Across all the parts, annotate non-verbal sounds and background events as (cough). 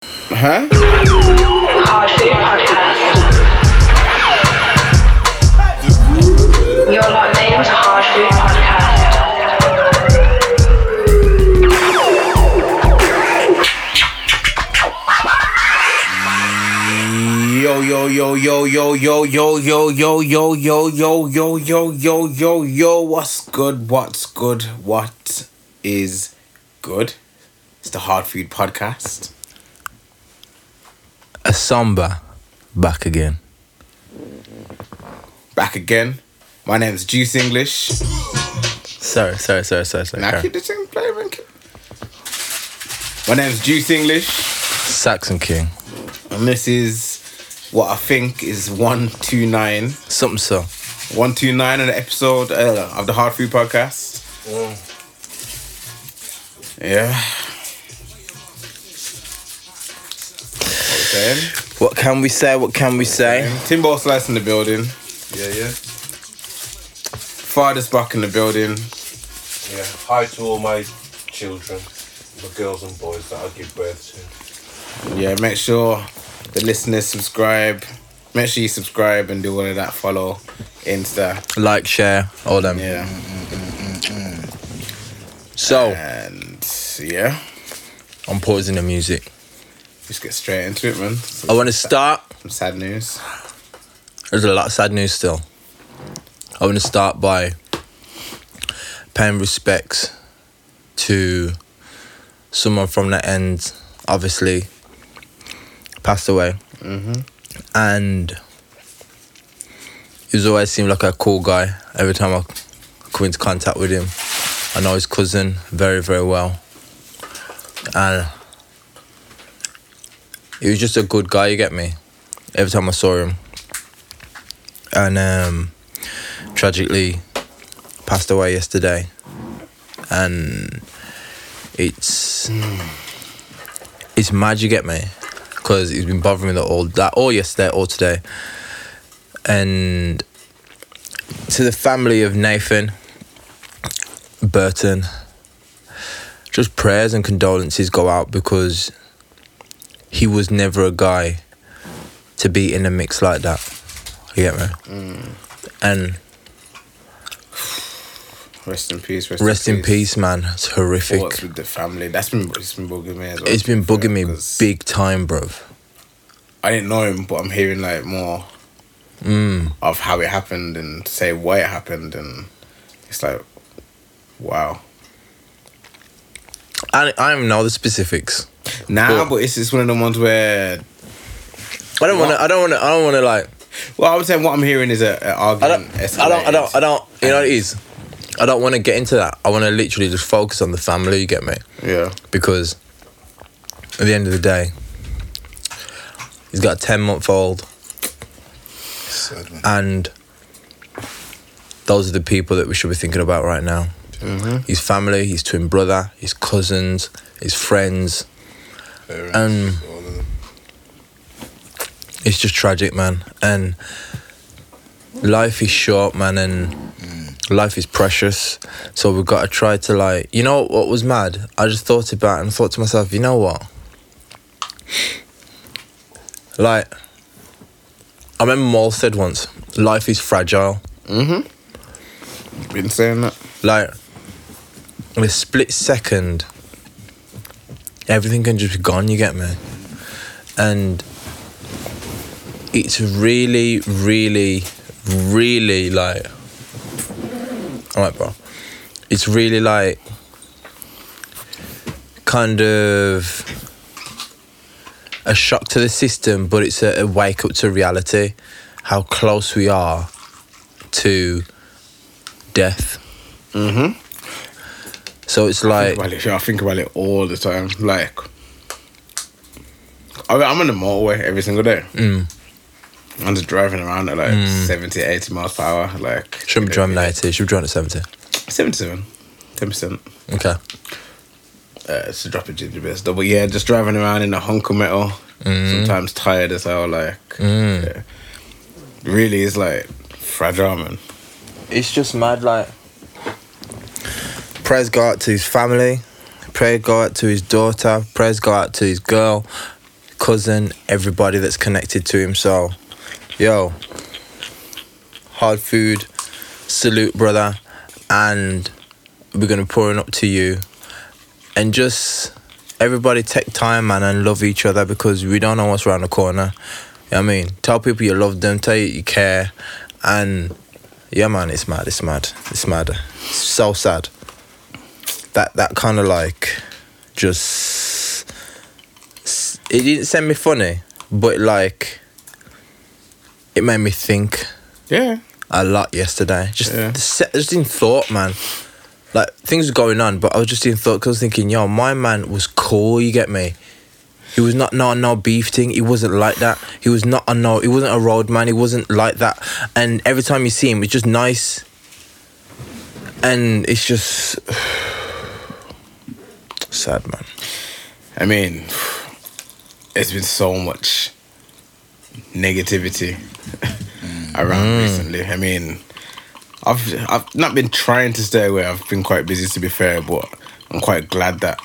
Huh? You're not named to Hard Food Podcast. Yo yo yo yo yo yo yo yo yo yo yo yo yo yo yo yo yo what's good what's good what is good it's the hard food podcast Asamba back again. back again my name's juice english Sorry, sorry, sorry, sorry, sorry. and i Karen. keep the same player and keep- my name's juice english Saxon King. and this is what i think is 129 Something so. 129 on the episode uh, of the hard food podcast yeah Okay. What can we say? What can we say? Um, Timbo Slice in the building. Yeah, yeah, Father's back in the building. yeah. Hi to all my children, the girls and boys that I give birth Yeah, make sure the listeners subscribe. Make sure you subscribe and do all of that. Follow Insta. Like, share, all them. Yeah. So, And yeah, I'm pausing the music. just get straight into it, man. Some, I want to start. some sad news. There's a lot of sad news still. I want to start by paying respects to someone from the end, obviously, passed away. And he's always seemed like a cool guy. Every time I come into contact with him, I know his cousin very, very well. And he was just a good guy, you get me? Every time I saw him. And um, tragically passed away yesterday. And it's it's mad you get me because he's been bothering me the all that all yesterday all today and to the family of Nathan Burton just prayers and condolences go out because he was never a guy to be in a mix like that you get me and Rest in peace. Rest, rest in peace man it's horrific What's with the family? That's been it's been bugging me as well. it's been bugging me 'Cause big time bruv I didn't know him, but I'm hearing like more Mm. of how it happened and say why it happened, and it's like, wow. I, I don't even know the specifics Nah, But- but it's it's one of the ones where. I don't want to. I don't want to. I don't want to like. Well, I would say what I'm hearing is a an I argument. don't. I don't. I don't. I don't. You know what it is. I don't want to get into that. I want to literally just focus on the family. You get me? Yeah. Because at the end of the day, he's got a ten month old, to. and those are the people that we should be thinking about right now. His family, his twin brother, his cousins, his friends. Parents, Um, all of them. it's just tragic, man. And life is short, man, and life is precious. So we've got to try to like, you know, what was mad? I just thought about it and thought to myself, you know what? Like, I remember Maul said once, life is fragile. Been saying that. Like, in a split second, everything can just be gone, you get me? And it's really, really, really like. Alright, bro. It's really like. Kind of. A shock to the system, but it's a, a wake up to reality. How close we are to death. Mm-hmm. So it's like, Well, I think about it all the time. Like, I mean, I'm on the motorway every single day. Mm. I'm just driving around at like 70, 80 miles per hour. Like, shouldn't be driving 90, should be driving at 70. 77, 10%. Okay. uh, it's a drop of ginger beer stuff. But yeah, just driving around in a hunk of metal, sometimes tired as hell. Like, Mm. yeah. really is like fragile, man. It's just mad, like. Prayers go out to his family, prayer go out to his daughter, prayers go out to his girl, cousin, everybody that's connected to him. So, yo, hard food, salute, brother, and we're gonna pour it up to you, and just everybody take time, man, and love each other because we don't know what's around the corner. You know what I mean, tell people you love them, tell you you care, and yeah, man, it's mad, it's mad, it's mad, it's so sad. That that kind of like, just it didn't send me funny, but like, it made me think Yeah. a lot yesterday. Just, Yeah. se- just in thought, man. Like things were going on, but I was just in thought 'cause I was thinking, yo, my man was cool. You get me? He was not no no beef thing. He wasn't like that. He was not a no. He wasn't a road man. He wasn't like that. And every time you see him, it's just nice. And it's just (sighs) sad, man. I mean, it's been so much negativity (laughs) around Mm. recently. I mean, I've I've not been trying to stay away. I've been quite busy, to be fair, but I'm quite glad that.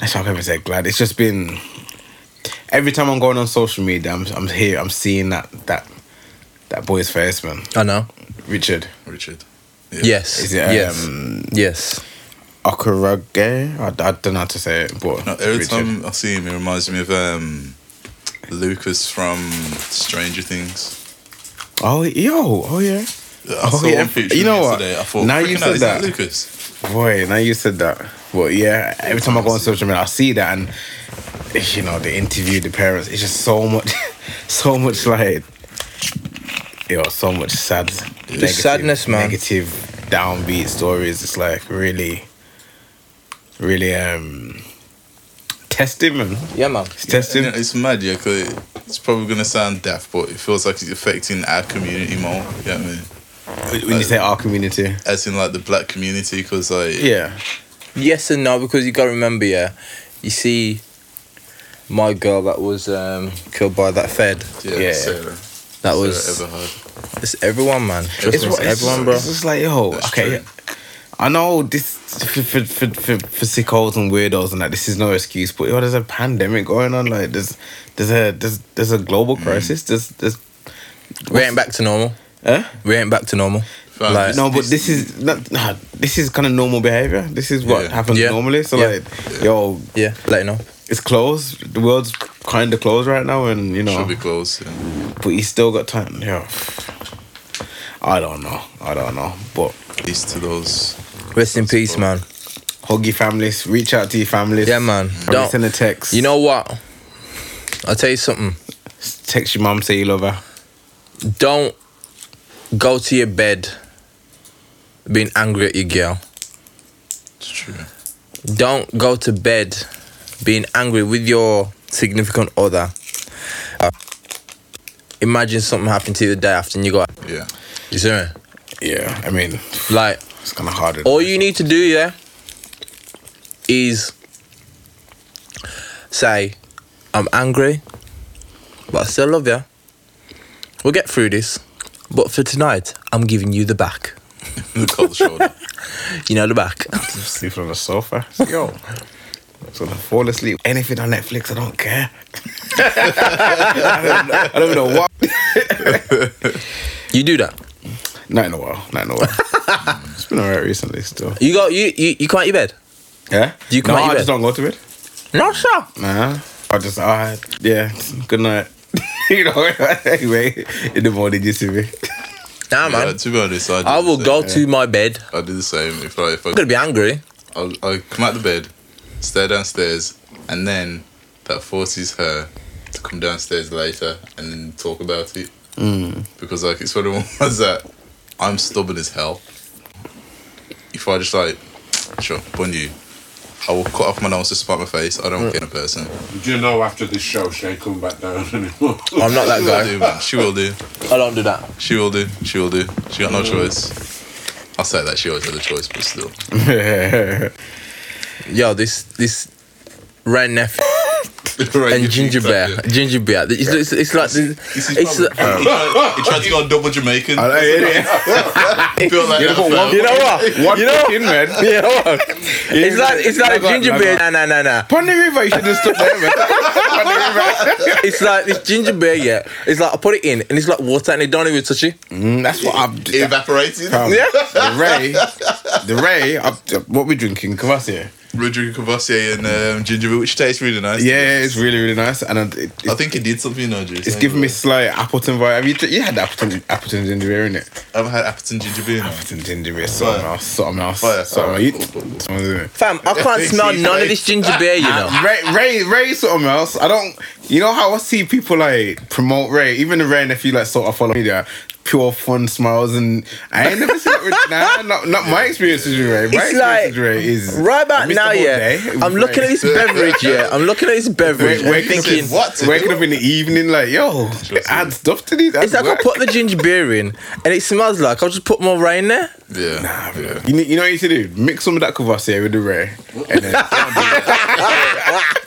Actually, I can't even say glad. It's just been every time I'm going on social media, I'm I'm here, I'm seeing that that that boy's face, man, I know. Richard. Richard. Yes. Is it yes. um, yes. Okurage? I, I don't know how to say it, but No, every Richard. time I see him, he reminds me of um, Lucas from Stranger Things. Oh yo, oh yeah. I Oh, saw yeah. one picture You know of him what? Today. I thought, Now you "Freaking hell, said is that that." Lucas. Boy, now you said that. But yeah, every time I go on social media, I see that, and you know, they interview the parents. It's just so much, (laughs) so much like, yo, so much sad, negative, sadness, man. negative, downbeat stories. It's like really, really um, testing, man. Yeah, man. It's testing. You know, it's mad, yeah, 'cause it's probably going to sound daft, but it feels like it's affecting our community more. You know what I mean? when you say our community, As in, like, the black community, because, like, yeah, Yes and no, because you gotta remember, yeah. You see, my girl that was um, killed by that Fed. yeah, Yeah. Sarah. That Sarah was Everhard. it's everyone, man. it's, Trust me, it's what- it's, everyone, bro. it's just like yo, That's okay. true. I know this for for, for, for for sickos and weirdos and that. This is no excuse, but yo, there's a pandemic going on. Like there's there's a there's there's a global crisis. There's there's We ain't back to normal. eh? We ain't back to normal. Fam, Like- this- no, but this is not, nah, this is kind of normal behavior. This is what Yeah. happens Yeah. normally. So Yeah. like, yo, Yeah, let you know. it's closed. The world's kind of closed right now, and you know, should be close. Yeah. but you still got time. Yeah, I don't know. I don't know, but. Peace to those. Rest in peace, man. Hug your families. Reach out to your families. Yeah, man. Or Don't- send a text. You know what? I'll tell you something. text your mom say you love her. Don't go to your bed being angry at your girl. It's true. don't go to bed being angry with your significant other. Uh, imagine something happened to you the day after and you got. Yeah. (laughs) You see me? Yeah, I mean Like, it's kind of harder. all you need to do, yeah, is say, I'm angry, but I still love you. We'll get through this. But for tonight, I'm giving you the back. The cold shoulder. You know, the back. sleep on the sofa. Yo, so I fall asleep. Anything on Netflix, I don't care. I, don't, know- (laughs) I don't know what. You do that. Not in a while. Not in a (laughs) while. it's been alright recently still. You go, you, you, you can't eat bed. Yeah. You no, can't I even. just don't go to bed. No, sure. Nah. I just I yeah. Good night. (laughs) you know. anyway, in the morning you see me. (laughs) Nah, man. Yeah, to be honest, I, do I will the go same. to my bed. I do the same. If I, if I I'm gonna be angry. I'll, I'll come out the bed, stare downstairs, and then that forces her to come downstairs later and then talk about it. Mm. Because like it's one of (laughs) the ones that I'm stubborn as hell. If I just like, sure, bun you, I will cut off my nose to spite my face. I don't want to get a person. Do you know after this show she ain't coming back down (laughs) anymore? I'm not that She will guy. do, man. She will do. (laughs) I don't do that. She will do. She will do. She got no choice. I'll say that she always had a choice, but still. Yo, this this Ren (laughs) nephew and ginger bear, ginger bear. It's, it's, it's like This this. is It's, probably- he, tried, he tried to go double Jamaican. I (laughs) feel like that fell. you know what? What you know, in man? (laughs) you know what? It's like it's like Like ginger that, bear. like Nah, nah, nah, nah. (laughs) Pon the river, you should have stood there, man. Pon the (laughs) it's like this ginger beer, yeah. It's like I put it in and it's like water and it don't even touch it. Mm, that's what I'm. It evaporated. Um, Yeah. The Ray, the Ray. i what we drinking? Cavassier. We're drinking Cavassier and um, ginger beer, which tastes really nice. Yeah, it's really really nice, and I, it, I it's, think it did something, no, Juice. it's giving me slight Appleton vibe. Have you, dr- you had Appleton Appleton ginger beer in it? I haven't had Appleton ginger beer. now. Appleton ginger beer, something Fire. else, something else, Fire. something else. Alright, You- cool, cool, cool. something else. Fam, I can't smell See, none of like- this ginger beer, you (laughs) know. Ray, Ray, Ray, something else. I don't. You know how I see people like promote Ray, even the Ray and if you like sort of follow media, pure fun smiles, and I ain't never seen it. With, nah, not, not my experience with Ray. My It's experience like- with Ray is Right about Mr. now, Whole yeah. Day with I'm looking at Ray. (laughs) this beverage, yeah. I'm looking at this beverage. Wait, wait, I'm thinking, Said, what? to Waking do? up in the evening, like yo, add stuff to these. it's like I put the ginger beer in and it smells like I'll just put more rain in there. Yeah. Nah, yeah. You, need, you know what you should do? Mix some of that Cavassier with the (laughs) Ray, and then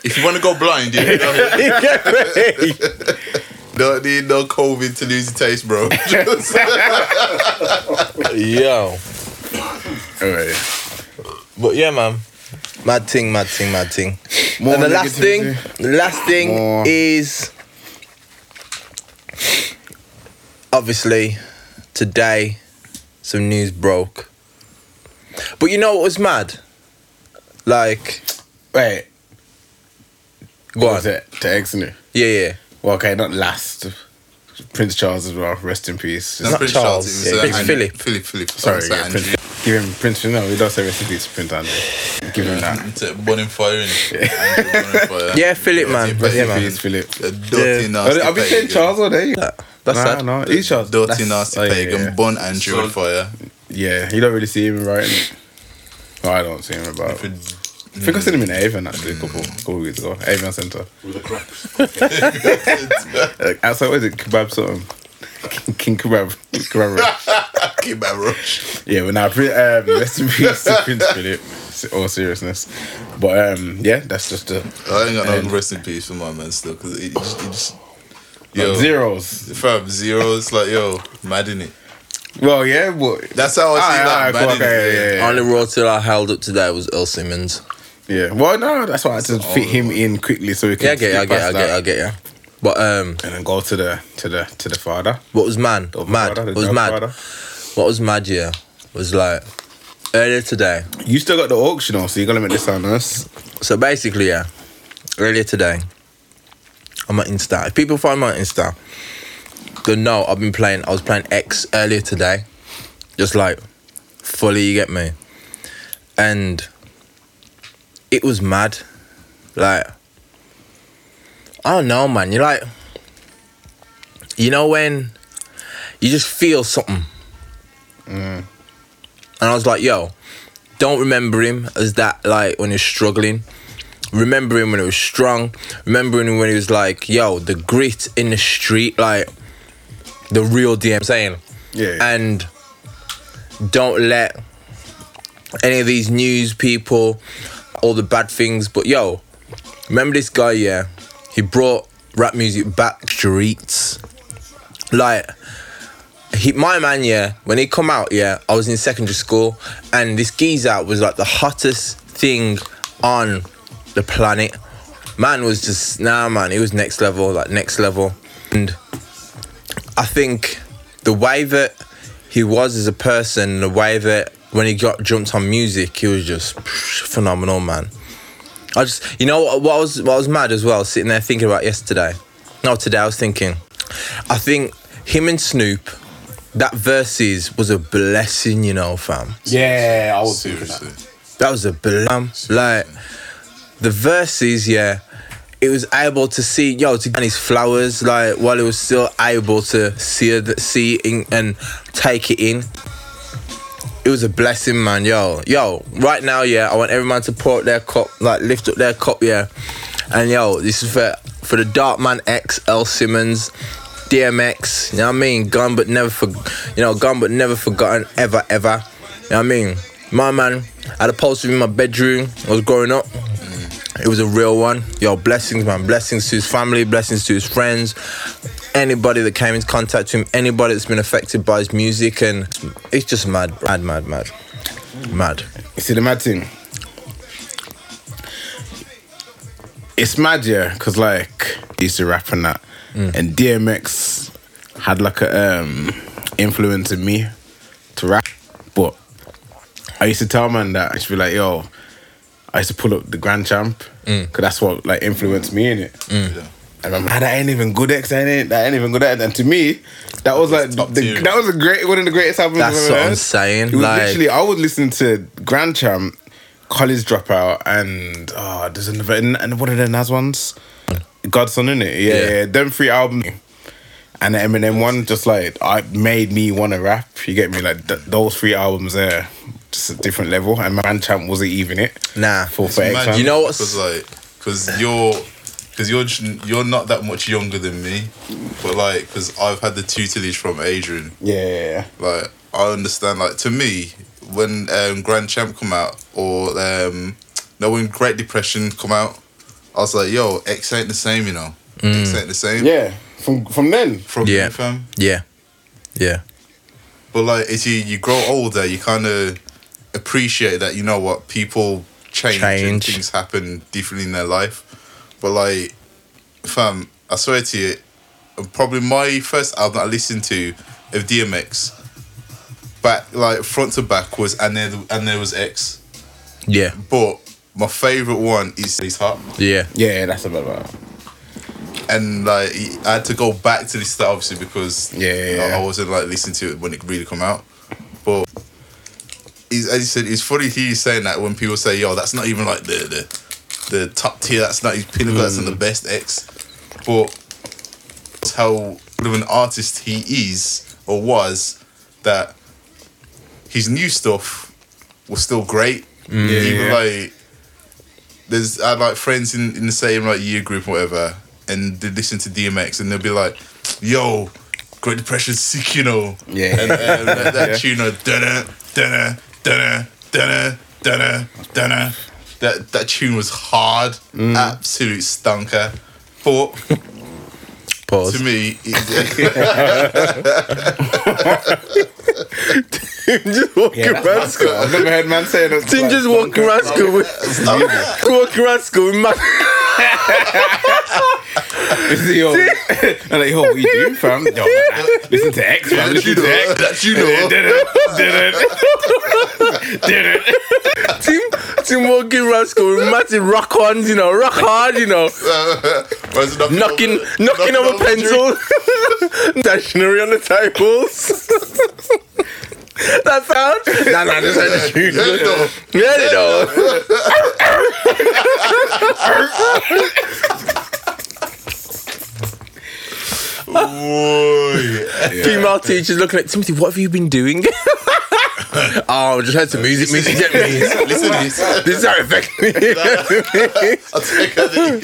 If you want to go blind, you don't, (laughs) don't need no COVID to lose your taste, bro. Just- (laughs) Yo. alright. But yeah, man. Mad thing, mad thing, mad thing. More and the last thing, negativity. the last thing More. is obviously today some news broke. But you know what was mad? Like, Wait, go what on. was it? To Exner. Yeah, yeah. Well, okay, not last. Prince Charles as well. Rest in peace. (laughs) I'm not pretty Charles, sure yeah, it's Andrew- Philip. Philip, Philip. Sorry, Sorry, yeah, Prince. Andrew. Give him Prince. No, we don't say rest in peace to Prince Andrew. Give him that. It's a burning fire, innit? Andrew burning fire. Yeah, Philip, man. Dirty Yeah, Rest in man. peace, Philip. A dirty, Yeah. nasty I've been saying pagan. Charles all day. That's nah, sad. No, he's Charles. Dirty, That's- nasty oh, yeah, pagan. yeah. Burn Andrew So- with fire. Yeah, you don't really see him right. innit? No, I don't see him about. I think I seen him in Avon actually a couple, couple weeks ago. Avon Centre. With the cracks. Like, outside, what is it? Kebab something. King, King Kebab. Kebab. Road. Keep that rush. Yeah, but now um, (laughs) rest in peace to Prince Philip. s- All seriousness, but um, yeah, that's just a I ain't got Um, no rest in peace for my man still, because it, it just. It just like, zeros. Fam, zero. It's like, yo, mad in it. Well, yeah, but That's how I see Aye, aye, that. cool, mad innit? okay, yeah, yeah. Only road till I held up today was Earl Simmons. yeah. Well, no, that's why I had to fit him in quickly so we can oh. Yeah, I get it, I skip get it, past I get it, that I get it. But um, and then go to the to the to the father. what was mad? The Mad. father, the What was dog mad? father. What was mad, yeah, was like earlier today. You still got the auction on, so you're gonna make this on us. So basically, yeah, earlier today, on my Insta. If people find my Insta, they'll know I've been playing, I was playing X earlier today. Just like fully, you get me? And it was mad. Like, I don't know, man. You're like, you know, when you just feel something. And I was like, yo, don't remember him as that like when he was struggling. Remember him when he was strong. Remember him when he was like, yo, the grit in the street, like the real DM saying. Yeah. And don't let any of these news people, all the bad things, but yo, remember this guy, yeah? He brought rap music back streets. Like he, my man, yeah, when he come out, yeah, I was in secondary school, and this geezer was like the hottest thing on the planet. Man was just nah, man, he was next level, like next level. And I think the way that he was as a person, the way that when he got jumped on music, he was just (sniffs) phenomenal, man. I just, you know, what, what I was what I was mad as well, sitting there thinking about yesterday. No, today I was thinking. I think him and Snoop, that verses was a blessing, you know, fam. Yeah, I was Seriously. That was a blam. Like the verses, yeah. It was able to see yo to get his flowers like while it was still able to see it- see it in, and take it in. It was a blessing, man. Yo, yo. Right now, yeah, I want every man to pour up their cup, like lift up their cup, yeah. And yo, this is for for the Dark Man X, L Simmons, DMX. You know what I mean? Gone but never for, you know, gone but never forgotten ever ever. You know what I mean? My man, I had a poster in my bedroom. I was growing up. It was a real one. Yo, blessings, man. Blessings to his family, blessings to his friends, anybody that came into contact with him, anybody that's been affected by his music. And it's just mad, mad, mad, mad. Mad. You see the mad thing? It's mad, yeah, because like used to rap and that. Mm. And DMX had like a um, influence in me to rap. But I used to tell man that I used to be like, yo, I used to pull up the Grand Champ because Mm. that's what like influenced me in it. Yeah. And I'm like, "Ah, that ain't even good X, that ain't that ain't even good X. And to me, that was like top the, tier. that was a great one of the greatest albums That's I've ever what I'm heard. saying, It was like- literally I would listen to Grand Champ, College Dropout, and uh there's another and and one of the Nas ones, Godson in it. Yeah, Yeah. yeah, them three albums. And the Eminem one just like I made me want to rap. You get me? Like th- those three albums there, just a different level. And Grand Champ wasn't even it. Nah. for for X. Imagine, Man. You know what's- Because like, because you're, because you're, j- you're not that much younger than me, but like, because I've had the tutelage from Adrian. Yeah, yeah, yeah. Like, I understand. Like, to me, when um, Grand Champ come out, or um, no, when Great Depression come out, I was like, yo, X ain't the same, you know. X ain't the same. Yeah, from from then. From Yeah. fam. Yeah. Yeah. But like, as you you grow older, you kind of appreciate that you know what people change, and Change. things happen differently in their life. But like, fam, I swear to you, probably my first album I listened to of DMX, back like front to back was and there and there was X. Yeah. But my favorite one is He's Hot, Yeah. Yeah, that's about right. and like I had to go back to this stuff obviously because Yeah, yeah, you know, yeah. I wasn't like listening to it when it really come out, but he's, as you said, it's funny he's saying that when people say, "Yo, that's not even like the the, the top tier. That's not his pinnacle. That's Hmm. not the best X." But it's how good of an artist he is or was that his new stuff was still great. Even Mm. yeah. like there's I had like friends in, in the same like year group or whatever, and they listen to DMX and they'll be like, "Yo, Great Depression's sick, you know." (laughs) Yeah. And um, that, that tune of da da da da da da da da that that tune was hard, Mm. absolute stunker. But Pause. to me, (laughs) (laughs) it, just walking Yeah, that's good. I've never heard man saying that. Tim just walking around school with (laughs) walking around school with man. yo. (laughs) I'm like, yo, what you doing, fam? Yo, listen to X, fam. that you Listen to know, X. that you (laughs) know. Did it, did it, did (laughs) it. Tim Tim walking around school with massive rock ons, you know, rock hard, you know, Whereas knocking, knocking over- knocking over the drink. pencils, (laughs) stationery on the tables. (laughs) that sound? Nah, nah, this ain't the tune. Yeah, no. Yeah, they know. Boy. Female teachers looking at Timothy. What have you been doing? (laughs) oh, just heard some music. Music hit me. Listen to this. This is how it affected me. I'll take out the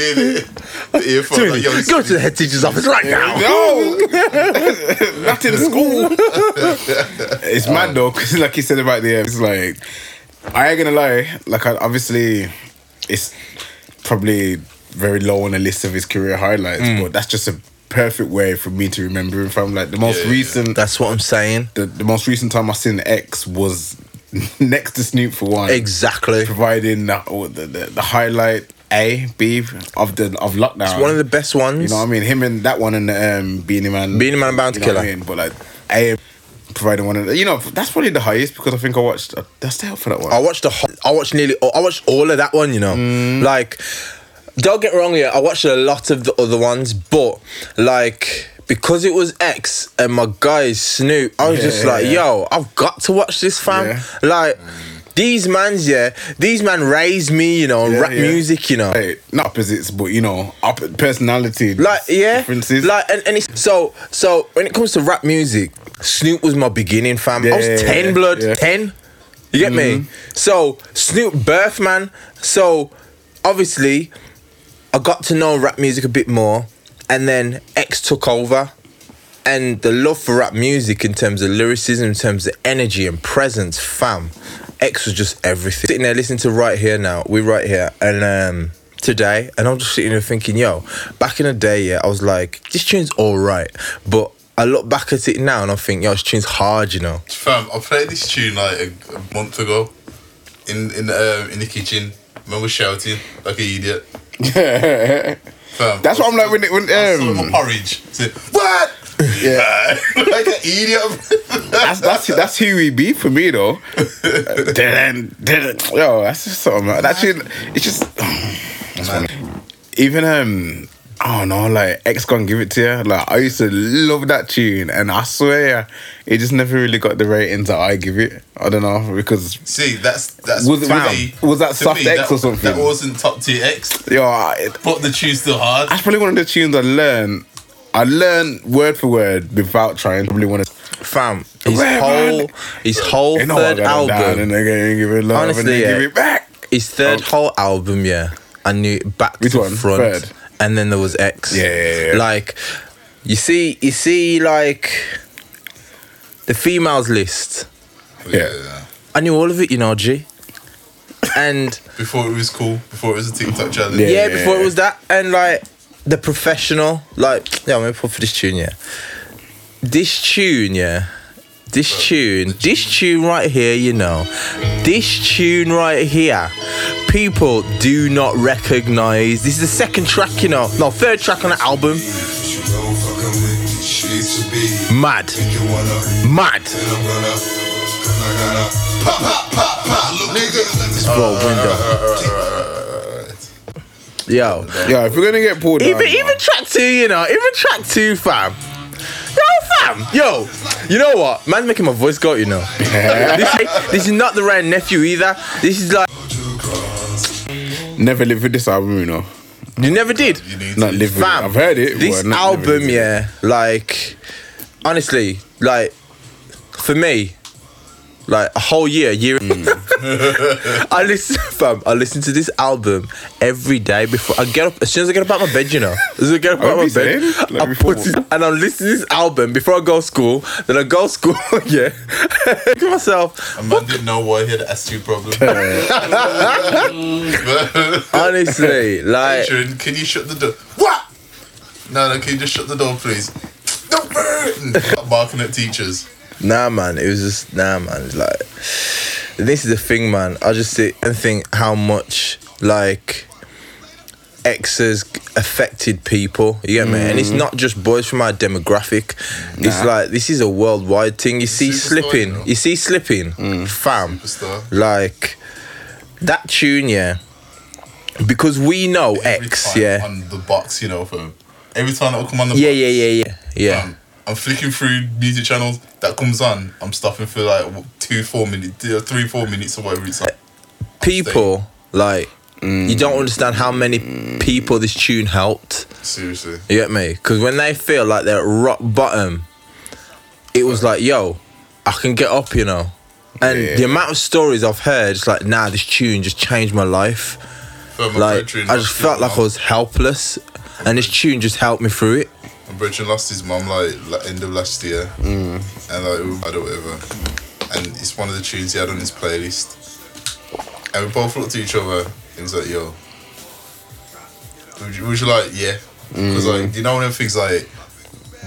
(laughs) ear, the earphone. Like, yo, Timothy, this- go to the head teacher's office right now. No, not in school. (laughs) it's mad though, because like you said about the, it's like I ain't gonna lie. Like, I, obviously, it's probably very low on the list of his career highlights, Mm. but that's just a perfect way for me to remember him from. Like the most Yeah. recent, That's what I'm saying. the, the most recent time I seen X was (laughs) next to Snoop for one Exactly. providing the, or the, the, the highlight A B of the of lockdown. It's one of the best ones. you know what I mean. Him and that one and um, Beanie Man, Beanie Man and Bounty you know what Killer. I mean? But like A providing one of the, you know that's probably the highest because I think I watched. uh, Did I stay up for that one? I watched the whole, I watched nearly all- I watched all of that one, you know. Mm. Like don't get me wrong here, I watched a lot of the other ones, but like because it was X and my guy Snoop, I was Yeah, just yeah, like, yeah. yo, I've got to watch this fam. Yeah. Like these mans, yeah, these man raised me, you know, and Yeah, rap yeah. music, you know. Like, not opposites, but you know, up personality. Like yeah, differences. like and, and it's, so so when it comes to rap music, Snoop was my beginning fam. I was Yeah, ten, blood yeah. Mm-hmm. ten. You get me? So Snoop birth man. So obviously, I got to know rap music a bit more, and then X took over, and the love for rap music in terms of lyricism, in terms of energy and presence, fam. X was just everything. Sitting there listening to right here now, we right here, and um today, and I'm just sitting there thinking, yo, back in the day, yeah, I was like, this tune's alright, but I look back at it now and I think, yo, this tune's hard, you know. Fam, I played this tune like a, a month ago in in um, in the kitchen. Man was shouting like an idiot. (laughs) Fam, That's what I'm like when it- when, I saw um, my porridge. I said, what? Yeah. (laughs) like an idiot. That's that's that's who we be for me though. (laughs) Dun, dun. Yo, that's just something. man. That's just, it's just (sighs) even um. I don't know, like X Gon give it to you. Like I used to love that tune, and I swear it just never really got the ratings that I give it. I don't know because See, that's that's Was- to was- me- was that to soft me, X that- or something? That wasn't top tier X, yo, I, but the tune's still hard. that's probably one of the tunes I learned. I learned word for word without trying. Probably one of Fam, his Rare, man. whole his whole You know third I got 'em down, album, and they give it love, and Honestly, they yeah. give it back. his third whole album, yeah. I knew it back Oh. Which to one? front, Third? and then there was X. Yeah, yeah, yeah. Like, you see, you see, like the females list. Yeah. I knew all of it, you know, G. And Before it was cool, before it was a TikTok challenge. Yeah. yeah, before it was that, and like the professional, like yeah, I'm gonna put for this tune, yeah. This tune, yeah. This tune, this tune right here, you know, this tune right here, people do not recognize. This is the second track, you know, no, third track on the album. Uh, Mad, mad. Bro, window. Yo, Yeah, if we're gonna get pulled down, even even track two, you know, even track two, fam. Yo, fam, yo, you know what? Man's making my voice go, (laughs) you know. this, ain't- this is not the right nephew either. This is like never lived with this album, you know. (laughs) you never did, You need Not to- lived with. fam. I've heard it. This but not never album, lived it. yeah, like honestly, like for me, like a whole year, year. Hmm. (laughs) I listen, fam. I listen to this album every day before I get up. As soon as I get up out my bed, you know, as soon as I get up out I'll my be saying, bed, like, I before- put this, and I listen to this album before I go to school. Then I go to school, (laughs) yeah. Look at myself. A man didn't know why he had an attitude (laughs) problem. (laughs) Adrian, (laughs) Honestly, like can you shut the door? What? No, no, can you just shut the door, please? Don't burn! Stop barking at teachers. nah, man. It was just nah, man. It's like this is the thing, man. I just sit and think how much like X has affected people. You get me? And Mm. it's not just boys from our demographic. It's like this is a worldwide thing. You see Superstar, slipping. you know. You see slipping, Mm. fam. Superstar. Like that tune, yeah. Because we know Every X, time yeah. On the box, you know, for every time that will come on the Yeah, box, yeah, yeah, yeah, yeah. um, I'm flicking through music channels that comes on. I'm stopping for like w- two, four minutes, uh, three, four minutes or whatever it's like. people like you don't understand how many people this tune helped. Seriously. You get me? Because when they feel like they're at rock bottom, it was like, yo, I can get up, you know. And Yeah. the amount of stories I've heard, it's like, nah, this tune just changed my life. Fam, my Like, brethren I lost just his felt like I mum. was helpless, and this tune just helped me through it. My brethren lost his mum like, like end of last year, Mm. and like we had or whatever. And it's one of the tunes he had on his playlist. And we both looked at each other and was like, "Yo, would you, would you like, yeah?" Because Mm. like you know, one of the things like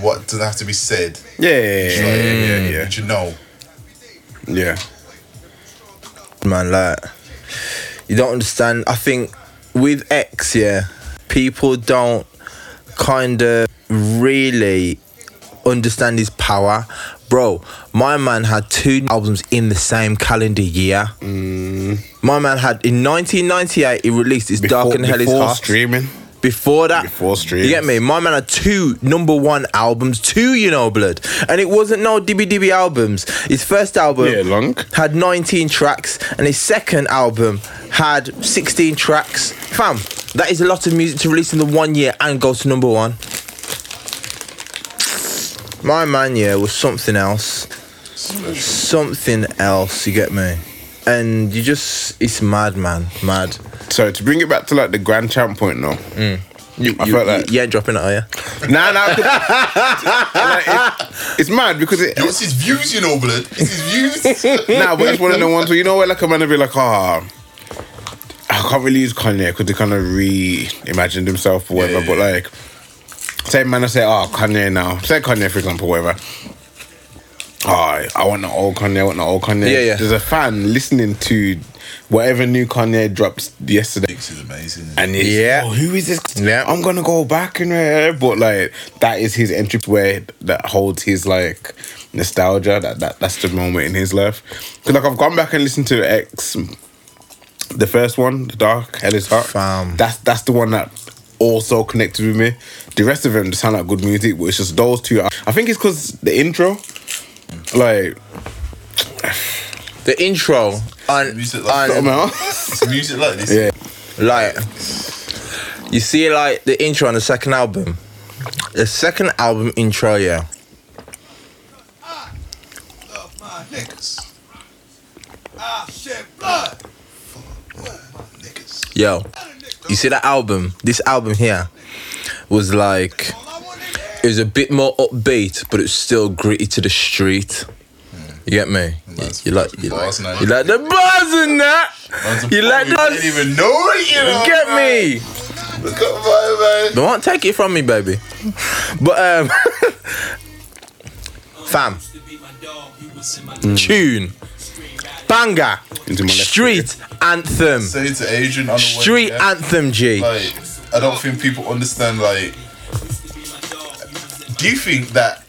what doesn't have to be said. Yeah, yeah, Like, yeah, yeah, yeah, But you know, yeah. man. Like, you don't understand. I think with X, yeah, people don't kind of really understand his power. Bro, my man had two albums in the same calendar year. My man had in 1998 he released his Dark and Hell is Mm. before Hot. streaming. Before that, Before streams. you get me. My man had two number one albums, two you know blood, and it wasn't no dibby dibby albums. His first album, Yeah, long. had 19 tracks, and his second album had 16 tracks. Fam, that is a lot of music to release in the one year and go to number one. My man, yeah, was something else. Something else, you get me? And you just, it's mad, man, mad. So to bring it back to like the grand champ point now. Mm. You, I you, felt you- that. you ain't dropping it, (laughs) are you? Nah, nah. 'cause- (laughs) like, it's, it's mad because it. yo, it's his views, you know, blood. (laughs) It's his views. Nah, but it's one of the ones where you know where like a man will be like, ah. I can't really use Kanye because he kind of reimagined himself or whatever. But like, say man, I say, oh Kanye now. Say Kanye for example, whatever. Oh, I want the old Kanye. I want the old Kanye. Yeah, yeah. There's a fan listening to whatever new Kanye dropped yesterday. Dix is amazing. isn't it? And it's, Yeah. oh, who is this? Yeah. I'm gonna go back and uh, but like that is his entry where that holds his like nostalgia. That, that that's the moment in his life. 'Cause, like I've gone back and listened to X, the first one, the Dark Hell is Dark. Fam. That's that's the one that also connected with me. The rest of them just sound like good music, but it's just those two. I think it's because the intro, like The intro on, Music like, on somehow. It's music like this. Yeah. like you see like the intro on the second album. The second album intro, yeah. Oh, my niggas. Ah, shit, blood. Niggas. Yo. You see that album? This album here was like it was a bit more upbeat, but it's still gritty to the street. You get me? You, That's you like you like, bars, man. you like the bars in that. You like You that? didn't even know it, you know. You get me? Look at my man. They won't take it from me, baby. But um, (laughs) fam, tune, banger, Into my left street anthem, Say to Adrian on the way, street yeah? anthem, G. Like, I don't think people understand, like, do you think that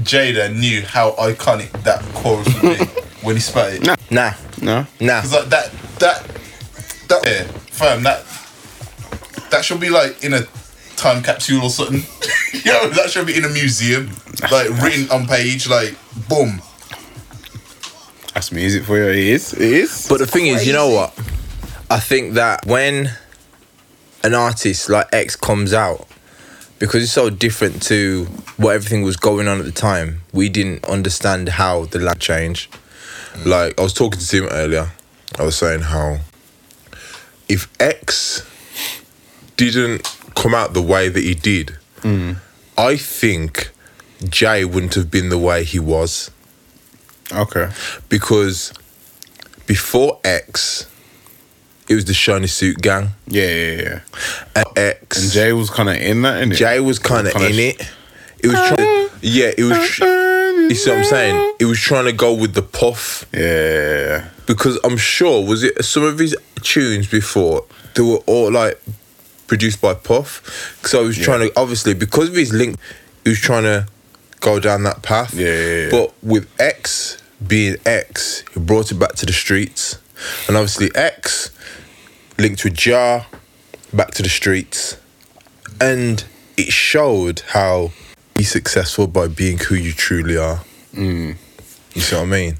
Jada knew how iconic that chorus would (laughs) be when he spat it? Nah, no. nah. It's like that, that, that, yeah, fam, that, that should be like in a time capsule or something. (laughs) Yo, that should be in a museum, like written on page, like, boom. That's music for you. It is. It is. But the thing is, you know what? I think that when an artist like X comes out, because it's so different to what everything was going on at the time, we didn't understand how the land changed. Mm. Like I was talking to Tim earlier, I was saying how if X didn't come out the way that he did, I think Jay wouldn't have been the way he was okay. because before X, it was the Shiny Suit Gang. Yeah, yeah, yeah. And X, And Jay was kind of in that, innit? Jay was kind of Kinda in sh- Uh-huh. it. It was trying. To, yeah, it was. tr- You see what I'm saying? It was trying to go with the puff Yeah, yeah, yeah. because I'm sure was it some of his tunes before they were all like produced by Puff. So he was trying to obviously because of his link, he was trying to go down that path. Yeah, yeah, yeah. But with X being X, he brought it back to the streets, and obviously X linked with Jar back to the streets, and it showed how he's successful by being who you truly are. Mm. You see what I mean?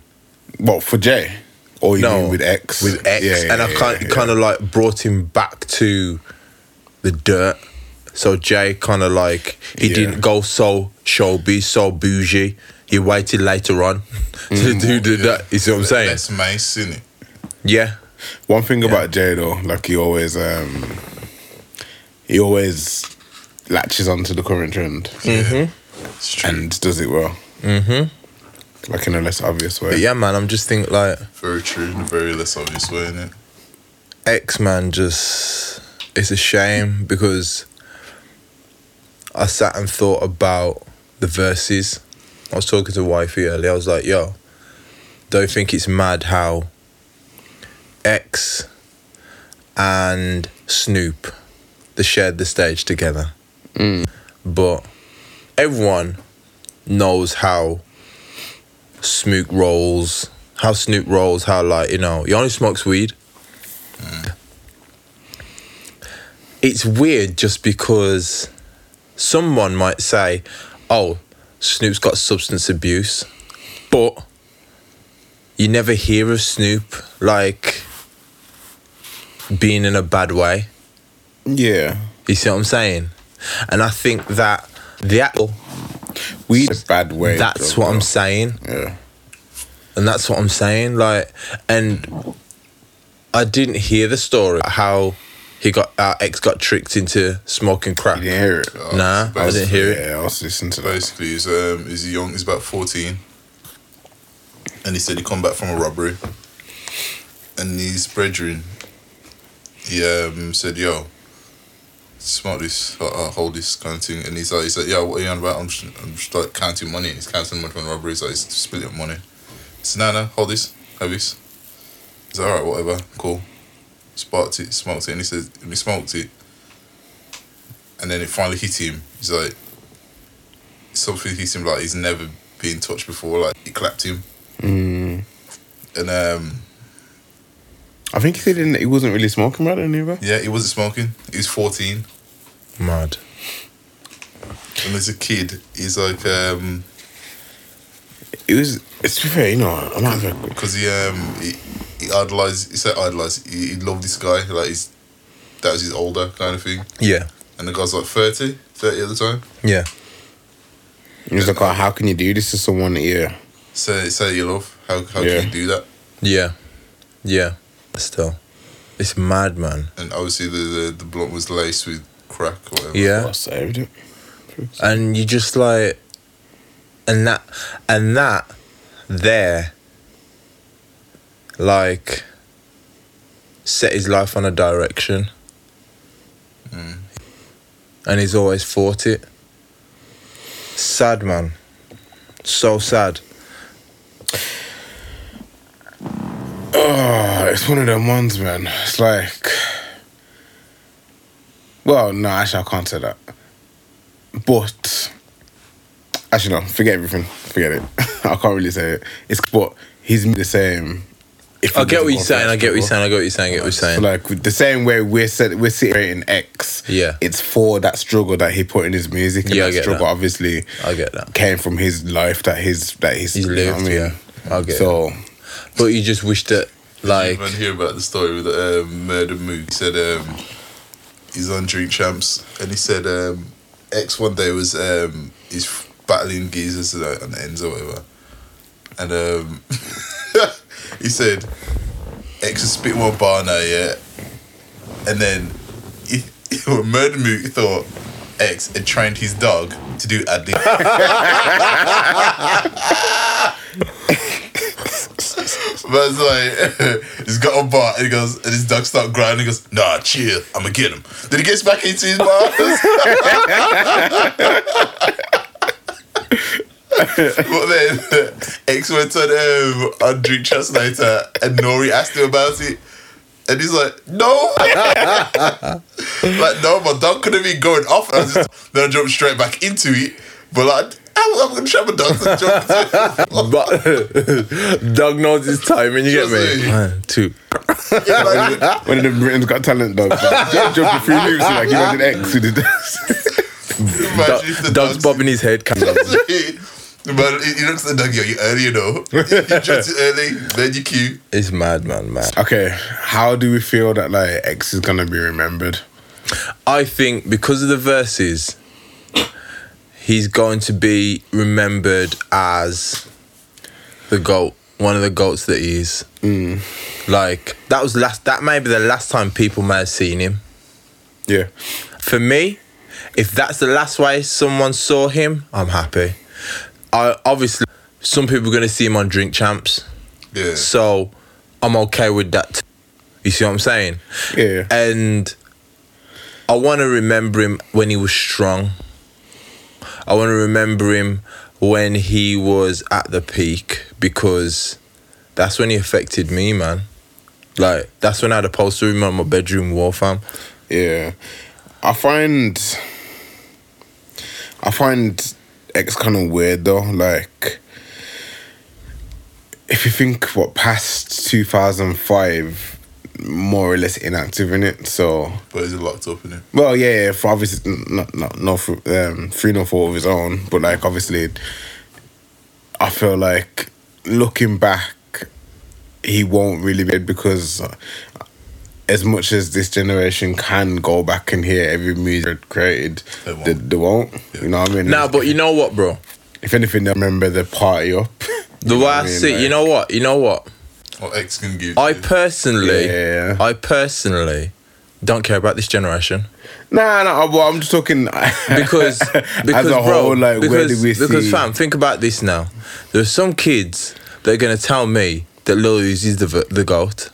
What for Jay? Or you mean with X? with X, Yeah, yeah, and I yeah, kind yeah. kind of like brought him back to the dirt. So Jay kind of like he Yeah. didn't go so showbiz, so bougie. He waited later on (laughs) Mm. to do the, that. You see what I'm saying? That's Mace, innit? Yeah, One thing about Jay though, like he always, um he always latches onto the current trend Mm-hmm. It's true. and does it well. Mm-hmm. Like in a less obvious way. but yeah, man. I'm just thinking like Very true in a very less obvious way, innit? X Man. Just it's a shame because I sat and thought about the verses. I was talking to wifey earlier. I was like, yo, don't think it's mad how X and Snoop they shared the stage together. But everyone knows how Snoop rolls, how Snoop rolls, how like, you know, he only smokes weed. It's weird just because someone might say, oh, Snoop's got substance abuse, but you never hear of Snoop like being in a bad way. Yeah. You see what I'm saying? And I think that the apple, Weed a bad way. that's bro, what I'm bro. saying. Yeah. And that's what I'm saying. Like, and I didn't hear the story how he got, our ex got tricked into smoking crack. You didn't hear it. Nah, I didn't hear it. Yeah, I was listening to that. Basically, he's um, he's young. He's about fourteen, and he said he come back from a robbery, and his brethren, he um, said, "Yo, smoke this, uh, uh, hold this kind of thing." And he's like, "He's like, yo, what are you on about? I'm just, I'm just like counting money." And he's counting money from the robbery. He's like, "He's splitting up money." He said, "No, no, hold this, have this." He's like, all right, whatever, cool. Sparked it, smoked it, and he says, and he smoked it. And then it finally hit him. He's like, something hit him like he's never been touched before. Like it clapped him, and um, I think he said he didn't- he wasn't really smoking right then either. yeah, he wasn't smoking. He was fourteen, Mad. and as a kid, he's like, um, It was. It's to be fair, you know. I'm not even. because he um he, he idolized he said idolized he, he loved this guy like he's that was his older kind of thing Yeah. and the guy's like 30 30 at the time Yeah. It was like, oh, how can you do this to someone? Yeah, say say you love how, how Yeah. can you do that Yeah. Yeah. Still. It's mad, man. and obviously the the, the blunt was laced with crack or whatever Yeah. I saved it. and you just like and that and that there like set his life on a direction and he's always fought it sad man so sad Oh, it's one of them ones, man. It's like, well, no, actually, I can't say that. But actually, no, forget everything. Forget it. (laughs) I can't really say it. It's but he's the same. If i he get doesn't what you're go saying i first get what you're before. saying i get what you're saying i get what you're So, saying Like with the same way we're set, we're celebrating X. Yeah. it's for that struggle that he put in his music. And Yeah, I that get struggle that. obviously i get that came from his life that his that he's, He's you know what lived, yeah. I get so but you just wish that like Did you hear about the story with um, Murder Mook? He said um, he's on Drink Champs, and he said um, X one day was um, he's battling geezers and, and ends or whatever, and um, (laughs) he said X was spitting one bar now, yeah, and then he, (laughs) Murder Mook thought X had trained his dog to do ad lib. (laughs) But it's like (laughs) he's got a bar and he goes and his dog start grinding. He goes, "Nah, chill, I'ma get him." Then he gets back into his bars. (laughs) but then (laughs) X went on um, on Drink Chats later, and Nori asked him about it, and he's like, "No." (laughs) like no, my dog couldn't be going off. And I just then I jumped straight back into it, but like. I'm gonna try my dog to jump into it. but (laughs) Doug knows his time, and you get me. One, two. Yeah, like, when the Britain's Got Talent dog, (laughs) jump the three loops like you know, did X with (laughs) the Imagine if Doug- the Doug's dog's- bobbing his head. kind of. (laughs) but he he looks at the dog, yo, you early, you (laughs) know. You judge it early, then you queue. It's mad, man, man. Okay, how do we feel that like X is gonna be remembered? I think because of the verses, he's going to be remembered as the goat, one of the goats that he is. Like that was last. That may be the last time people may have seen him. Yeah, For me, if that's the last way someone saw him, I'm happy. I obviously some people are going to see him on Drink Champs. Yeah. So I'm okay with that. Too. You see what I'm saying? yeah, And I want to remember him when he was strong. I want to remember him when he was at the peak because that's when he affected me, man. Like that's when I had a poster of him on my bedroom wall, fam. yeah. I find I find X kind of weird though. Like if you think what past two thousand five, more or less inactive in it, so. But he's locked up in it. Well, yeah, yeah for obviously not not no for- um, three no four of his own, but like obviously, I feel like looking back, he won't really be because uh, as much as this generation can go back and hear every music created, They they won't. won't. They, won't You know what I mean? Now, but you know what, bro? if anything, they remember the party up. The way what I I mean? see, you Like- know what? You know what? Or X can give. I you. personally, Yeah. I personally don't care about (laughs) this generation. nah, nah. Well, I'm just talking because because (laughs) as a whole, bro, like because, where do we because see? fam, think about this now. There are some kids that are gonna tell me that Lil Uzi is the v- the goat,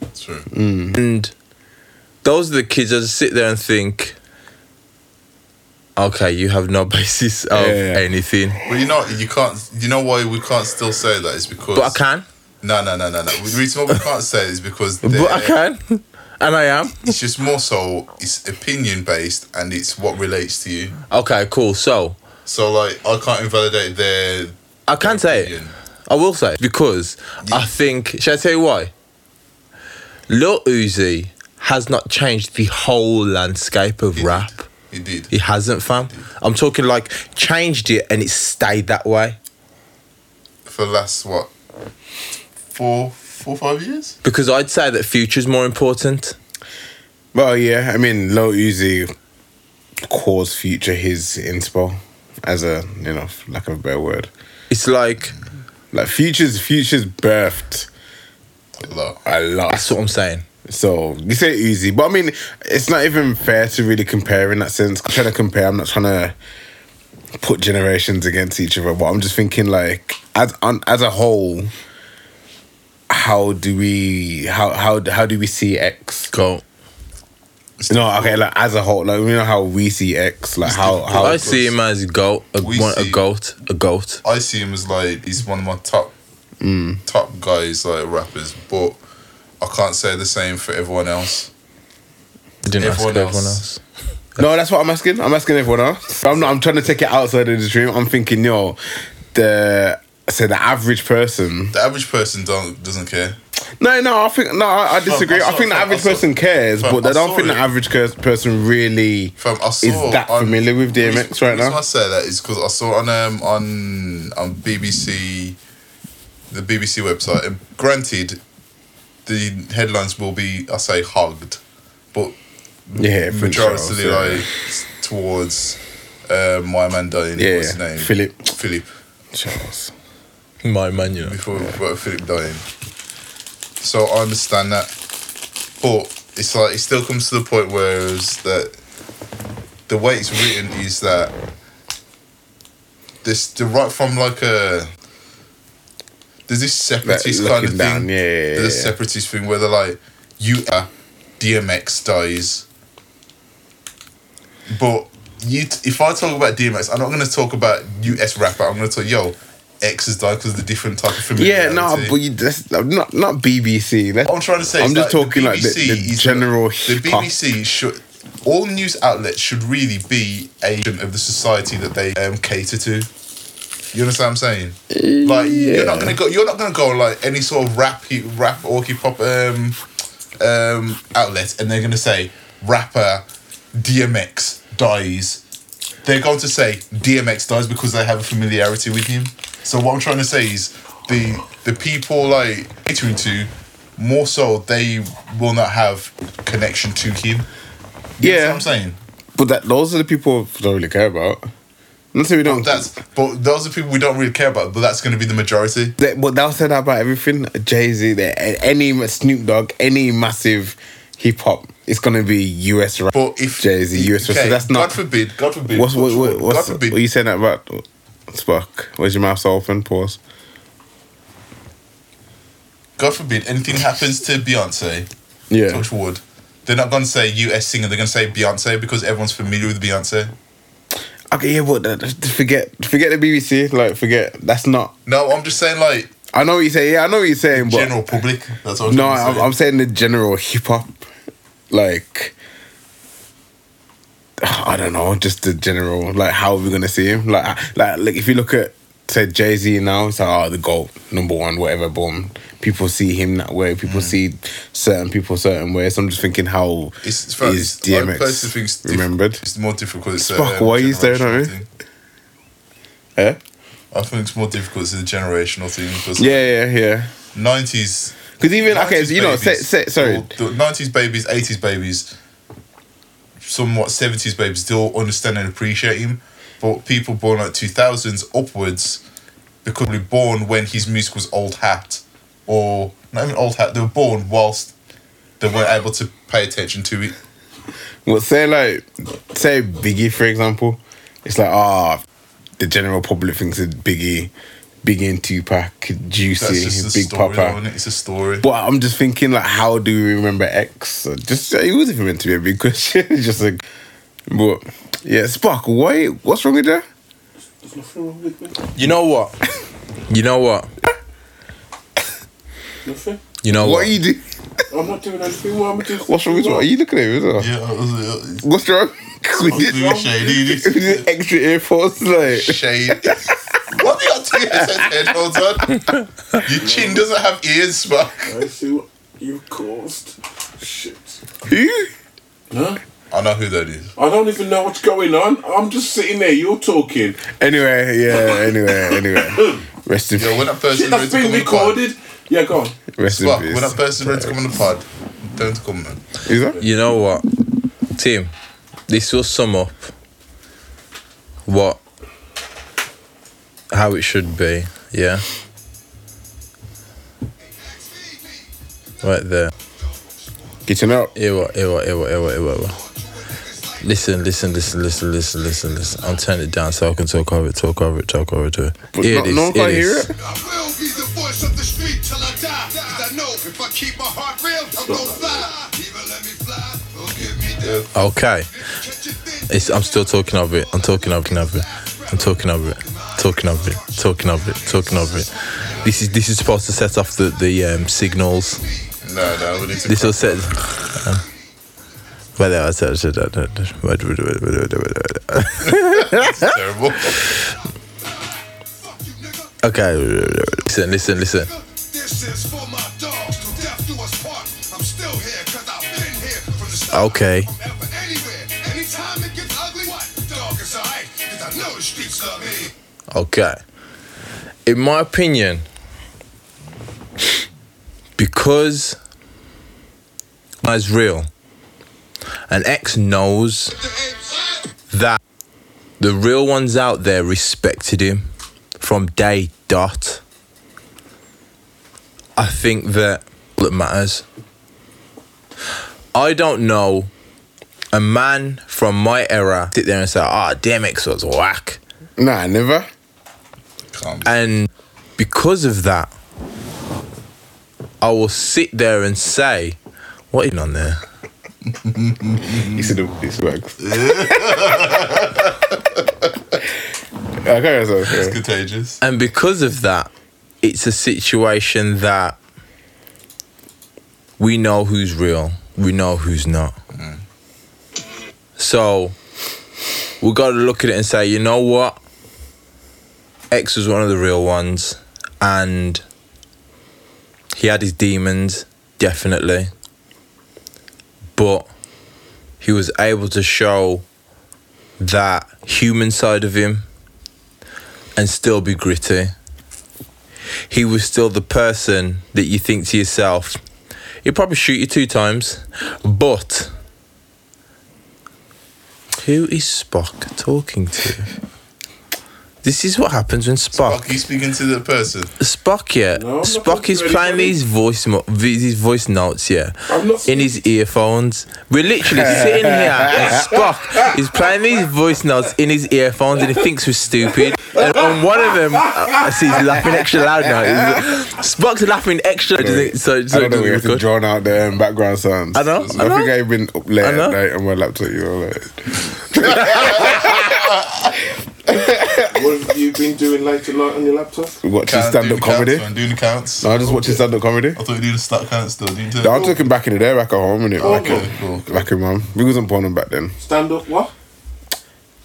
That's true. and those are the kids that just sit there and think, okay, you have no (laughs) basis of Yeah. anything, But you know, you can't. You know why we can't still say that? It's because but I can. No, no, no, no, no. The reason why we can't say is (laughs) because But I they're- can. (laughs) And I am. it's just more so it's opinion based and it's what relates to you. Okay, cool. So So like I can't invalidate their I can say it. opinion. I will say it because I think. Shall I tell you why? Lil Uzi has not changed the whole landscape of rap. He did. He hasn't, fam. I'm talking like changed it and it stayed that way For the last what four four five years? because I'd say that future's more important. Well, yeah, I mean, Lil Uzi caused Future his inspo, as a you know, for lack of a better word. It's like Like Future's Future's birthed A lot. a lot. that's what I'm saying. So you say Uzi, but I mean, it's not even fair to really compare in that sense. I'm trying to compare, I'm not trying to put generations against each other. But I'm just thinking, like, as on, as a whole, how do we how how how do we see X? Go. No, okay, like as a whole, like we know how we see X, like how how I see him as goat, a, We one, a see- goat, a goat. I see him as like he's one of my top Mm. top guys like rappers, but I can't say the same for everyone else. Didn't ask Everyone everyone else. else. No, that's what I'm asking. I'm asking everyone else. I'm not. I'm trying to take it outside of the dream. I'm thinking, yo, the say the average person. The average person don't doesn't care. No, no, I think no, I, I disagree. I I, saw think the it, fam, average I saw it. person cares, Fam, but I I don't saw think the it. um, average curs- person really Fam, I saw is that on- familiar with DMX right The reason why now. I say that is because I saw on um, on on BBC, the BBC website. And granted, the headlines will be I say hogged, but Yeah, for sure. majority like towards uh, my man dying. Yeah, what's his name? Philip. Philip. Charles. My man, you know. Before well, Philip dying. So I understand that, but it's like it still comes to the point where it's that the way it's written is that this the right from like a there's this separatist Like, kind of looking down, thing. yeah, yeah, yeah, there's a yeah. separatist thing where they're like, you are DMX dies. But you, t- if I talk about DMX, I'm not going to talk about US rapper. I'm going to talk, yo, X has died because of the different type of Yeah, familiarity. no, but you, that's not not BBC. That's, What I'm trying to say. I'm is just that talking like the, BBC the is general The hip-hop. BBC should. All news outlets should really be agent of the society that they um, cater to. You understand what I'm saying? Uh, Like you're not gonna go. You're not gonna go on, like any sort of rap, rap or hip hop um, um, outlet, and they're gonna say rapper DMX dies. They're going to say DMX dies because they have a familiarity with him. So what I'm trying to say is the the people like catering to more so they will not have connection to him. You know what yeah, I'm saying. but that those are the people who don't really care about. Not saying we don't. That's but those are people we don't really care about, but that's going to be the majority. They, but they'll say that about everything. Jay Z, any Snoop Dogg, any massive hip hop, it's gonna be US rap. But if Jay-Z, US, so that's not- God forbid. God forbid. What's what, what, God what's, what forbid. are you saying that about? Spark, where's your mouth open? Pause. God forbid anything happens to Beyonce. Yeah, Touch wood. They're not going to say US singer. They're going to say Beyonce because everyone's familiar with Beyonce. okay, yeah, but uh, forget forget the BBC. Like, forget that's not. No, I'm just saying like I know what you say. Yeah, I know what you're saying, but general public. That's what I'm no, trying to I'm, say. I'm saying the general hip hop, like. (sighs) I don't know, just the general, like how are we gonna see him? Like, I- like, like if you look at say Jay Z now, it's like oh the goal number one, whatever. Boom, people see him that way. Mm. People see certain people certain ways. So I'm just thinking how It's, it's fair. is It's, DMX. Like, person thinks DMX diff- remembered? It's more difficult. It's, um, Spock, why are you staring at me? generational thing. Yeah, I think it's more difficult. It's a generational thing because yeah, yeah, yeah. nineties. Because even okay, so, you know, say, say, sorry, nineties babies, eighties babies, somewhat seventies babies still understand and appreciate him, but people born like two thousands upwards, because they were born when his music was old hat, or not even old hat. They were born whilst they weren't able to pay attention to it. Well, say like, say Biggie for example. It's like ah, the general public thinks it's Biggie, Biggie and Tupac, That's Juicy, just a Big story. Papa. though, innit? It's a story. But I'm just thinking like, how do we remember X? Or Just uh, it wasn't even meant to be a big (laughs) question. It's just like, but yeah, Spark, why? What's wrong with that? You know what? You know what? Nothing. You know What what? are you doing? I'm not doing anything. What am I doing? What's wrong with you? Are you looking at me? Isn't it? Yeah, uh, that was it. What's wrong? we (laughs) What's did, doing shady? we (laughs) did extra earphones, like. Shade. what you got two SS headphones on? Your chin doesn't have ears, Spock. I see what you caused. Shit. Who? Huh? I know who that is. I don't even know what's going on. I'm just sitting there. You're talking. Anyway, yeah, anyway, (coughs) anyway. Rest in Yo, when peace. that person Shit, ready that's to been come on the pod, recorded. Yeah, go on. Rest in Spock, peace. when that person ready to come on the pod, don't come, man. Is that? You know what? Team, this will sum up what how it should be, yeah? Right there. Getting up. Ewa, ewa, ewa, ewa, ewa, ewa. Listen, listen, listen, listen, listen, listen, listen. I'm turning it down so I can talk over it, talk over it, talk over it. Hear But no, this, no one hear can hear this. it. I will be the voice of the street till I die. 'Cause I know if I keep my heart real, I'm gonna fly. Either let me fly or give me death. Okay. Catch a thin It's, I'm still talking of it. I'm talking of it. Of it. I'm talking of it. Talking of it. Talking of it. Talking of it. This is this is supposed to set off the the um, signals. No, no, we need to. This will set. Uh, well, I said- I said that- that- that- wait, wait, wait, wait, wait, wait, wait. It's terrible. fuck you, nigga. Okay. Listen, listen, listen. This is for my dogs. Till death do us part. I'm still here 'cause I've been here from the start. Okay. I'm ever anywhere. Anytime it gets ugly, what? Dog is alright. 'Cause I know the streets love me. Okay. In my opinion, because it's real, and X knows The apes. that the real ones out there respected him from day dot. I think that that matters. I don't know a man from my era sit there and say, "Ah, damn, X was whack," Nah, never. Can't be. and because of that, I will sit there and say, "What even on there?" You see the this works. (laughs) I can't It's sorry. contagious. And because of that, it's a situation that we know who's real, we know who's not. So we got to look at it and say, you know what? X was one of the real ones, and he had his demons, definitely. But he was able to show that human side of him and still be gritty. He was still the person that you think to yourself, he'd probably shoot you two times, but who is Spock talking to? This is what happens when Spock. Fuck, you speaking to the person? Spock, yeah. No, I'm not Spock is talking to playing anybody. these voice mo- these voice notes, yeah, I'm not in his earphones. We're (laughs) literally sitting here, and Spock is playing these voice notes in his earphones, and he thinks we're stupid. And on one of them, I I see he's laughing extra loud now. He's- Spock's laughing extra, loud, doesn't he? so so I don't know. doesn't We have to record. drown out the um, background sounds. I know, I, I know. think I've been up late I at know. night on my laptop. You know, like What have you been doing late tonight on your laptop? watching Count- stand doing up the counts, comedy. man, Doing the counts. No, I just watching stand up comedy. I thought you did a stat count still. Didn't you? No, I'm talking back in the day, back at home, innit? Oh, Back in- Okay, cool. Back in mum. We wasn't born back then. Stand up, what?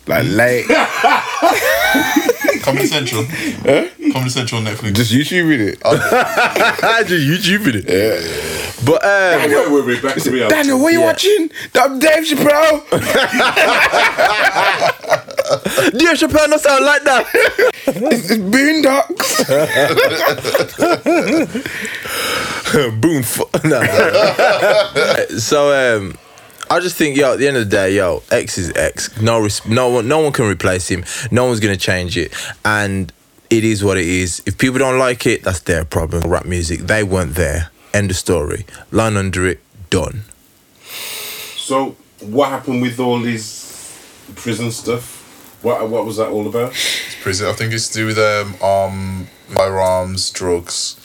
Like Mm. late. (laughs) (laughs) Comedy Central. Comedy Central on Netflix. just YouTubing it. I (laughs) just YouTubing it. But um, Anyway, we're back to reality. Daniel, what are you Yeah. watching? I'm Dave Chappelle. Dave Chappelle not sound like that. it's, it's Boondocks. (laughs) Boom. F- no. (laughs) so um, I just think, yo, at the end of the day, yo, X is X. No, res- no one, no one can replace him. No one's gonna change it, and it is what it is. If people don't like it, that's their problem. Rap music, they weren't there. End of story. Line under it. Done. So, what happened with all his prison stuff? What what was that all about? prison. I think it's to do with um, um firearms, drugs,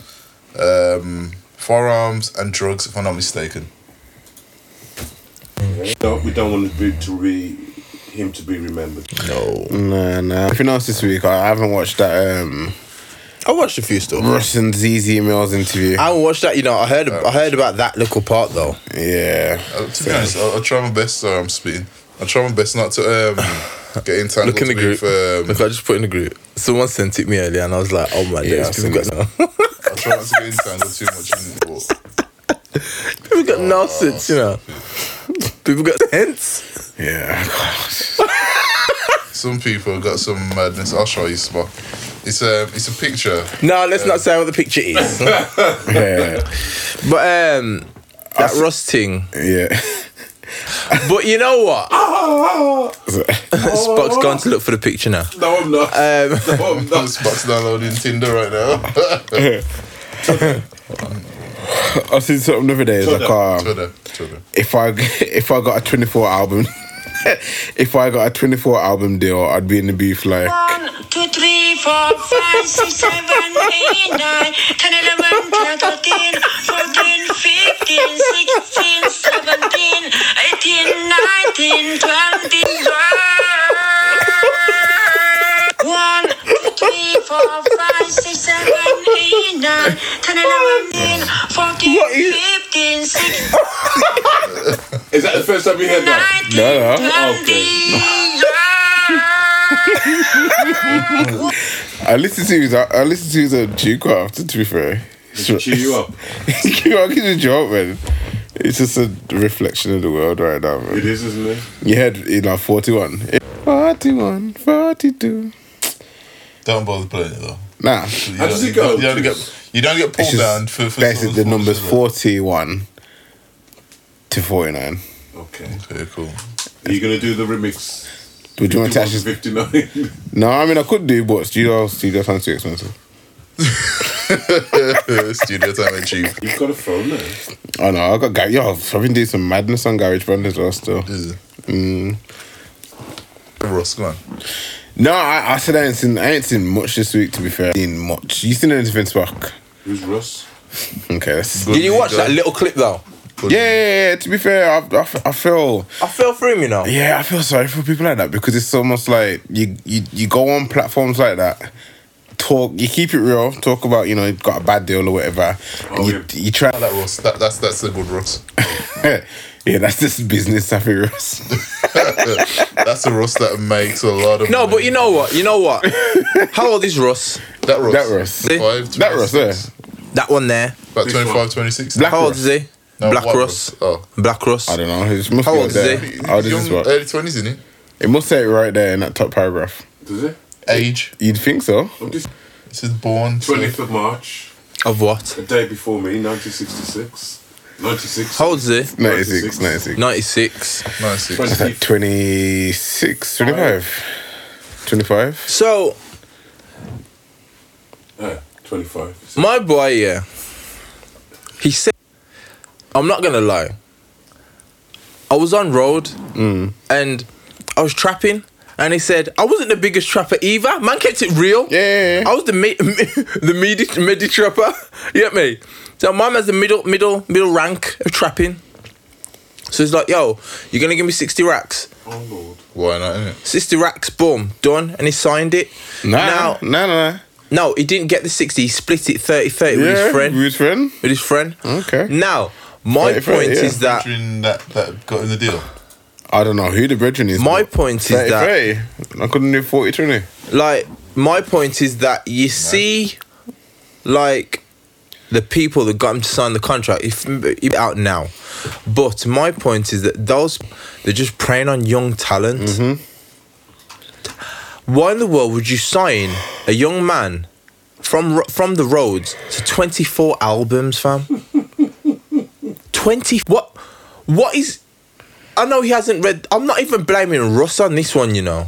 um, firearms and drugs. If I'm not mistaken. No, we don't want to be to re him to be remembered. No. nah, nah. Nothing else this week. I I haven't watched that. Um, I watched a few stuff. Russian ZZ Mills interview. I haven't watched that. You know, I heard I heard about that little part though. yeah. Uh, to be honest, I, I try my best. Sorry, I'm speaking. I try my best not to um, get entangled Look in the group. with. Um, Look, I just put in the group. Someone sent it me earlier, and I was like, "Oh my Yeah, I've days, people seen got no, I try not to get entangled too much in what. (laughs) people Oh, got nonsense, you know. people got sense. Yeah. (laughs) Some people got some madness. I'll show you some. more. It's a it's a picture. No, let's not say what the picture is. Yeah. (laughs) but um, that rust thing. (laughs) Yeah. (laughs) But you know (laughs) what? Spock's gone to look for the picture now. (laughs) No, I'm not. Um, (laughs) no, I'm not. This box downloading Tinder right now. (laughs) I seen something the other day. It's like, uh, Twitter, Twitter. if I (laughs) if I got a 24 album, (laughs) if I got a 24 album deal, I'd be in the booth like, One, two, three, four, five, six, seven, eight, nine, ten, eleven, twelve, thirteen, fourteen, fifteen, sixteen, seventeen, eighteen, nineteen, twenty. One, two, three, four, five, six, seven, eight, nine, ten, eleven, fourteen, fifteen, sixteen, Is that the first time you heard that? no. nineteen, twenty. I listen to his, I listen to his on Duke after. To be fair, Cheer (laughs) you up. Q I can you up, man. It's just a reflection of the world right now, man. It is, isn't it? You had you know 41, 41, 42. Don't bother playing it though. Nah, You How don't- does it you go? don't- You don't get you don't get it's pulled down just for for basically the someone's numbers fault, 41 to 49. Okay. is it? Okay, cool. Are you gonna do the remix? Would you want to attach this? 59. No, I mean I could do, but studio studio time's too expensive. Studio time and cheap. (laughs) You've got a phone there. Oh no, I got Gar- yo. I've been doing some madness on Garage Band as well. Still, Is it? mm. Ross, come on. no, I, I said I ain't seen I ain't seen much this week. To be fair, seen much. You seen anything, Spock? Who's Russ? Okay, that's Good Did you watch leader. that little clip though? Good Yeah, yeah, yeah. To be fair, I, I, I feel I fell for him, you know. yeah, I feel sorry for people like that because it's almost like you you, you go on platforms like that, talk, you keep it real, talk about you know you've got a bad deal or whatever, and Oh, you, you try. (laughs) That Ross, that, that's that's the good Ross. (laughs) yeah, that's just business, Safi Ross. that's a Ross that makes a lot of No, money. but you know what? You know (laughs) what? How old is Russ? that Ross, that Ross. Five, that Ross, yeah. 26, That one there. about 25, 26. Black How old Russ. is he? No, Black white Russ. Oh, Black Russ. I don't know. It must How be old up is there. he? uh, How old is young, Oh, this one? early twenties, isn't it? It must say it right there in that top paragraph. Does it? Age. You'd think so. I'm just It says born. 20th of March, Of what? the day before me, 1966. 96. How old is (laughs) he? 96, 96. 96. 96. 20. 26, 25. 25? So, Uh, 25. my boy, yeah, he said, I'm not gonna lie. I was on road Mm. and I was trapping, and he said, I wasn't the biggest trapper either. Man kept it real. Yeah, yeah, yeah. I was the me- (laughs) the midi midi trapper. (laughs) You get me? So mum has the middle middle middle rank of trapping. So it's like, yo, you're gonna give me sixty racks. Oh, Lord. Why not? Innit? Sixty racks, boom, done. And he signed it. Nah, Now- nah, nah. nah. No, he didn't get the sixty, he split it 30-30 with Yeah, his friend. With his friend? With his friend. Okay. Now, my 30-30, point yeah. is that Featuring that that got in the deal. I don't know who the brethren is. my but point is 30, that 30. I couldn't do 40, 20. like my point is that you see like the people that got him to sign the contract if if out now but my point is that those they're just preying on young talent why in the world would you sign a young man from ro- from the roads to 24 albums fam (laughs) 20 what what is I know he hasn't read. I'm not even blaming Russ on this one, you know.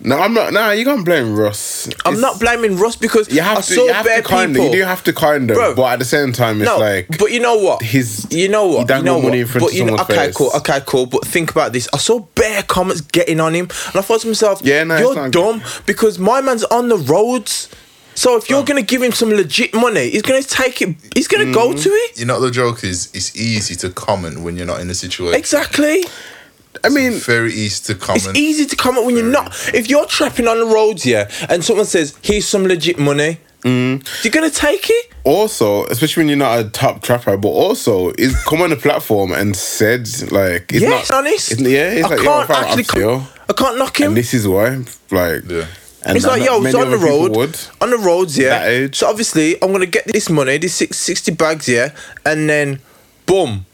No, I'm not. Nah, you can't blame Russ. I'm It's- not blaming Russ because You have I to. saw you have bare to kind people. of. You do have to kind of. Bro. But at the same time, it's no, like. but you know what? his- you know he what? dangled You know money what? in front but of you know, someone's okay, face. cool, okay, cool. But think about this. I saw bare comments getting on him, and I thought to myself, Yeah, no, it's you're not- dumb because my man's on the roads. So if Oh. you're gonna give him some legit money, he's gonna take it. He's gonna go Mm-hmm. to it. You know what the joke is? It's easy to comment when you're not in the situation. Exactly. I mean, Very easy to comment. It's easy to come up when you're not. If you're trapping on the roads, yeah, and someone says, "Here's some legit money," Mm. You're gonna take it? also, especially when you're not a top trapper, but also is come on the platform and said like it's Yes, not honest. It's, yeah, it's I like can't yo, fam, actually. I'm Com- still, I can't knock him. and this is why like Yeah. and it's like, not yo, it's many on the other people road. would. On the roads, yeah. That age. So obviously, I'm going to get this money, these six, 60 bags, yeah. And then, boom,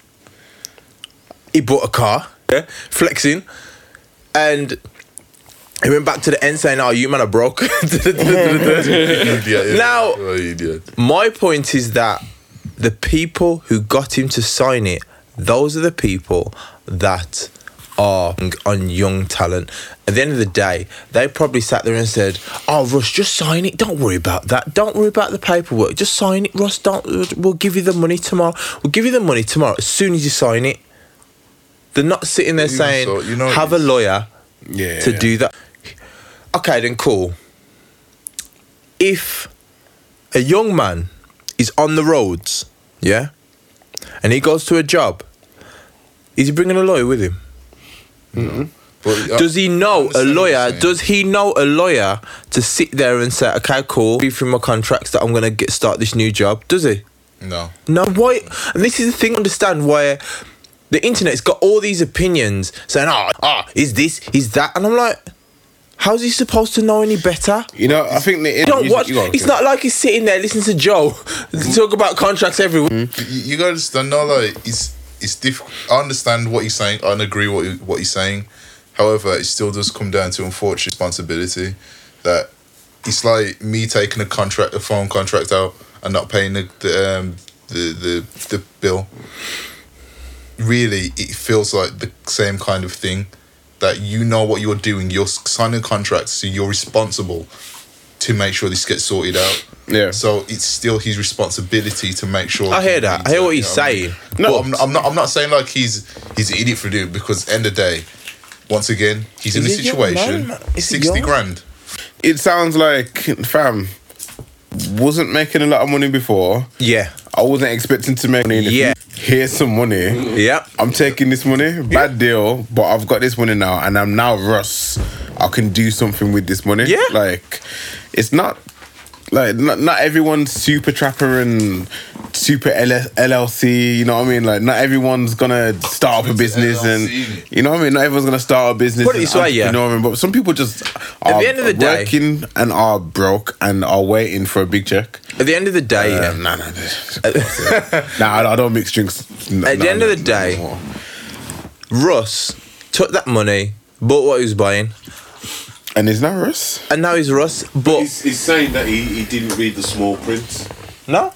he bought a car, yeah, flexing. And he went back to the end saying, oh, you man are broke. (laughs) Idiot, yeah. Now- Oh, idiot. My point is that the people who got him to sign it, those are the people that are on young talent. At the end of the day, they probably sat there and said, "Oh, Russ, just sign it. Don't worry about that. Don't worry about the paperwork. Just sign it, Russ. Don't. We'll give you the money tomorrow. We'll give you the money tomorrow as soon as you sign it." They're not sitting there Even saying, so, you know it "Have a is- lawyer." Yeah, to do that. Okay, then cool. If a young man is on the roads, yeah, and he goes to a job, is he bringing a lawyer with him? But, uh, Does he know a understand what you're lawyer? saying. Does he know a lawyer to sit there and say, okay, cool, read through my contracts that I'm gonna get start this new job? Does he? No. No, why? And this is the thing. I Understand why the internet's got all these opinions saying, "Ah, ah, is this, is that?" And I'm like, how's he supposed to know any better? You know, I think the You don't watch. you gotta- it's not like he's sitting there listening to Joe (laughs) talk about contracts every week. you, you gotta understand now like it's it's diff- I understand what you're saying I agree what you, what you're saying however it still does come down to unfortunate responsibility that it's like me taking a contract a phone contract out and not paying the the um, the, the, the bill really it feels like the same kind of thing that you know what you're doing you're signing contracts so you're responsible to make sure this gets sorted out Yeah. so it's still his responsibility to make sure I hear that. I hear what he's you know I mean? saying. No, I'm, I'm not. I'm not saying like he's he's an idiot for doing it because end of day, once again, he's in a Is it your situation. man? Is it Sixty your- grand. it sounds like fam wasn't making a lot of money before. Yeah, I wasn't expecting to make money. in the Yeah. future. Here's some money. yeah. I'm taking this money. Bad deal, but I've got this money now, and I'm now Russ. I can do something with this money. Yeah. Like, it's not like not, not everyone's super trapper and super LS, LLC. You know what I mean? Like, not everyone's gonna start up a business, LLC. and you know what I mean. Not everyone's gonna start a business. Put it and this way, yeah. entrepreneuring, But some people just At are the end of the day- working and are broke and are waiting for a big check. At the end of the day, um, Yeah, yeah. nah, nah, nah, I- I don't mix drinks. N- At the nah, end of nah, the nah, day- nah. Russ took that money, bought what he was buying, and it's not Russ. and now he's Russ. But He's, he's saying that he, he didn't read the small print. no.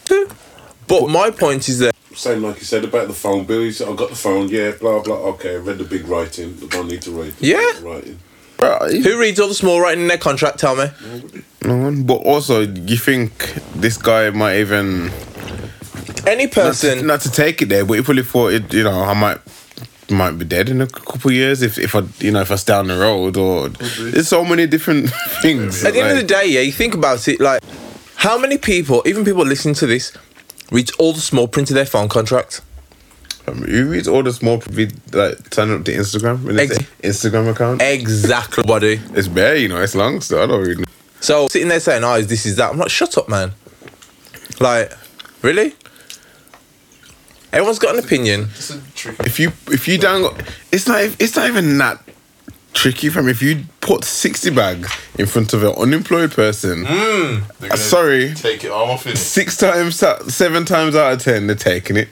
But my point is that Same like you said about the phone bill. He said, I got the phone, yeah, blah, blah. Okay, I read the big writing. I don't need to read the Yeah. big writing. Bro, he- who reads all the small writing in their contract? Tell me. no one. But also, you think this guy might even Any not to, person. not to take it there, but he probably thought, it, you know, I might might be dead in a couple of years if if I you know if I stay on the road or there's so many different (laughs) things. At the end of the like- day, yeah, you think about it, like, how many people, even people listening to this, read all the small print of their phone contract? Um, who reads all the small vid- like turn up the Instagram when it's Ex- Instagram account? Exactly, buddy. It's bare, you know, it's long, so I don't really. So, sitting there saying, oh, is this is that, I'm like, shut up, man. Like, really? Everyone's got an opinion. It's a tricky. if you if you download, it's not it's not even that tricky. From if you put sixty bags in front of an unemployed person, uh, sorry, Take it Oh, all off him. six times out- seven times out of ten they're taking it.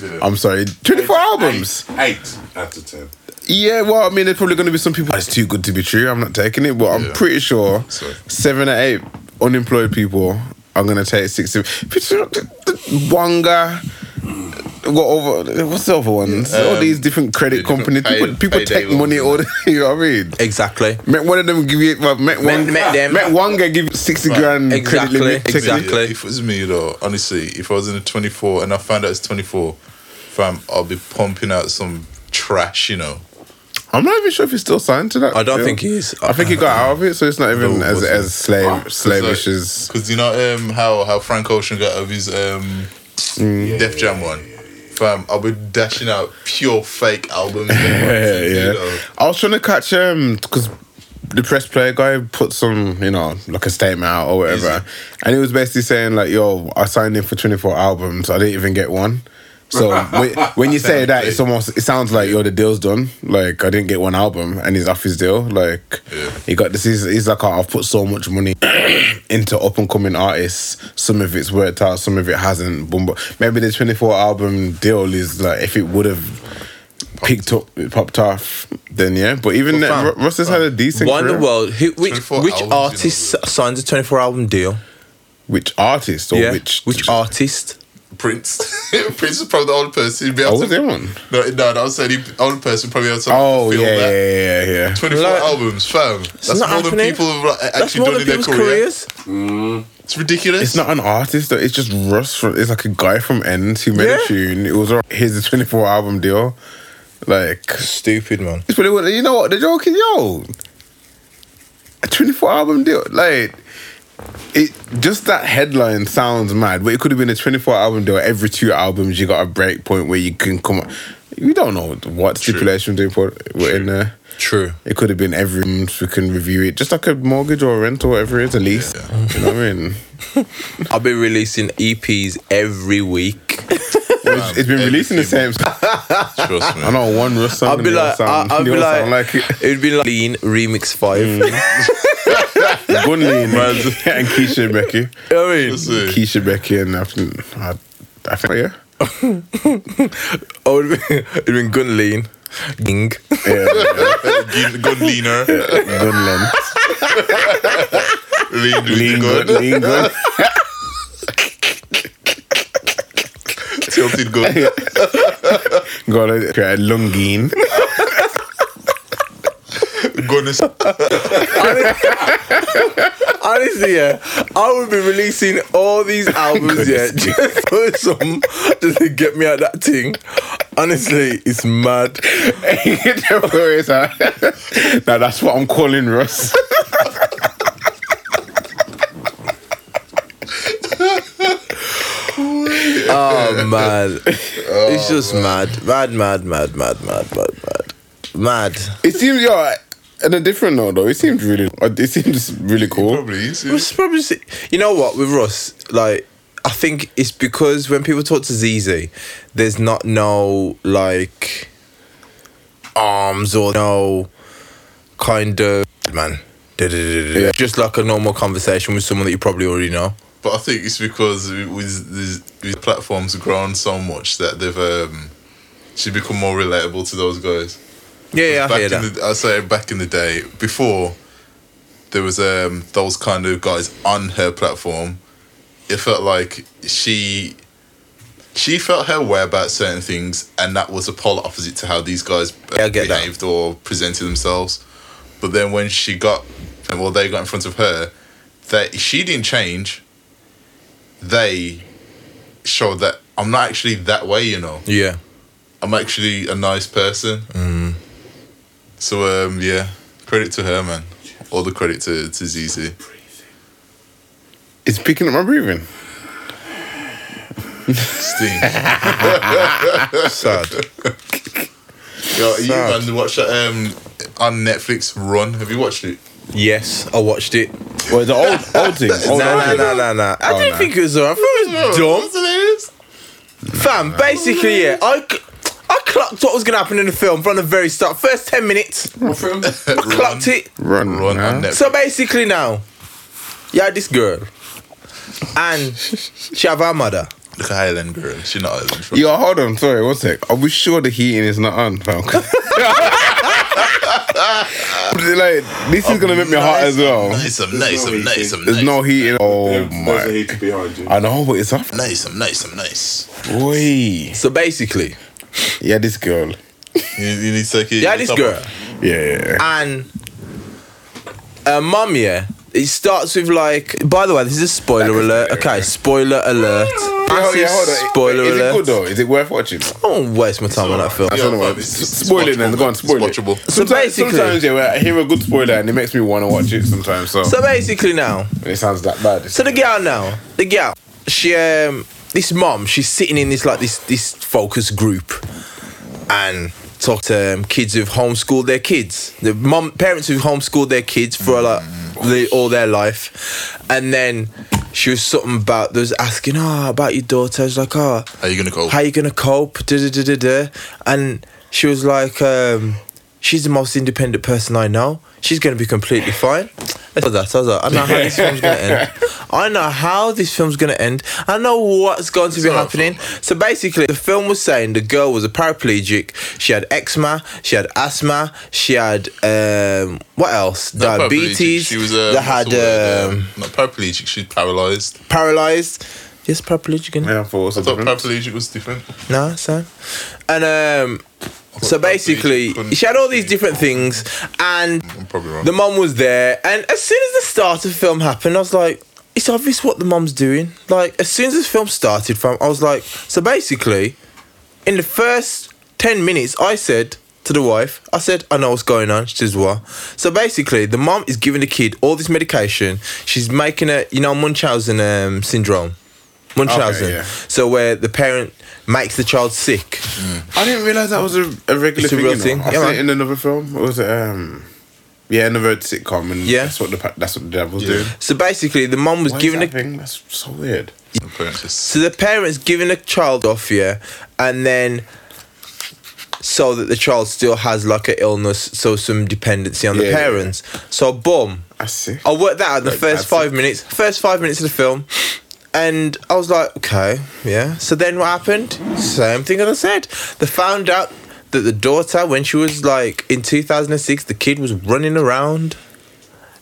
Yeah. I'm sorry, twenty four albums. Eight out of ten. Yeah, well, I mean, there's probably going to be some people. "Oh, It's too good to be true. I'm not taking it, but I'm Yeah. pretty sure (laughs) Sorry. seven or eight unemployed people are going to take sixty. Wanga. What over? What's the other ones? all Um, these different credit different companies. pay- people people payday take ones, money. All the, (laughs) you know what I mean? Exactly. Met one of them give you. Well, met Met- one. met them. Met one guy give you sixty grand credit exactly, limit. Take it. exactly. Yeah, If it was me though, honestly, if I was in a 24 and I found out it's 24, fam, I'll be pumping out some trash, you know. I'm not even sure if he's still signed to that. I don't deal. think he is. I think he got out of it, so it's not even No, as wasn't. as Ah, slave uh, slavish (laughs) as. Because you know um, how how Frank Ocean got of his um, Mm. Def Jam one. Fam, I'll be dashing out pure fake albums. (laughs) yeah, You yeah. know. I was trying to catch um because the press play guy put some, you know, like a statement out or whatever, and he was basically saying like, "Yo, I signed in for 24 albums. I didn't even get one." So (laughs) when, when you say that, it's almost it sounds like yo, the deal's done. Like I didn't get one album, and he's off his deal. Like he got this. He's, he's like, oh, I've put so much money into up and coming artists. Some of it's worked out, some of it hasn't. Boom, boom. Maybe the 24 album deal is like if it would have picked up, popped off, then yeah. But even that, But fam, Ru- Russ has had a decent Why in the career. world? Who, which 24 which albums, artist you know. signs a 24 album deal? Which artist or yeah. which? which artist? Prince. (laughs) Prince is probably the only person who'd be able Oh, was to. there one? No, no, no, I was saying the only person probably able to. Oh feel yeah, that. yeah, yeah, yeah, yeah. 24 Like- albums, fam. That's not more than happening. people have like, actually That's more done than in their people's career. careers. It's ridiculous. It's not an artist though. It's just Russ. From, it's like a guy from Ends who made Yeah. a tune. It was all right. here's a 24 album deal. Like Stupid man. It's really what you know what the joke is, yo. A twenty-four album deal, like it. Just that headline sounds mad, but it could have been a twenty-four album deal. Every two albums, you got a break point where you can come. We don't know what stipulations they put were in there. True. It could have been every month we can review it, just like a mortgage or a rental, whatever it is, a lease. You know what I mean? I'll be releasing EPs every week. It's, it's been every releasing the few same. I Trust me. know one Russ song. I'll be and the other like, sound- I, will the be other like, sound (laughs) it would be like Lean Remix Five. Mm. (laughs) (laughs) Gunley and, and Keisha Becky. You know what I mean, Let's see. Keisha Becky and I think, I, I think yeah. I would (laughs) have been, it'd been Gun Lean, Ging. (laughs) (laughs) Good- good leaner. Gunlen. Lean, Lean lean good. good. Lean good. Tilted good. (laughs) Got a okay, (laughs) lungine. Goodness. Honestly, yeah, I would be releasing all these albums, yeah, (laughs) just for some, just to get me out that thing. Honestly, it's mad. now that's what I'm calling Russ. (laughs) Oh man, it's just mad, mad, mad, mad, mad, mad, mad, mad. It seems yeah, on a different note though. It seems really. It seems really cool. Probably easy. It's probably si- you know what with Russ, like I think it's because when people talk to ZZ, there's not no like arms or no kind of man. da-da-da-da-da. Yeah. Just like a normal conversation with someone that you probably already know. But I think it's because with these these platforms grown so much that they've um, she become more relatable to those guys. Yeah, yeah, I back hear that. in the, I say back in the day before there was um, those kind of guys on her platform. It felt like she she felt her way about certain things, and that was a polar opposite to how these guys uh, Yeah, I get that. behaved or presented themselves. But then when she got, well, they got in front of her, that she didn't change. They showed that I'm not actually that way, you know. yeah. I'm actually a nice person. Mm. So um, yeah, credit to her, man. All the credit to to ZZ. It's picking up my breathing. (laughs) Sting. Sad. (laughs) Yo, you man watch that um on Netflix Run. Have you watched it? Yes, I watched it. Well, the old old (laughs) thing. Old, nah, old nah, thing. nah, nah, nah. Oh, I Oh, didn't nah. think it was alright. I thought it was dumb. Fam, basically, yeah, I, c- I clocked what was going to happen in the film from the very start. First 10 minutes, clocked it. Run, Run nah. on Netflix. So basically now, you had this girl, and she have her mother. Look at Highland girl. She's not Highland. From. Yo, hold on. Sorry, one sec. Are we sure the heating is not on, fam? (laughs) 'Cause- like this is gonna make me hot as well. Nice, I'm nice, I'm nice, I'm There's nice. no heating. Oh There's a my! heater behind you. I know, but it's off. Nice, I'm nice, I'm nice. Boy. So basically, Yeah, this girl. You, you need to take it. you had this top girl, off. Yeah. and her mum, yeah, it starts with like. By the way, this is a spoiler alert. Okay, spoiler alert. Massive spoiler is, it good alert. though? Is it worth watching? I won't waste my time on that film. Yeah, don't know fam, what- it's- it's spoil it then, watchable, go on, man. spoil It's it. watchable. So Sometimes, basically- sometimes yeah, well, I hear a good spoiler and it makes me want to watch it sometimes. So, So basically now, it sounds that bad. So the girl now, the girl, she um, this mom, she's sitting in this like this this focus group, and talk to um, kids who've homeschooled their kids, the mom, parents who've homeschooled their kids for like the, all their life, and then she was something about there was asking, oh, about your daughter. I was like, oh, How you gonna cope? how you gonna cope? Da, da, da, da, da. And she was like, um, she's the most independent person I know. She's gonna be completely fine. I said that. I was like, I know how this film's gonna end. I know how this film's gonna end. I know what's going to be not a happening. So basically, the film was saying the girl was a paraplegic. She had eczema. She had asthma. She had um, what else? Not paraplegic, Diabetes. She was uh, that what's had the word, um, uh, not paraplegic. She's paralysed. paralyzed. Yes, paraplegic. isn't it? Yeah, for what's I the thought difference? paraplegic was different. No, so and um so thought that basically they couldn't she had all these see. different things and I'm probably wrong. the mom was there and as soon as the start of the film happened I was like it's obvious what the mom's doing like as soon as the film started from I was like so basically in the first 10 minutes I said to the wife I said I know what's going on she says what so basically the mom is giving the kid all this medication she's making a you know Munchausen um, syndrome Munchausen Okay, yeah. so where the parent makes the child sick I didn't realize that was a, a regular It's a thing. real you know. thing, I yeah, seen man. it in another film. Or was it um? Yeah, another sitcom, and Yeah. that's what the pa- that's what the devil's doing. So basically, the mom was Why is giving that the thing? That's so weird. The parents just- so the parents giving the child off yeah, and then so that the child still has like an illness, so some dependency on the Yeah, yeah, yeah. parents. So boom, I see. I worked that out in the first that's five minutes. First five minutes of the film. And I was like, okay, yeah. So then what happened? Same thing as I said. They found out that the daughter, when she was like in 2006, the kid was running around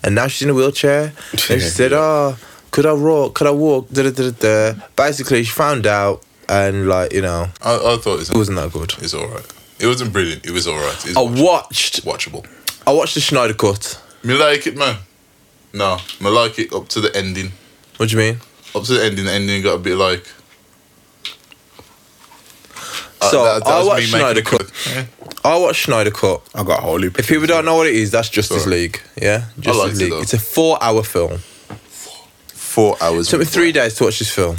and now she's in a wheelchair. And she said, oh, could I walk? Could I walk? Da, da, da, da. da. Basically, she found out and like, you know, I, I thought it was, it wasn't that good. it was all right. It wasn't brilliant. It was all right. It I was watched, watchable. watchable. I watched the Schneider Cut. Me like it, man. No, me like it up to the ending. What do you mean? Up to the ending. The ending got a bit like. uh, So, that- that I was me watched making Schneider a Cut. Yeah. I watched Schneider Cut. I got holy. If people don't know what it is, that's Justice Sorry. League. Yeah, Justice liked it League. though. it's a four-hour film. Four hours. took me three days to watch this film.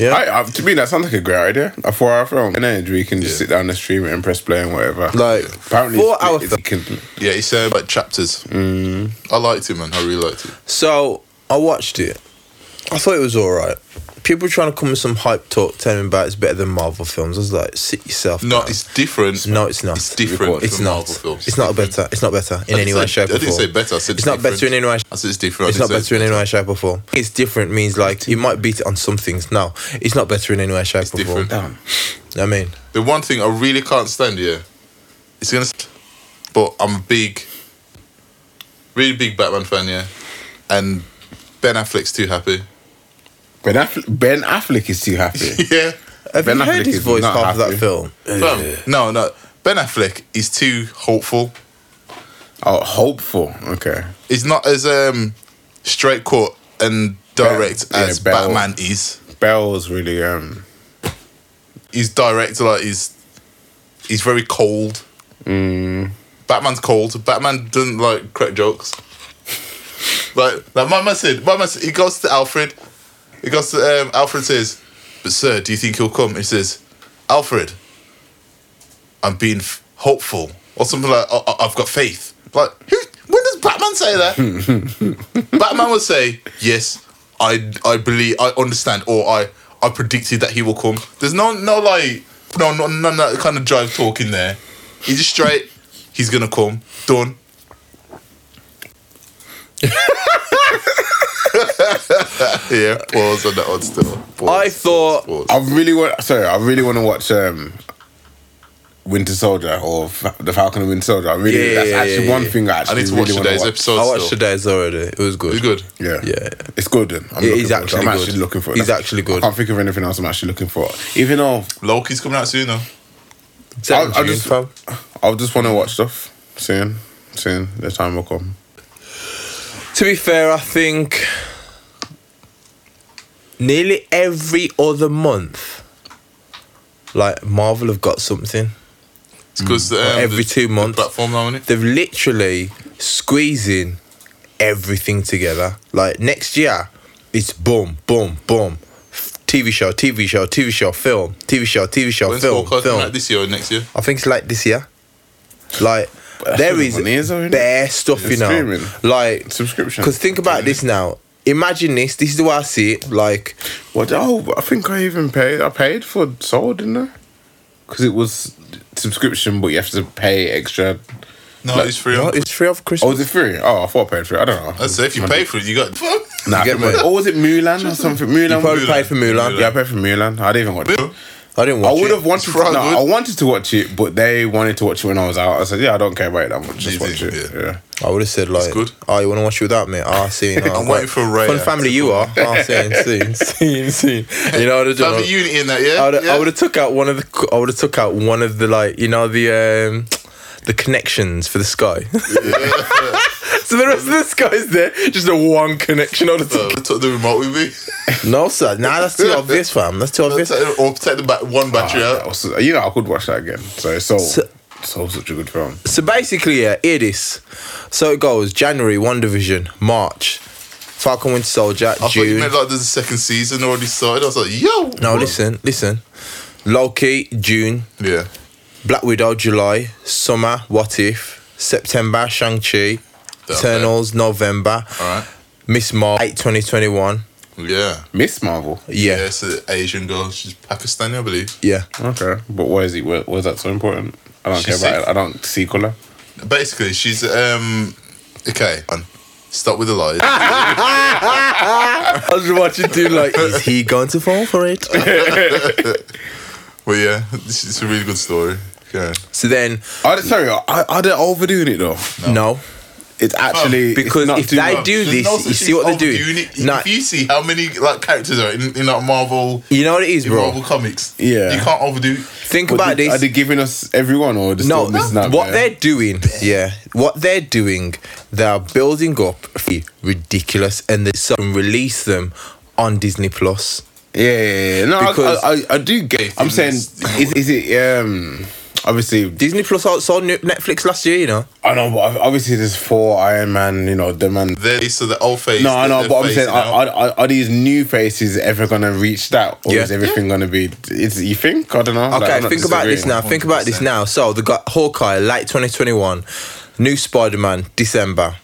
yeah, I, I, to me, that sounds like a great idea. A four-hour film, and then we can just Yeah. sit down and stream it and press play and whatever. like apparently, it's- four-hour it's- film. it can- Yeah, it's uh, like chapters. Mm. I liked it, man. I really liked it. So I watched it. I thought it was all right. People trying to come with some hype talk, telling me about it's better than Marvel films. I was like, sit yourself. No, down. it's different. no, it's not. It's different. It's from not. Marvel films. It's not better. It's not better in I any didn't way, say- shape, or I didn't say form. better. I said It's not better in different. any way, I said it's different. I It's not didn't say better in any way, shape, or form. It's different means like you might beat it on some things. No, it's not better in any way, shape, It's or form. different. I mean, The one thing I really can't stand here, it's gonna, s- but I'm a big, really big Batman fan, yeah, and Ben Affleck's too happy. (laughs) Ben, Affleck, ben Affleck is too (laughs) happy. Yeah, have Ben you Affleck heard his is voice not half of that happy. film? Fam, no, no. Ben Affleck is too hopeful. oh, hopeful. Okay. He's not as um straight cut and direct Yeah, as Bell. Batman is. Bell's really um. He's direct, like he's he's very cold. Batman's cold. Batman doesn't like crack jokes. like like my man said, my man said, he goes to Alfred. He goes to um, Alfred says, "But sir, do you think he'll come?" He says, "Alfred, I'm being f- hopeful or something like I- I- I've got faith." Like who? When does Batman say that? (laughs) Batman would say, "Yes, I I believe I understand or I I predicted that he will come." There's no no like no no none of that kind of drive talk in there. He's just straight. He's gonna come. Done. (laughs) yeah, pause on that one still. Pause, I thought- pause, I pause. really want. Sorry, I really want to watch um, Winter Soldier or Fa- the Falcon and Winter Soldier. I really. Yeah, that's yeah, actually yeah, one yeah. thing I actually I need to watch really want today's to watch. episode. I watched still. today's already. It was good. It's good. Yeah. Yeah. It's good. then. I'm It looking forward is to it. actually I'm good. actually looking for it. It's That's- actually good. I can't think of anything else I'm actually looking for. Even though Loki's coming out soon though. Seven I- I June, just- fam. I just want to watch stuff soon. Soon. The time will come. To be fair, I think nearly every other month, like Marvel have got something. It's um, because Mm. every two months. platform now, isn't it? They're literally squeezing everything together. Like next year, it's boom, boom, boom. F- TV show, TV show, TV show, film, TV show, TV show, When's film, forecast film. coming out this year or next year? I think it's like this year. Like there is money is, though, isn't it? bare stuff, you It's know. streaming. Like Subscription. Because think about this now. Imagine this. This is the way I see it. Like What? Oh, I think I even paid. I paid for Soul, didn't I? Because it was subscription, but you have to pay extra. No, Like, it's free. no, it's free of Oh, Christmas. was it free? Oh, I thought I paid for it. I don't know. I'd say if you pay for it, you got. (laughs) Nah, I You get think- me? or was it Mulan or something? Mulan. You probably Mulan. paid for Mulan. Mulan. yeah, I paid for Mulan. I didn't even watch it. I didn't I watch. would it. have wanted. It's right, To, no, good. I wanted to watch it, but they wanted to watch it when I was out. I said, "Yeah, I don't care about it that much. Just Easy, watch it." yeah. Yeah. I would have said like, good. "Oh, you want to watch it without me? Ah, (laughs) see. No, I'm waiting for Raya Fun family to you come are. Ah, see, see, (laughs) see, see. You know what I'd have Have done? a unity in that, yeah? I would, yeah? I would have took out one of the. I would have took out one of the like you know the um, the connections for the sky. (laughs) so the rest of the sky's there, just a one connection. I would have Uh, took. took the remote with (laughs) me. No, sir. Nah, that's too obvious, fam. That's too obvious. or take the back, one battery Ah, out. that was- you know, I could watch that again. So, Soul. So- Soul's such a good film. So basically, yeah, hear this. So it goes January, One Division, March, Falcon Winter Soldier, I thought you June. meant like there's a second season already started. I was like, yo. no, what? listen, listen. Loki, June. Yeah. Black Widow, July. Summer, What If. September, Shang-Chi. That Eternals, November. All right. Miss Marvel, 8 2021. Yeah. Miss Marvel. Yeah, Yeah, it's an Asian girl. She's Pakistani, I believe. yeah. Okay, but why is it? Why, why is that so important? I don't She's care about safe. it. I don't see color. Basically, she's um okay. on. Stop with the lies. (laughs) Ah! I was watching too, like, is he going to fall for (laughs) it? well, yeah, this is a really good story. Okay. so then, I, sorry, I, I they're overdoing it though. no. It's actually it's Oh, because not if too they much. do There's this, no you such see what they thing do. as overdoing it. If Nah, you see how many like characters are in, in like Marvel, you know what it is, in bro? Marvel comics, Yeah. you can't overdo. it. Think But about did- Are this. they giving us everyone or just no, no? Missing out, what man? they're doing, yeah, what they're doing, they are building up the ridiculous, and they so release them on Disney Plus. yeah, yeah, yeah. no, I- Because- I, I, I do get. I'm saying, is, is it um obviously Disney Plus sold New- Netflix last year, you know. I know, but obviously there's four Iron Man. You know, the man. They're so the old face. No, I know, they're but I'm saying, phasing out. are, are, are these new faces ever gonna reach that, or Yeah. is everything gonna be? Is you think? I don't know. Okay, think about this now. Think about this 100%. now. So the got Hawkeye, late 2021, new Spider Man, December,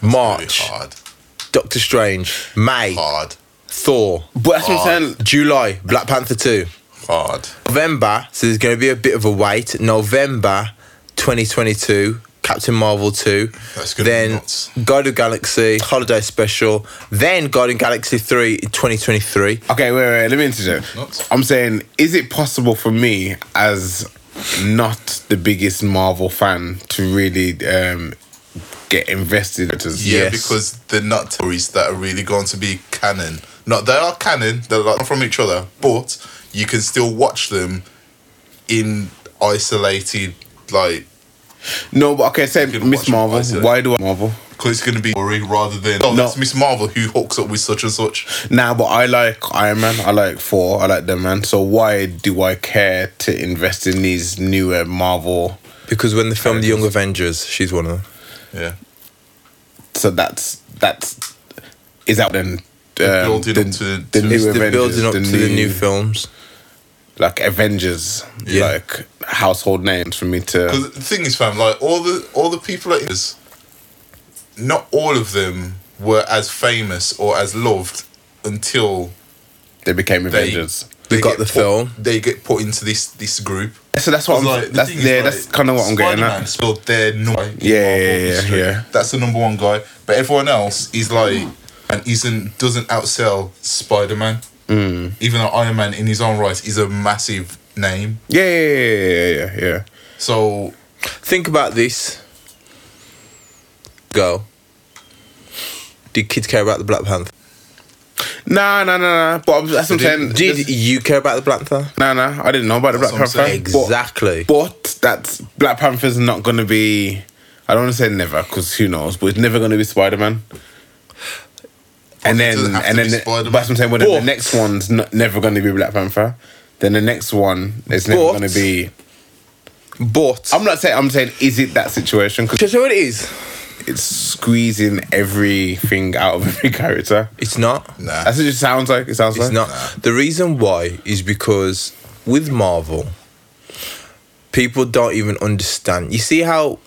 Really March, hard, Doctor Strange, May, hard, Thor, But that's what I'm saying. July, Black Panther 2, hard. November. So there's going to be a bit of a wait. November 2022. Captain Marvel 2. That's gonna be Then nuts. Guardian Galaxy, Holiday Special. Then Guardian Galaxy 3 in 2023. Okay, wait, wait, let me interject. Nuts. I'm saying, is it possible for me, as not the biggest Marvel fan, to really um, get invested? As, Yeah, Yes. because they're not stories that are really going to be canon. No, they are canon. They're like from each other, but you can still watch them in isolated, like No, but okay, say You can Miss watch Marvel. it. Why do I Marvel? because it's going to be story rather than oh, No. that's Miss Marvel who hooks up with such and such. Nah, but I like Iron Man. I like Thor. I like the man. So why do I care to invest in these newer Marvel? Because when they filmed The Young Avengers, she's one of them. Yeah, So that's that's is that then. Um, building the, up to- the to- new It's the Avengers, building up the to new, the new films. like Avengers, Yeah. like household names for me to. because the thing is, fam, like all the all the people at this, not all of them were as famous or as loved until they became They- Avengers. They got get the put- film. They get put into this this group. so that's what I'm. Like, the that's thing is, yeah. like, that's kind of what I'm getting Spider-Man at. Spelled their number. in Yeah, yeah, Marvel yeah, history. yeah. That's the number one guy, but everyone else is like and isn't doesn't outsell Spider Man. Mm. Even though Iron Man in his own right is a massive name, Yeah, yeah, yeah, yeah, yeah, yeah. so Think about this. Go. Did kids care about the Black Panther? Nah, nah, nah, nah. But I'm, that's what I'm saying. Did This- you care about the Black Panther? nah, nah. I didn't know about the Black That's what I'm Panther. saying. But- Exactly. But that's Black Panther's not gonna be. I don't want to say never because who knows, but it's never gonna be Spider Man. And then, doesn't have and to then, be the- but Spider-Man. that's what I'm saying. Well, then But- the next one's n- never going to be Black Panther. Then the next one is never But- going to be. But I'm not saying. I'm saying, is it that situation? Because Do you know what it is? it's squeezing everything out of every (laughs) character. It's not. Nah. That's what it sounds like. It sounds It's like not. The reason why is because with Marvel, people don't even understand. You see how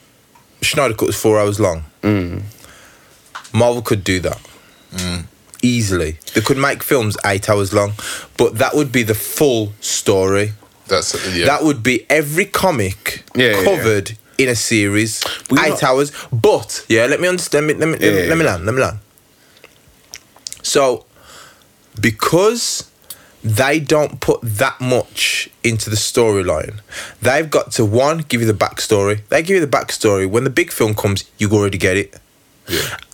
Schneider Cut is four hours long? Mm. Marvel could do that easily. They could make films eight hours long, but that would be the full story. That's yeah. That would be every comic Yeah, yeah, yeah. covered in a series, eight not- hours. But yeah, let me understand. Let me let me, Yeah, yeah, let me yeah. land. Let me land. So, because they don't put that much into the storyline, they've got to one give you the backstory. They give you the backstory when the big film comes. You already get it.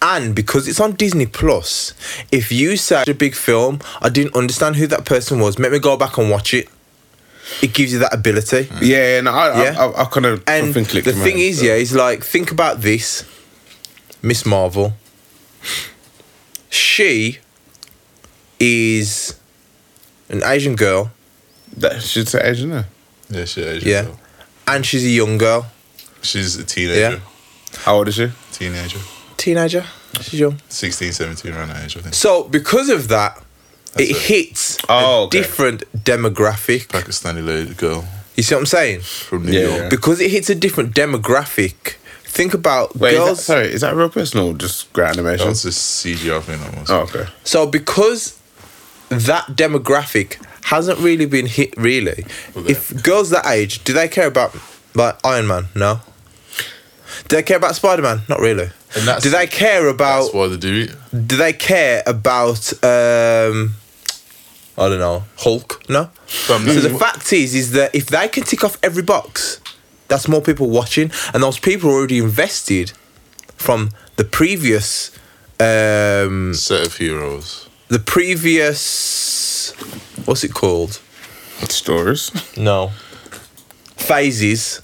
And because it's on Disney Plus, if you say a big film, I didn't understand who that person was. Make me go back and watch it. It gives you that ability. Yeah, no, I, Yeah. I, I, I kind of And something clicked the in my thing head, is, so. yeah, is like think about this, Miss Marvel. She is an Asian girl, that should say Asian. no? yeah, she Asian yeah, girl. and she's a young girl, She's a teenager. Yeah. How old is she? Teenager. teenager. She's young. 16, 17, around that age, I think. So because of that, it, it. hits Oh, a okay. different demographic. Pakistani lady girl You see what I'm saying? from New Yeah, York. yeah. Because it hits a different demographic. Think about Wait, is that, girls. sorry, is that real person or just great That animation? was a CGI thing almost. Oh, okay. So because that demographic hasn't really been hit really, Well, yeah. if girls that age, do they care about like Iron Man? No. Do they care about Spider Man? Not really. And that's- do they care about That's why they do it. do they care about um I don't know, Hulk? No. But So the fact is is that if they can tick off every box, that's more people watching and those people are already invested from the previous um set of heroes. the previous what's it called? Stories. No. Phases.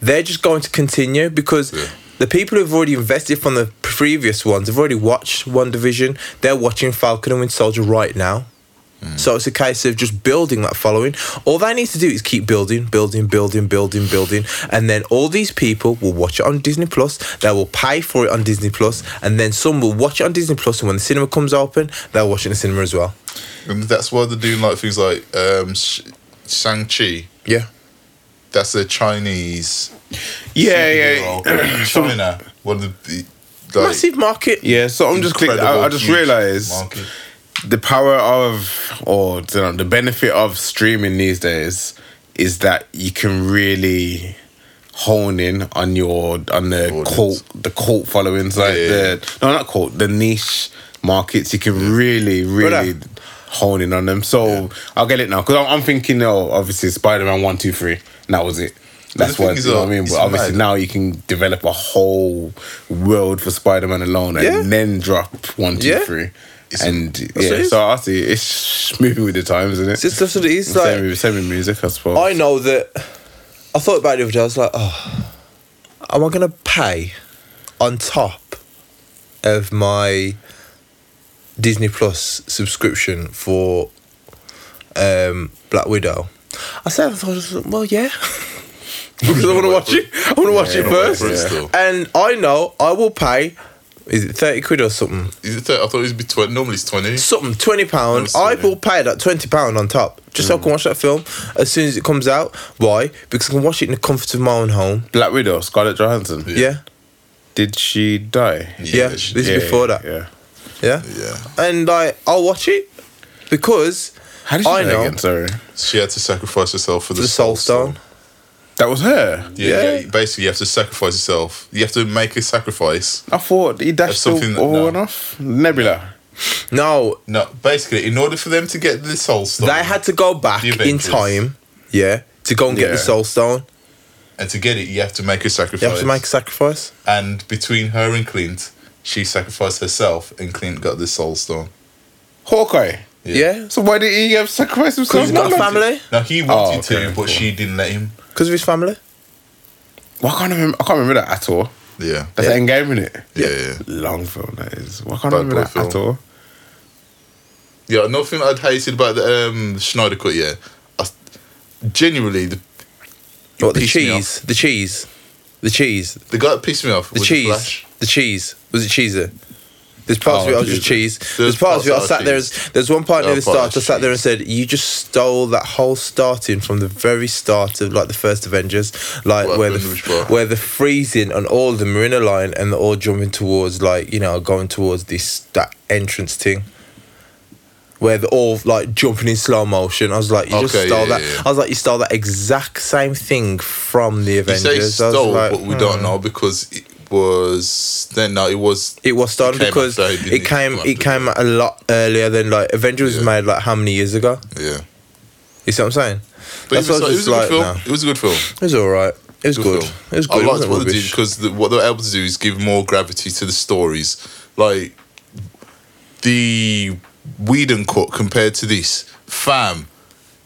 They're just going to continue because Yeah. the people who've already invested from the previous ones have already watched One Division. They're watching Falcon and Winter Soldier right now. So it's a case of just building that following. All they need to do is keep building, building, building, building, building, and then all these people will watch it on Disney Plus. They will pay for it on Disney Plus, and then some will watch it on Disney Plus. And when the cinema comes open, they'll watch it in the cinema as well. And that's why they're doing like things like um, Sh- Shang-Chi. Yeah, That's a Chinese Yeah, hero. yeah, (coughs) China. One of the like, massive market. yeah. So I'm just clicking. I, I just huge realized market. the power of, or you know, the benefit of streaming these days is that you can really hone in on your on the Audience. cult, the cult followings, like Yeah. the no, not cult, the niche markets. You can really, really. Brother. Hone in on them, so I'll get it now because I'm, I'm thinking, oh, obviously Spider Man one, two, three, and that was it. That's thing what is, you know what uh, I mean. it's But obviously mad. now you can develop a whole world for Spider Man alone, and Yeah. then drop one, two, three, Yeah. and what it yeah, is. so I see it's moving with the times, isn't it? It's just that's what it is. Like, same, with, same with music, I suppose. I know that. I thought about it the other day. I was like, oh, am I going to pay on top of my Disney Plus subscription for um, Black Widow? I said, I thought, well, yeah. (laughs) because I want to watch it. I want to watch it you're gonna wait first. for it still. And I know I will pay. Is it thirty quid or something? Is it 30? I thought it would be 20. Normally it's 20. something twenty pound. I'm I sorry. will pay that twenty pound on top just Mm. so I can watch that film as soon as it comes out. Why? Because I can watch it in the comfort of my own home. Black Widow, Scarlett Johansson. Yeah. Yeah, Did she die? yeah. she- This is before that. Yeah. Yeah. yeah. and like I'll watch it because How did she I die know. again? Sorry, She had to sacrifice herself for the, the Soul Stone. that was her. Yeah, Yeah. yeah, basically you have to sacrifice yourself. You have to make a sacrifice. I thought he dashed That's something something that- all no. one off. Nebula. No, No, basically, in order for them to get the soul stone, they had to go back The in Avengers. time. Yeah, to go and get the Yeah. Soul Stone. and to get it, you have to make a sacrifice. You have to make a sacrifice. and between her and Clint, she sacrificed herself, and Clint got the soul stone. Hawkeye. Yeah, So why did he have sacrificed himself? because he's got a Why not? family. Now he wanted Oh, okay, to, but cool. she didn't let him. Because of his family. Well, I can't remember. I can't remember that at all. Yeah, That's the end game, isn't it? yeah, yeah. Long film that is. Well, I can't Bad remember boy that at film. all. Yeah, another thing I'd hated about the um, Schneider cut. Yeah, I, genuinely, the, What the pissed me off. cheese? The cheese. The cheese. The guy that pissed me off The was cheese. The Flash. The cheese. Was it cheese there? There's parts Oh, of it I was just cheese. Jesus. There's, There's parts of it I parts that sat are there. As, there's one part There near are the parts start. I that's sat there and said, cheese. "You just stole that whole starting from the very start of like the first Avengers, like What where happened? Which the part? where the freezing and all the Marina line and the all jumping towards like you know going towards this that entrance thing." Where they're all like jumping in slow motion. I was like, you just Okay, stole yeah, that. yeah, yeah. I was like, you stole that exact same thing from the You say Avengers. I was stole, like, but we hmm. don't know because it was then. No, it was. It was started came because after, didn't it came after. it came a lot earlier than like Avengers was Yeah. made like how many years ago? Yeah, You see what I'm saying? but That's it was, what I it was was a good just film. like, no. It was a good film. It was alright. It was good. film. It was good. I it liked what wasn't they did rubbish. because the, what they were able to do is give more gravity to the stories. Like the Whedon cut compared to this, fam.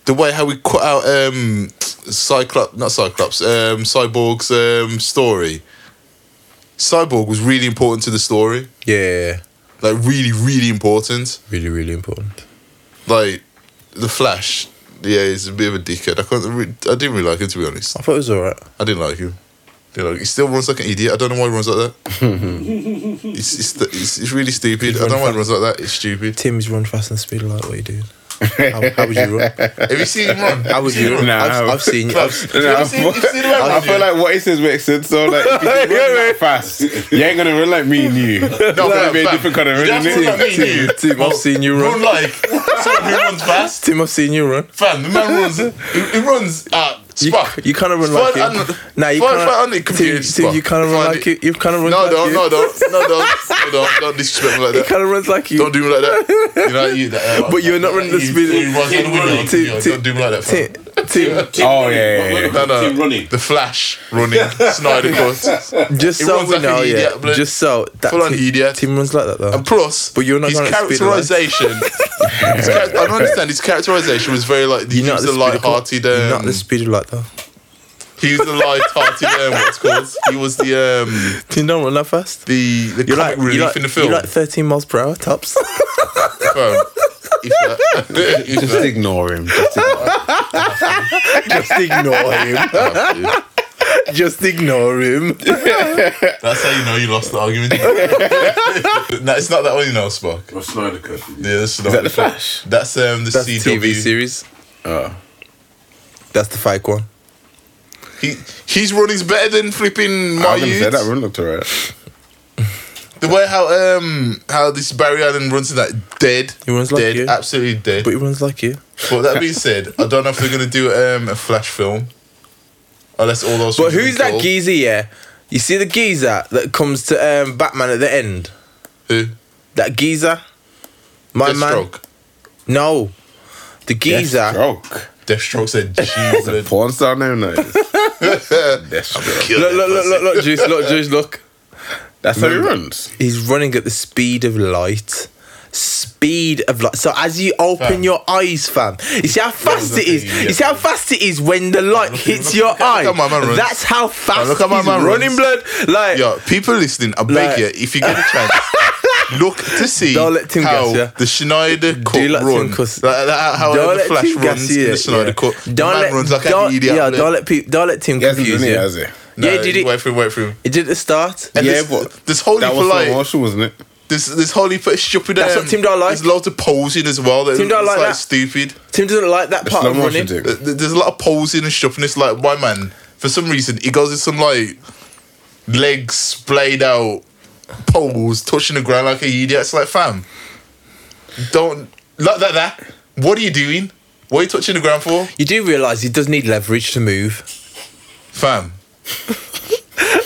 The way how we cut out um Cyclops, not Cyclops, um Cyborg's um story. Cyborg was really important to the story. Yeah, yeah, yeah. Like really, really important. really, really important. Like the Flash. Yeah, he's a bit of a dickhead. I can't. Re- I didn't really like him to be honest. I thought it was alright. I didn't like him. Didn't like- he still runs like an idiot. I don't know why he runs like that. it's, it's, th- it's, it's really stupid. I don't know why he runs like that. It's stupid. Tim's run fast and speed like what are you doing? How, how would you run? (laughs) Have you seen him run? How would you run? Nah, I've, I've seen you. (laughs) I've, Have you ever seen- you've seen him run, I haven't feel you? like what he says makes sense. So like, (laughs) if you can run that fast, you ain't gonna run like me and you. It's No, gonna but be a fam, different kind of you run, don't have isn't to it? run like me and you. Tim, I've seen you Run run. like someone who runs fast. Tim, I've seen you run. Fam, the man runs. He, he runs at You, Spock. you kind of run like Spock him. and- Nah, you Spock kind and of. it could be Tim, Spock. Tim, you kind of run Spock like and you. it- You kind of run No, like don't, you. no, don't, no, don't, no, don't, don't disrespect me like He that. kind of runs like you. Don't do me like that. You know, you, that But you're not running the You- speed- you runs on the window. Tim, You know, Tim, Don't do me like that. fam. Tim, Tim, Oh yeah, yeah, yeah. No, no. Team running. The Flash (laughs) running Snyder cut. Just It so runs we like know, an yeah. idiot, bloke. Just so that Full on Tim- idiot. Tim runs like that though. And plus, But you're not his going at speed, (laughs) characterization. his charac- I don't understand. His characterization was very like he You're not was at speed the of light. light-hearted. You're not Um, the speed of light though. (laughs) he was the light-hearted. um, what's it called? He was the um, Tim don't run that fast. the the You're like, comic relief you're like, in the film. You're like 13 miles per hour tops. Fam, (laughs) if that- if Just that- ignore him. Just ignore him. (laughs) Just ignore him. That's how you know you lost the argument. (laughs) no, it's not that one, you know, Spock. Or Snyder Cut. Yeah, that's not the Flash. That's um (laughs) the That's the CW TV series. Ah. That's the fake one. He he's running's better than flipping my I was gonna say youth. that run looked alright. The way how um how this Barry Allen runs in that dead, He runs like dead, you. absolutely dead. But But, he runs like you. (laughs) that being said, I don't know if they're gonna do um a Flash film, unless all those. But things are who's that cool. geezer, yeah? You see the geezer that comes to um, Batman at the end? Who? That geezer? My man? Deathstroke. No. The geezer. Stroke. (laughs) Deathstroke said, "Jesus, Porn star name that is. Deathstroke. kill look, that look, look, person." look, look, Juice, look, Juice, look. (laughs) That's how he runs. He's running at the speed of light. Speed of light. So as you open Fam. your eyes, fam, you see how fast the it is. thing, yeah. You see how fast it is when the light hits look- your look eye. how my man runs. That's how fast. look how my he's man running, runs. blood. Like Yo, people listening, I Like- beg you, if you get a (laughs) chance, look to see Don't let Tim how guess, yeah? the Schneider cut let Tim run. cuss. Like, like, how don't the let Flash Tim runs gas you. in the Schneider yeah. cut. The Don't man let runs like don't, an idiot. yeah, bloke. don't let people don't let Tim He hasn't confuse done it, you. has he? No, yeah, did it- Wait for him, wait for him. It did at the start. And Yeah, this, but this holy That was slow polite, motion, wasn't it? this this holy for stupid. That's um, what Tim don't like. There's loads of posing as well. That Tim don't it's like like, that. stupid. Tim doesn't like that part slow of motion running. thing. Uh, th- There's a lot of posing and stuff, and it's like, why man? For some reason, he goes in some like legs splayed out poles, touching the ground like a idiot. It's like, fam, don't like that. That what are you doing? What are you touching the ground for, You do realise he does need leverage to move. fam?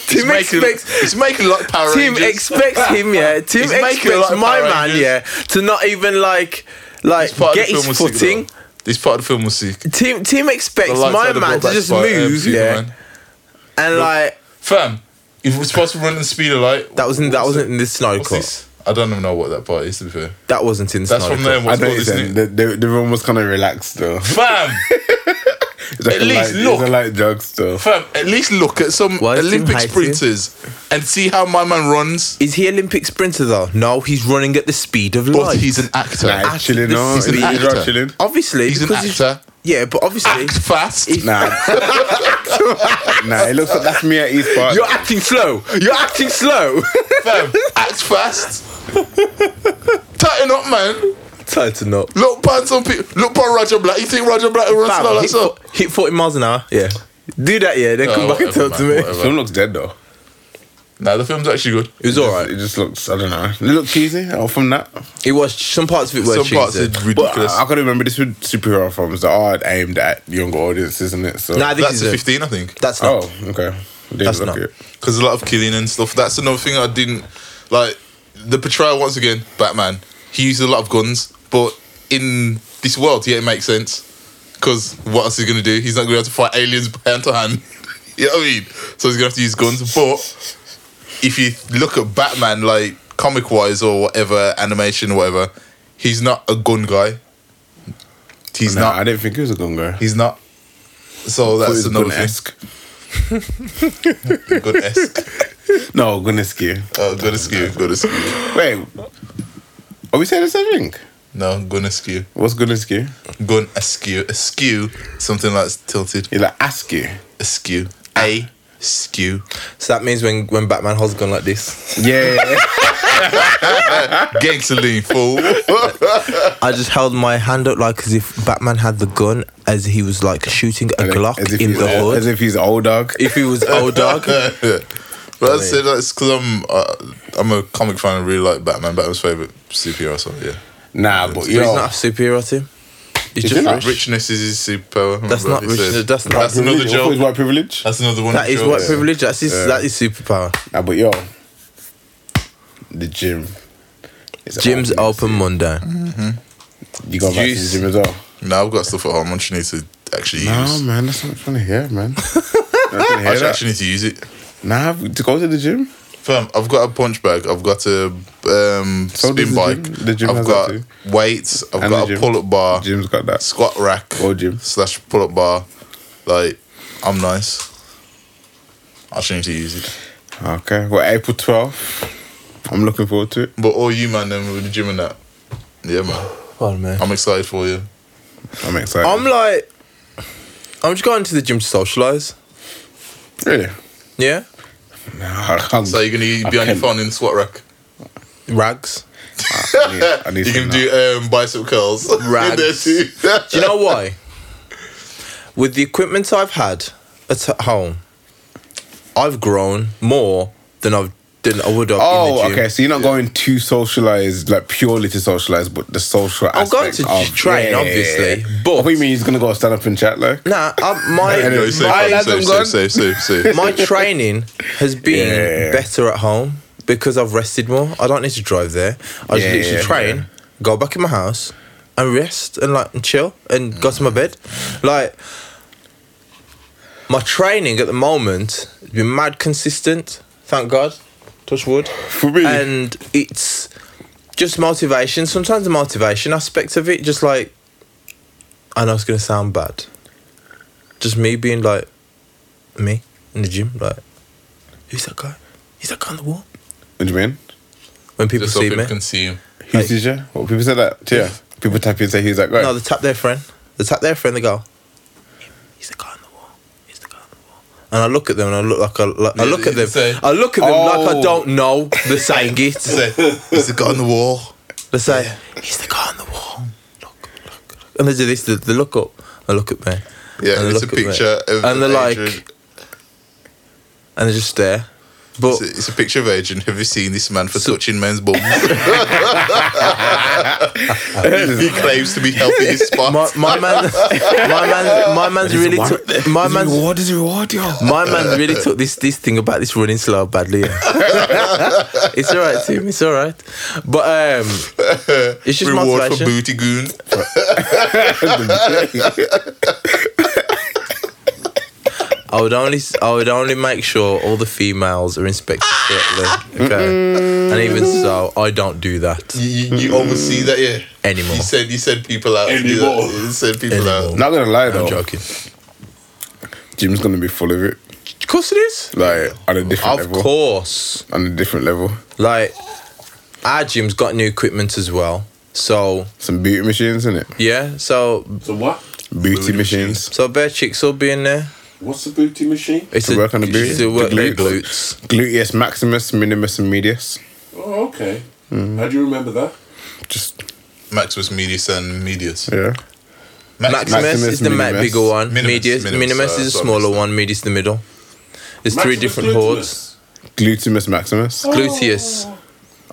Tim making, expects he's making like Power Tim Rangers. (laughs) expects him, yeah. Tim He's making a expects lot of my Power man, Rangers. yeah, to not even like, This like part of get the film his was sick, footing. though. This part of the film was sick. Tim Tim The expects lights my had a man to brought just back by, um, move, yeah, Superman. and like Fam, if we're supposed to run the speed of light, that wasn't that what's wasn't in this snow What's cut. this? I don't even know what that part is. To be fair, That wasn't in the that's snow from them. I cut. What's know called, you said isn't it? the, the, the room was kind of relaxed though. Fam, It's like At a least light, look. It's a light jog stuff. fam. At least look at some Why is Tim Olympic hating? sprinters and see how my man runs. Is he Olympic sprinter though? No, he's running at the speed of But light. Oh, he's an actor. Nah, it's chilling this on. is It's an it's actor. (laughs) not chilling. Obviously, He's an because he's- actor. yeah, but obviously Act fast. Nah. (laughs) nah, it looks like that's me at East Park. you're acting slow. You're acting (laughs) slow. Fam, act fast. Tighten up, man. Tighten up. Look past some people. Look past Roger Black. You think Roger Black will run Fam, slow like hit, so? fo- hit 40 miles an hour. Yeah. Do that, yeah. Then Oh, come back and whatever, talk to man, me. whatever. film looks dead though. Nah, the film's actually good. It was all right. It just looks, I don't know. It looked cheesy oh, from that. It was some parts of it were Some parts cheesy. are But uh, ridiculous. I, I can remember this with superhero films that are aimed at younger audiences, isn't it? So Nah, this That's is a a, 15, I think. That's not. Oh, okay. Didn't That's look not- it. because a lot of killing and stuff. That's another thing I didn't like. The portrayal once again, Batman. He uses a lot of guns, but in this world, yeah, it makes sense. Because what else is he gonna do? He's not gonna be able to fight aliens hand to hand. (laughs) you know what I mean? So he's gonna have to use guns. But if you look at Batman, like comic wise or whatever, animation or whatever, he's not a gun guy. He's Nah, I not. didn't think it was a gungo. He's not. So that's another thing. Good esque. No, Guneski. Oh, good esque. Good esque. Wait. Are we saying the same thing? No, gun askew. What's Guneski? Gun askew. Askew. Something that's tilted. You're like, ask you. Askew. A. Skew. So that means when, when Batman holds a gun like this, Yeah. (laughs) Gangster lean fool. (laughs) I just held my hand up like as if Batman had the gun as he was like shooting a Glock in he's the old, hood. As if he's an old dog. if he was old dog, but I said that's because I'm uh, I'm a comic fan and really like Batman. Batman's favorite superhero. So yeah, Nah, but He's he's yo, not a superhero to him. He's Is just he not? rich. richness is his superpower. That's remember not he rich- said. that's not That's another Privilege, what is joke. white privilege. That's another one. That of is jokes. white privilege. That's his, Yeah. that is superpower. Nah, but yo, the gym. It's Jim's open. open Monday. You go back to the Juice. gym as well. Now I've got stuff at home. I just need to actually No, use. man, that's not funny here, man. I I actually need to use it. Nah, to go to the gym. Fam, I've got a punch bag. I've got a um, So does spin the bike. gym. The gym I've has that got too. weights. I've And got the a gym. pull up bar, Jim's got that. squat rack, Or gym. slash pull up bar. Like, I'm nice. I just need to use it. Okay, well, April 12th. I'm looking forward to it. But all you man, then with the gym and that. Yeah, man. Well, man. I'm excited for you. I'm excited. I'm like, I'm just going to the gym to socialize. really? Yeah, Nah, I can't. So you're gonna be on your can't- phone in the squat rack. rags. I need, I need you some can do um, bicep curls. (laughs) in Rags. there (laughs) too. Do you know why? With the equipment I've had at home, I've grown more than I've than I would have. in the Oh, gym. okay. So you're not going to socialize, like purely to socialize, but the social I'm aspect. going to of, train, obviously, but- what do you mean he's gonna go stand up and chat, (laughs) like? Nah, I, (laughs) No, my safe, My lads fam, safe, have safe, gone. safe, safe, (laughs) safe. my training has been Yeah. better at home because I've rested more. I don't need to drive there. I Yeah, just literally yeah, train, go back in my house, and rest and like and chill and go Mm. to my bed. Like my training at the moment has been mad consistent. Thank God. Touch wood. For me, And it's just motivation. Sometimes the motivation aspect of it, just like I know it's gonna sound bad. Just me being like me in the gym, like who's that guy? He's that guy on the wall. what do you mean? When people Just so see me, people can see you. Who's like, teacher? What people say that? Yeah. People tap in and say who's that guy. no, they tap their friend. They tap their friend. They go, he's the guy on the wall. He's the guy on the wall. And I look at them and I look like I, like, I Yeah, look you at them. say- I look at them like I Oh. don't know they're saying it. Say, Is the guy on the wall? They say, he's the guy on the wall. Look, look, look. And they do this, they, they look up, they look at me. Yeah, and they it's a look at me, picture of And they're like, Adrian. and they just stare. But It's a, it's a picture of Adrian. Have you seen this man for touching men's bums? (laughs) he (laughs) claims to be (laughs) helping his spot. (laughs) my, my man, my man, my man's really, took, my man's, is reward, yo. my man really took this this thing about this running slow badly. yeah. (laughs) it's all right, Tim. It's all right, but um, it's just uh, Reward for motivation. booty goon. I would only I would only make sure all the females are inspected correctly. Mm. Okay, and even so, I don't do that You, you, you oversee that, yeah. Anymore. You said you sent people out. to do that. Anymore. You sent people anymore. (laughs) out. Not gonna lie though, I'm joking. Jim's gonna be full of it, Of course it is. like on a different Of level. course. On a different level, Like, our gym's got new equipment as well. So, some beauty machines in it. yeah. So, So what? Booty machines. So bare chicks will be in there. What's a booty machine? It's To work on the glutes. To work The the glutes. glutes. Gluteus maximus, minimus, and medius. Oh, okay. Mm. How do you remember that? Just Maximus Medius and Medius. yeah. Maximus, Maximus, is the ma- minimus. bigger one. Minimus, Medius, minimus, minimus, uh, is the sorry, smaller mister. one. Medius the middle. There's three Maximus different Glutinus. hordes. Glutimus maximus. Oh, Gluteus,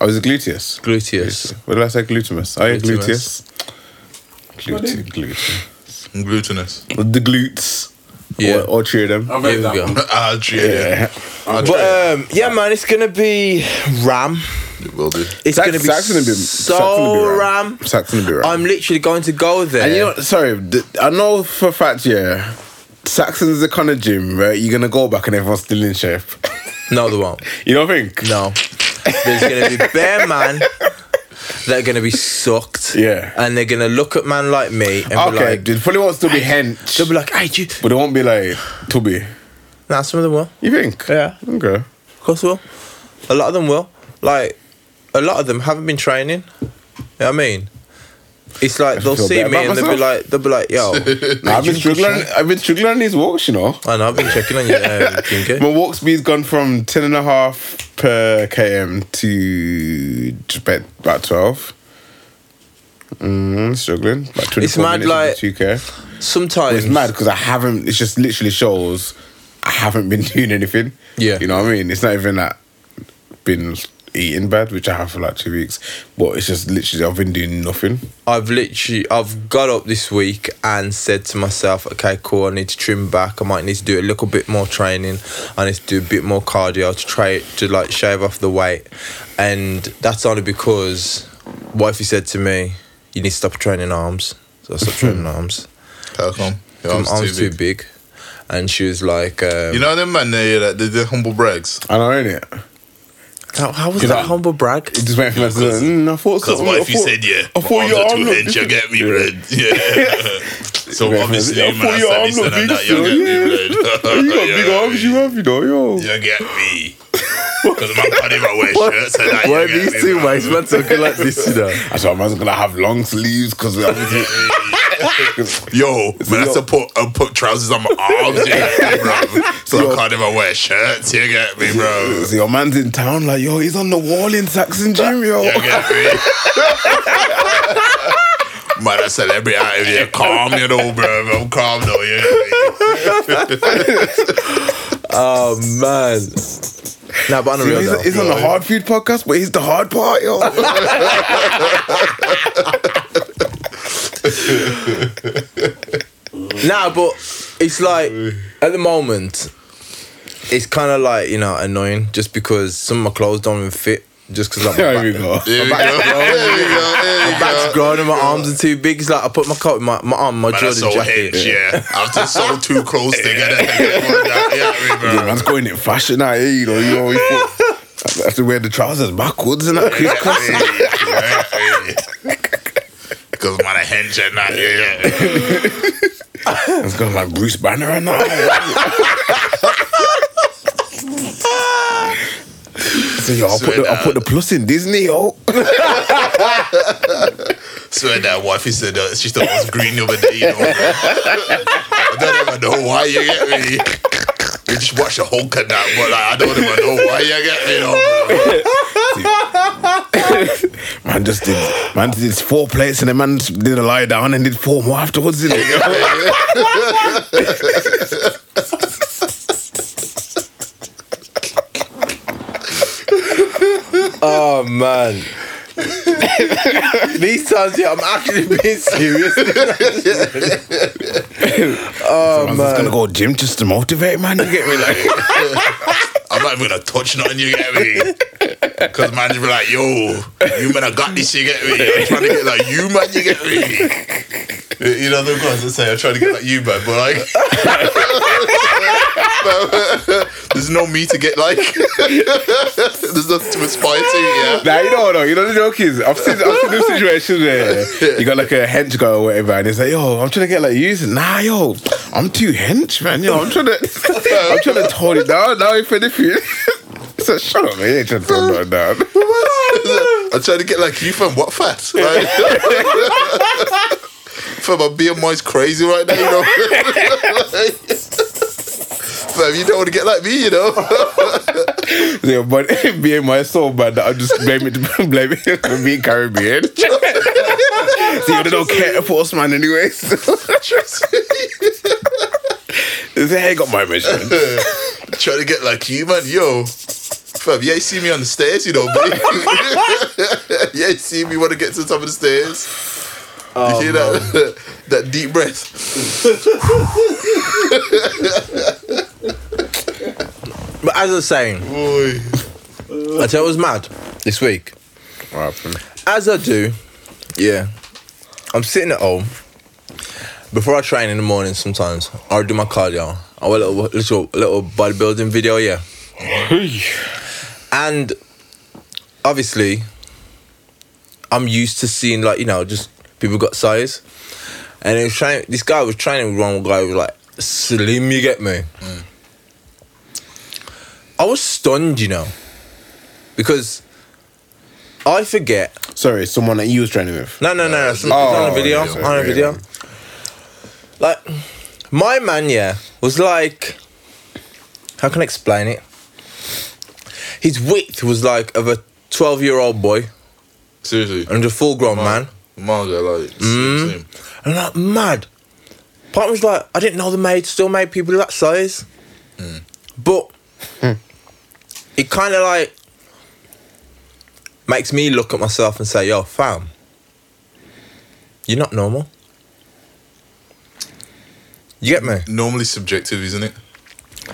is it gluteus? gluteus. What did I say? Glutimus. I gluteus. Glutimus. Glute, glute. Glutinous. The glutes. Yeah. Or, or three of them. I read Here we that go. one. (laughs) ah, yeah. Yeah. But um, yeah, man, it's gonna be Ram. It will do. It's Sax- gonna be Saxon will be- so Saxon will be Ram. Ram. Saxon will be Ram. I'm literally going to go there. And you know, sorry, th- I know for a fact, yeah, Saxon's the kind of gym, right? You're gonna go back and everyone's still in shape. (laughs) no, they won't. You don't think? No, there's gonna be bare man. They're gonna be sucked. Yeah. and they're gonna look at man like me and be Okay, like, they probably won't still be they'll hench, be like, hey, do you? but it won't be like tubby. Nah, some of them will. You think? Yeah. Okay. Of course, they will. A lot of them will. Like, a lot of them haven't been training. You know what I mean? It's like they'll feel see better me and about they'll be myself. like, they'll be (laughs) like, yo, I've been struggling. I've been struggling on these walks, you know. I know I've been (laughs) checking on you, uh, Jinky. My walk speed's gone from ten and a half per km to about about twelve. Mm, struggling. About It's 24 mad, minutes into like- two k. Sometimes It's mad because I haven't. It just literally shows I haven't been (laughs) doing anything. Yeah. you know what I mean. It's not even that been eating bad, which I have for like two weeks. But it's just literally I've been doing nothing. I've literally I've got up this week and said to myself, okay, cool. I need to trim back. I might need to do a little bit more training. I need to do a bit more cardio to try to like shave off the weight. And that's only because wifey said to me, you need to stop training arms. So (laughs) I stopped training arms. How come? Your Arms, arms arms too, big. And she was like, um, You know them man there that did the humble brags? I know, ain't it? how, how was Is that that- humble brag? (laughs) It just went from that to mm, I thought Because so. what I if you thought- said yeah? I thought my your arms arm are looked two inch, you get me, different. bread. (laughs) Yeah. so Yeah. obviously, I man, thought I your said arm this looked and big, that, you so, get me, bread. You got big Yeah. arms, you (laughs) have, you know, (laughs) yo. You get me. Because my body might wear shirts and (laughs) that. Why you get these me, two man. mates man talking like this, you know? I thought I was gonna have long sleeves because obviously (laughs) Yo, man, I have to put I put trousers on my arms, you get me, bro. So Yo. I can't even wear shirts, you get me, (laughs) bro. so your man's in town, like yo, he's on the wall in Saxon Gym, yo. (laughs) You get me? Man, I celebrity out of here. Calm, you know, bro. I'm calm, though, you get me? Oh man. (laughs) Nah, but on a real he's though. he's on the hard food podcast, but he's the hard part, yo. (laughs) Nah, but it's like at the moment, it's kind of like you know annoying just because some of my clothes don't even fit just because like my there we back, go. Here we go. Here we go. Here we my back's grown and my arms are too big. It's like I put my coat, my, my arm, my Man, Jordan that's so jacket. hitch, yeah. I've just sold too close together. Your Yeah, man's going in fashion now, eh, you know. You always put, I have to wear the trousers backwards and that crisscross. Because man, a hench and that, yeah, yeah. It's got like Bruce Banner and that. (laughs) So yo, I'll put, the, I'll put the plus in Disney, yo. Swear that wifey said that she thought I was green the other day, you know. bro. I don't even know why you get me. We just watched a whole cut that, but like, I don't even know why you get me, though, Man just did man did four plates and the man did a lie down and did four more afterwards, didn't he? Oh (laughs) man. These times, yeah, I'm actually being serious. I'm just gonna go gym just to motivate, man. You get me like bro. I'm not even gonna touch nothing, you get me? Because man, you be like, yo, you man, I got this, you get me? I'm trying to get like you, man, you get me? You know, the guys that say, I'm trying to get like you, man, but like, (laughs) there's no me to get like, (laughs) there's nothing to aspire to, yeah. Nah, you know, no, you know the joke is I've seen I've seen those situations where you got like a hench guy or whatever, and it's like, yo, I'm trying to get like you. He's like, Nah, yo, I'm too hench, man. Yo, I'm trying to, I'm trying to tone it down. Now if anything, (laughs) it's like, shut up, man. You ain't trying to tone that down. (laughs) I'm trying to get like you (laughs) from what fat? Like, Fam, my BMI's crazy right now, you know. (laughs) Fam, you don't want to get like me, you know. Yeah, but (laughs) BMI is so bad that I just (laughs) blame it blame it for being Caribbean. (laughs) See, you don't care for us, man, anyways. (laughs) They say, hey, got my measurement. Trying to get like you, man. Yo, fam, you ain't see me on the stairs, you know, buddy. (laughs) you ain't see me want to get to the top of the stairs. Oh, you hear that? (laughs) that deep breath. But as I was saying, Boy. I tell you what was mad this week. What happened? As I do, yeah, I'm sitting at home. Before I train in the morning, sometimes I'll do my cardio. I will a little, little, little bodybuilding (laughs) video, yeah. and obviously, I'm used to seeing, like, you know, just people got size. And he was trying, this guy was training with one guy who was like, slim, you get me? Mm. I was stunned, you know, because I forget Sorry, someone that you was training with. no, no, no. no. It's, it's Oh, on a video. yeah, on a yeah. video. Like, my man, yeah, was like, how can I explain it? His width was like of a 12 year old boy Seriously. and a full grown man. Mm-hmm. Manga, like, slim, slim. And I'm like, mad. Part of me's like, I didn't know they made, still made people that size. But it kind of like makes me look at myself and say, yo, fam, you're not normal. You get me? normally subjective, isn't it?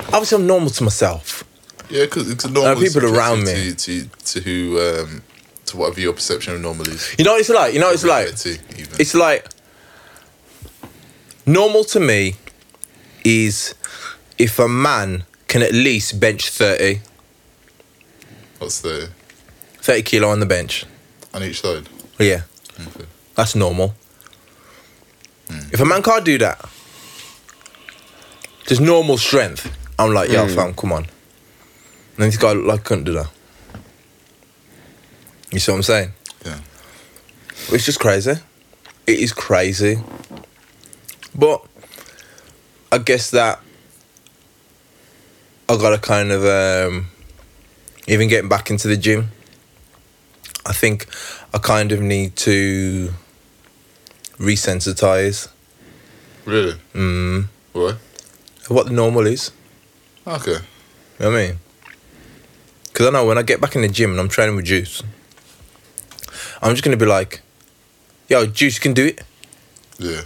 Obviously, I'm normal to myself. Yeah, because it's normal. people subjective around me. to, to to who um, to whatever your perception of normal is. You know what it's like? You know what it's like? Reality, even. It's like normal to me is if a man can at least bench 30, what's the 30 kilo on the bench. on each side. Yeah, Okay. that's normal. If a man can't do that, just normal strength. I'm like, yeah, fam, come on. And then this guy looked like couldn't do that. You see what I'm saying? Yeah. It's just crazy. It is crazy. But I guess that I gotta kind of um even getting back into the gym. I think I kind of need to resensitize Really? Mm. Mm-hmm. Why? what the normal is. Okay. You know what I mean? Because I know when I get back in the gym and I'm training with Juice, I'm just gonna be like, "Yo, Juice can do it," Yeah.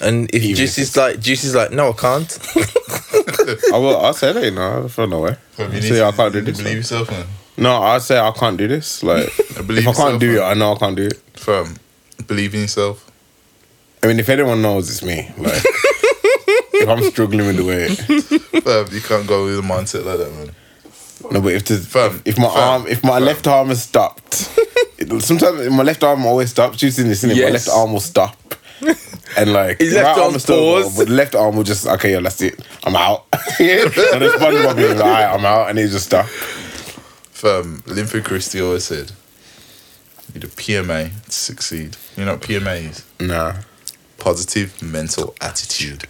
and if Even Juice if is like, Juice is like, "No, I can't." (laughs) I will. I said it. No, I feel no way. Fam, I you say I can't do you this. Believe yourself, man. No, I say I can't do this. (laughs) Like, if I believe can't yourself, do it, man. I know I can't do it. Fam, believe in yourself. I mean, if anyone knows, it's me. (laughs) Like, if I'm struggling with the weight, Fam, you can't go with a mindset like that, man. no. But if the Fam, if my fam, arm, if my left arm is stopped, it- sometimes my left arm always stops. You've seen this, innit? My Yes. left arm will stop, and (laughs) like His the left arm will still paused. go, but the left arm will just okay, yeah, that's it. I'm (laughs) out. (laughs) and the SpongeBob being like, "All right, I'm out, and it just stop. Fam, Linford Christie always said, "You need a PMA to succeed." You know what PMA is? Nah. Positive mental attitude.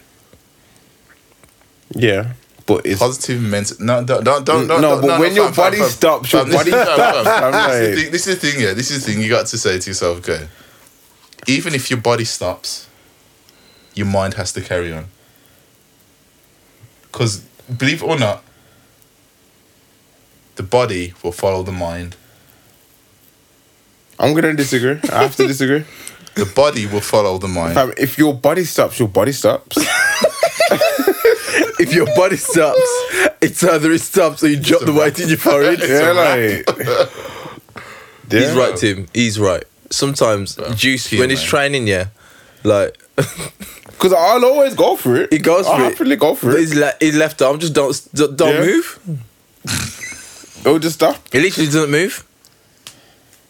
Yeah. But it's positive mental. No, don't, don't, don't. No, don't- but when your body stops, your this body is- fam, stops. This, is Right. the thing- this is the thing, yeah. This is the thing you got to say to yourself, okay. Even if your body stops, your mind has to carry on. Because believe it or not, the body will follow the mind. I'm gonna disagree. I have to (laughs) disagree. The body will follow the mind. Fam, if your body stops, your body (laughs) stops. if your body (laughs) stops, it's either it stops or you drop the weight in your forehead. yeah, like (laughs) He's right, Tim. He's right. Sometimes Juice Tim, when he's man. training, yeah, like Because I'll always go for it. he goes I'll for it. happily go for it. His, le- his left arm just don't don't Yeah. move. It'll just stop. He literally doesn't move.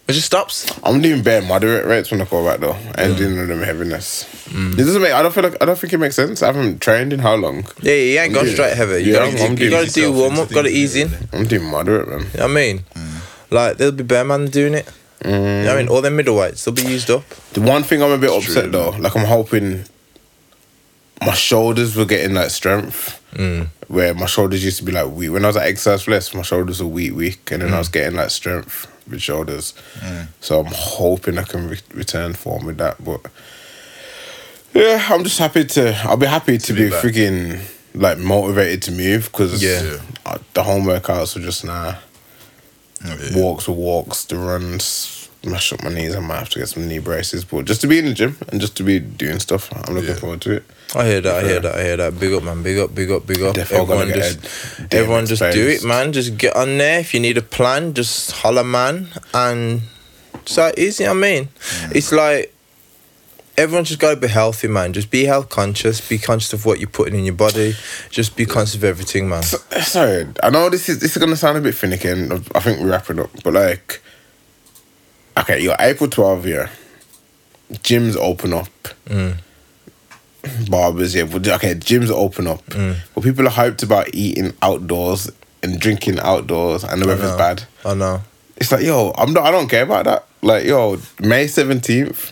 It just stops. I'm doing bare moderate rates when I go back though, and doing all them heaviness. Mm. It doesn't make. I don't feel like. I don't think it makes sense. I haven't trained in how long. Yeah, he ain't gone Yeah. straight heavy. You Yeah, gotta, I'm- do- I'm you doing gotta do yourself warm into up, gotta things, ease in. really. I'm doing moderate, man. You know what I mean, like there'll be bear man doing it. You know what I Mm. mean, all their middleweights they'll be used up. The one thing I'm a bit It's upset true. though, like I'm hoping my shoulders were getting like strength. Where my shoulders used to be like weak. When I was at exercise less, my shoulders were weak, weak, and then I was getting like strength with shoulders. So I'm hoping I can re- return form with that. But yeah, I'm just happy to. I'll be happy to, be, back. freaking like motivated to move because Yeah. the home workouts were just nah. Yeah. Walks were walks, the runs, mash up my knees. I might have to get some knee braces, but just to be in the gym and just to be doing stuff, I'm looking Yeah. forward to it. I hear that. I hear that. I hear that. Big up, man. Big up. Big up. Big up. Definitely everyone gonna get just, a damn everyone just do it, experienced. man. Just get on there. If you need a plan, just holler, man. And it's like easy. I mean, Mm. it's like everyone just gotta be healthy, man. Just be health conscious. Be conscious of what you're putting in your body. Just be conscious of everything, man. Eh, Sorry, I know this is this is gonna sound a bit finicky, and I think we're wrapping up. But like, okay, you're April 12 here. Gyms open up. Mm. Barbers, yeah. But okay, gyms open up. Mm. But people are hyped about eating outdoors and drinking outdoors, and the weather's know. bad. I know. It's like, yo, I'm not. I don't care about that. Like, yo, May seventeenth,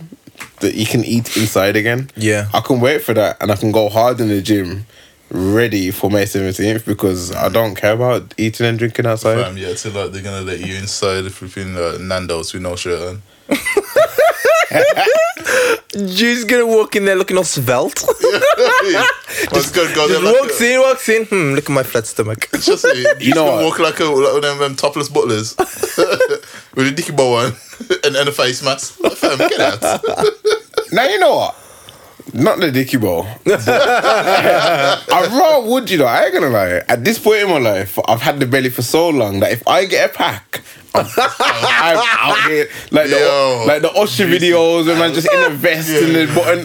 that you can eat inside again. Yeah. I can wait for that, and I can go hard in the gym, ready for May seventeenth because I don't care about eating and drinking outside. Fam, yeah, so like they're gonna let you inside if you've been like Nando's with no shirt (laughs) on. Jude's gonna walk in there looking (laughs) all svelte. just gonna go there just like walks a, in, walks in. Hmm, look at my (laughs) flat stomach. just, you know know, what? walk like a like one of them topless butlers (laughs) with a dicky bow on (laughs) and, and a face mask. Like, Fam, get out. Now you know what? Not the dicky ball. (laughs) I raw would you know? I ain't gonna lie. At this point in my life, I've had the belly for so long that if I get a pack, I'm, I'm out here like Yo. the like the Usher videos and man just in a vest and the button.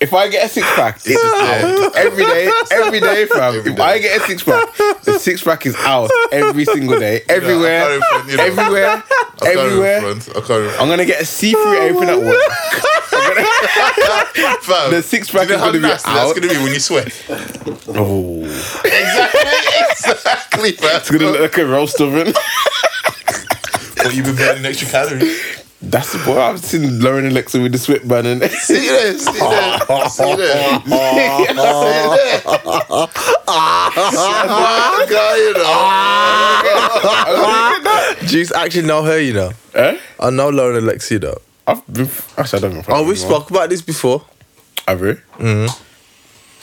If I get a six pack, it's out every day, every day, fam. Every if day. I get a six pack, the six pack is out every single day, everywhere, can't even front, you know. everywhere, I can't everywhere. even front. I can't even I'm gonna get a see-through apron at work. Fam, The six pack you know is how gonna be nasty out. That's gonna be when you sweat. (laughs) Oh. exactly, It's fam. gonna look like a roast oven. (laughs) But you've been burning extra calories. That's the boy. I've seen Lauren and Alexa with the sweatband and (laughs) See you there. See you there. See you there. See you (laughs) there. Ah, guy, you know. Juice actually know her, you know. Eh? I know Lauren Alexi though. I've been. Actually, I don't know. Oh, we spoke about this before. Have we? Mm-hmm.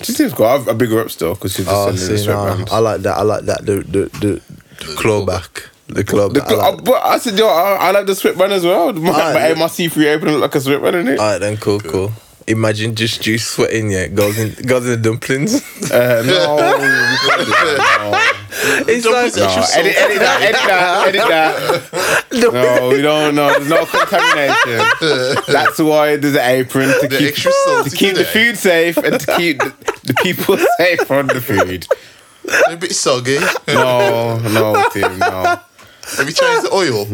She seems cool. I've, I big her up still because she's Oh, just sending see, the nah, sweatband. I like that. I like that. The the the, the claw back. The claw The back. I cl- like I- that. but I said, yo, I, I like the sweatband as well. My, Ah, my, yeah. my see-through apron look like a sweatband in it. All right, then. Cool, cool. Imagine just juice sweating. Yeah, goes in goes in (laughs) the dumplings. (laughs) Uh, no, it's like Dumplings no. edit, (laughs) edit that, (laughs) edit that, edit that. No, we don't know. There's no (laughs) contamination. That's why there's an apron to The keep extra salt to keep the food safe and to keep the, the people (laughs) safe from the food. a bit soggy. Have No, no, Tim, no. you changed the oil?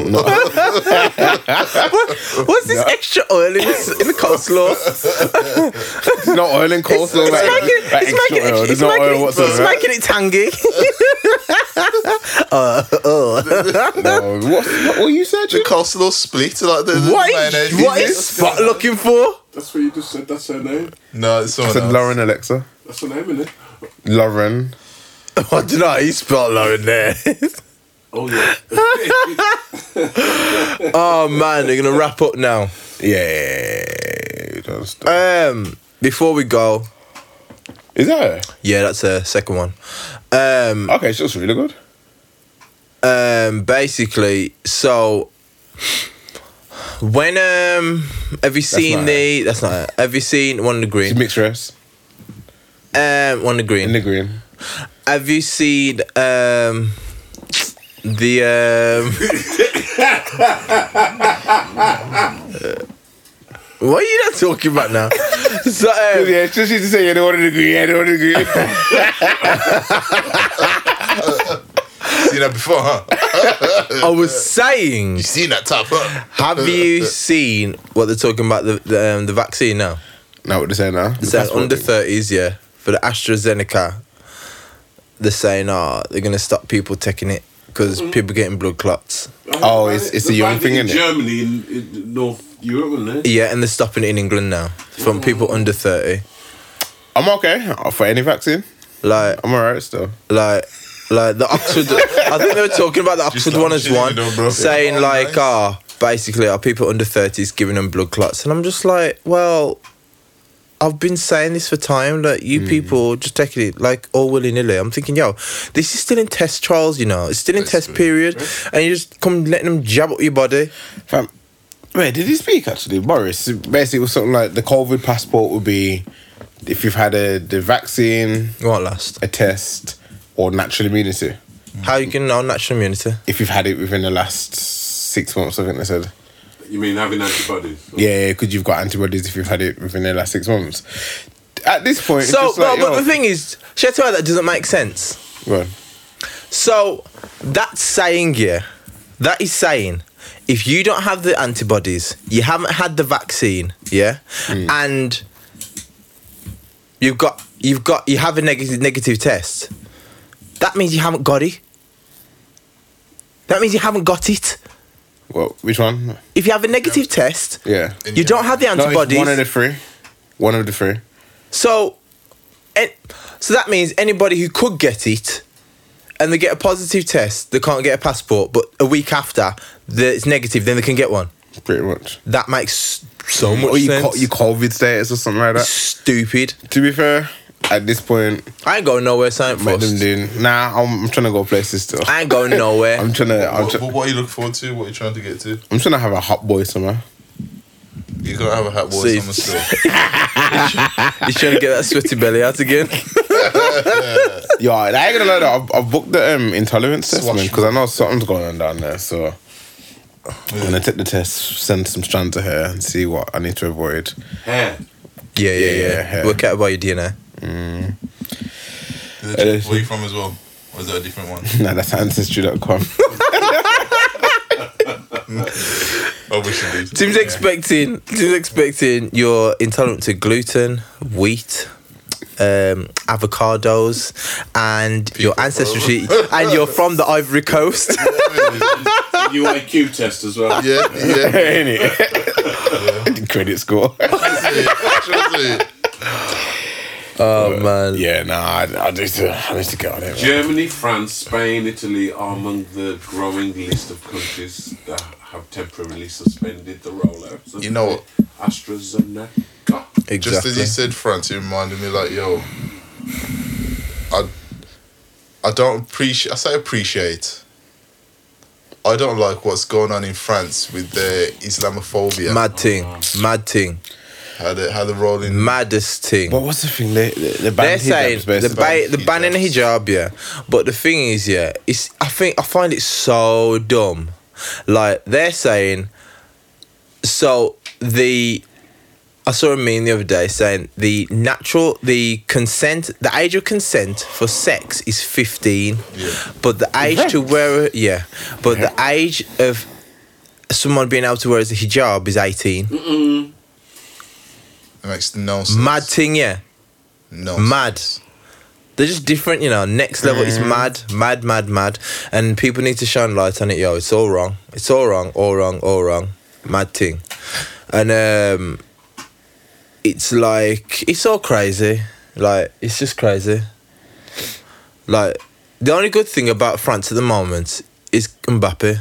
what's this extra oil in, this, in (laughs) the coleslaw? It's not oil and coleslaw. It's like, making it- like it's making extra oil. it- There's it's no making oil it- it's whatsoever. making it tangy. No, what, what were you searching? The coleslaw split, like the, the What mayonnaise. is what is Spot looking for? (laughs) That's what you just said. That's her name. No, it's I someone said else. Lauren Alexa. That's her name, innit? Lauren. I don't Oh, know. He's Spot Lauren there. Oh yeah. (laughs) oh man, they're gonna wrap up now. Yeah. don't stop. Um, before we go, Is that her? yeah, that's a second one. Um, Okay, she looks really good. um, basically, so when um, have you seen not the? That's not. it. Have you seen one of the She's green? mixed race. Um, one of the green. In the green. have you seen um? (laughs) The um. Uh, what are you not talking about now? (laughs) so, um, Yeah, she used to say, you don't want to agree, I don't want to agree. Seen that before, huh? I was saying. You seen that top, huh? Have you seen what they're talking about the the, um, the vaccine now? (laughs) now what they say now? It's like under thirties, yeah, for the AstraZeneca. They're saying, ah, they're gonna stop people taking it because people getting blood clots. Oh, it's, it's a young thing, in isn't it? Germany in, in North Europe, wasn't it? Yeah, and they're stopping it in England now from people under thirty. I'm okay for any vaccine. Like, I'm alright still. like, like the Oxford. I think they were talking about the Oxford like one as shit, one, you know, bro. saying Oh, like, nice. ah, basically, are people under thirties giving them blood clots? And I'm just like, well, I've been saying this for time. Like, you Mm. people just taking it like all willy nilly. I'm thinking, yo, this is still in test trials. You know, it's still in test Basically. period, and you just come letting them jab up your body. Fam, wait, did he speak actually, Boris? Basically, it was something like the COVID passport would be if you've had a the vaccine, It won't last. a test, or natural immunity. How you can on natural immunity? If you've had it within the last six months, I think they said. You mean having antibodies? Yeah, because you've got antibodies if you've had it within the last six months. At this point, So, it's just like, but, but yo, the thing is, shall I tell you that doesn't make sense? go on. So that's saying yeah, that is saying if you don't have the antibodies, you haven't had the vaccine, yeah, Hmm. and you've got you've got you have a negative negative test, that means you haven't got it. That means you haven't got it. Well, which one? If you have a negative test, Yeah. you don't have the No, it's antibodies. one of the three. One of the three. So, and, so that means anybody who could get it, and they get a positive test, they can't get a passport. But a week after, the, it's negative, then they can get one. Pretty much. That makes so much Or you, sense. co- you COVID status or something like that. Stupid. To be fair, at this point, I ain't going nowhere, Saint make them Frost. doing. Nah, I'm, I'm trying to go places still. I ain't going (laughs) nowhere. I'm trying to. I'm, What, tr- what, what are you looking forward to? What are you trying to get to? I'm trying to have a hot boy somewhere. You gotta have a hat boy See. summer still. (laughs) you trying to get that sweaty belly out again? Yo, I ain't gonna lie though. I've, I've booked the um, intolerance test Swash. because I know something's going on down there. So I'm gonna take the test, send some strands to her, and see what I need to (laughs) avoid. Hair. (laughs) yeah, yeah, yeah. yeah. Work out about your DNA. Is It it is. where you from as well? Or is that a different one? Nah, that's (laughs) ancestry.com. I wish you did. Tim's (laughs) expecting. Tim's expecting you're intolerant to gluten, wheat, um, avocados, and your ancestry, and you're from the Ivory (laughs) Coast. UIQ test as well. Yeah, (laughs) yeah. Ain't it? (laughs) Credit score. oh man, yeah, nah, I, I just uh, I need to get on it. man. Germany, France, Spain, Italy are among the growing list of countries that have temporarily suspended the rollout. of You know what? AstraZeneca. Just exactly. as you said, France, you reminded me like, yo, I, I don't appreciate. I say appreciate. I don't like what's going on in France with their Islamophobia. mad Oh, thing, mad thing, How they how they're rolling. maddest thing. But what's the thing? They, they, they They're banned saying hijabs, the basically. (laughs) ba- the ban in the hijabs. hijab, yeah. But the thing is, yeah, it's I think I find it so dumb. Like they're saying, so the I saw a meme the other day saying the natural the consent the age of consent for sex is fifteen, Yeah. but the age to wear a, yeah, but the age of someone being able to wear a hijab is eighteen. It makes no sense. Mad thing, yeah. No. mad. sense. They're just different, you know. Next level is mad, mad, mad, mad, and people need to shine light on it. Yo, it's all wrong. It's all wrong. All wrong. All wrong. Mad thing, and um, it's like it's all crazy. Like it's just crazy. Like the only good thing about France at the moment is Mbappe.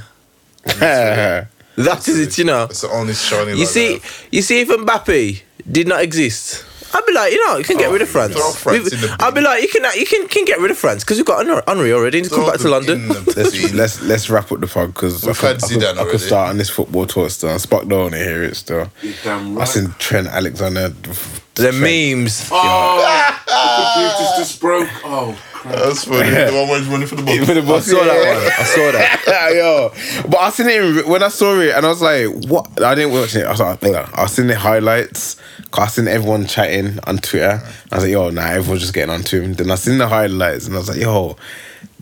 That is it, you know. It's the only shiny. You light they see, have. you see, if Mbappe did not exist, I'd be like, you know, you can get Oh, rid of France. throw France We've- in the I'd be bin. like, you can, you can, can get rid of France because we've got Henri- Henri already. He's come back to Throw London. in the (laughs) let's, bin. let's let's wrap up the pod because I We've could, had I, could, Zidane I could already. start on this football talk still. Spock don't want to hear it still. You're damn I right. seen Trent Alexander. (laughs) (laughs) the memes. oh, the computer's just broke. Oh, crap. That's funny. The one where he's running for the ball. For the I bus, saw that one. I saw that. (laughs) (laughs) Yo, but I seen it in- when I saw it, and I was like, "What?" I didn't watch it. I was like, "Nigga," I seen the highlights. 'cause I seen everyone chatting on Twitter. I was like, "Yo, nah, everyone's just getting onto him." Then I seen the highlights, and I was like, "Yo,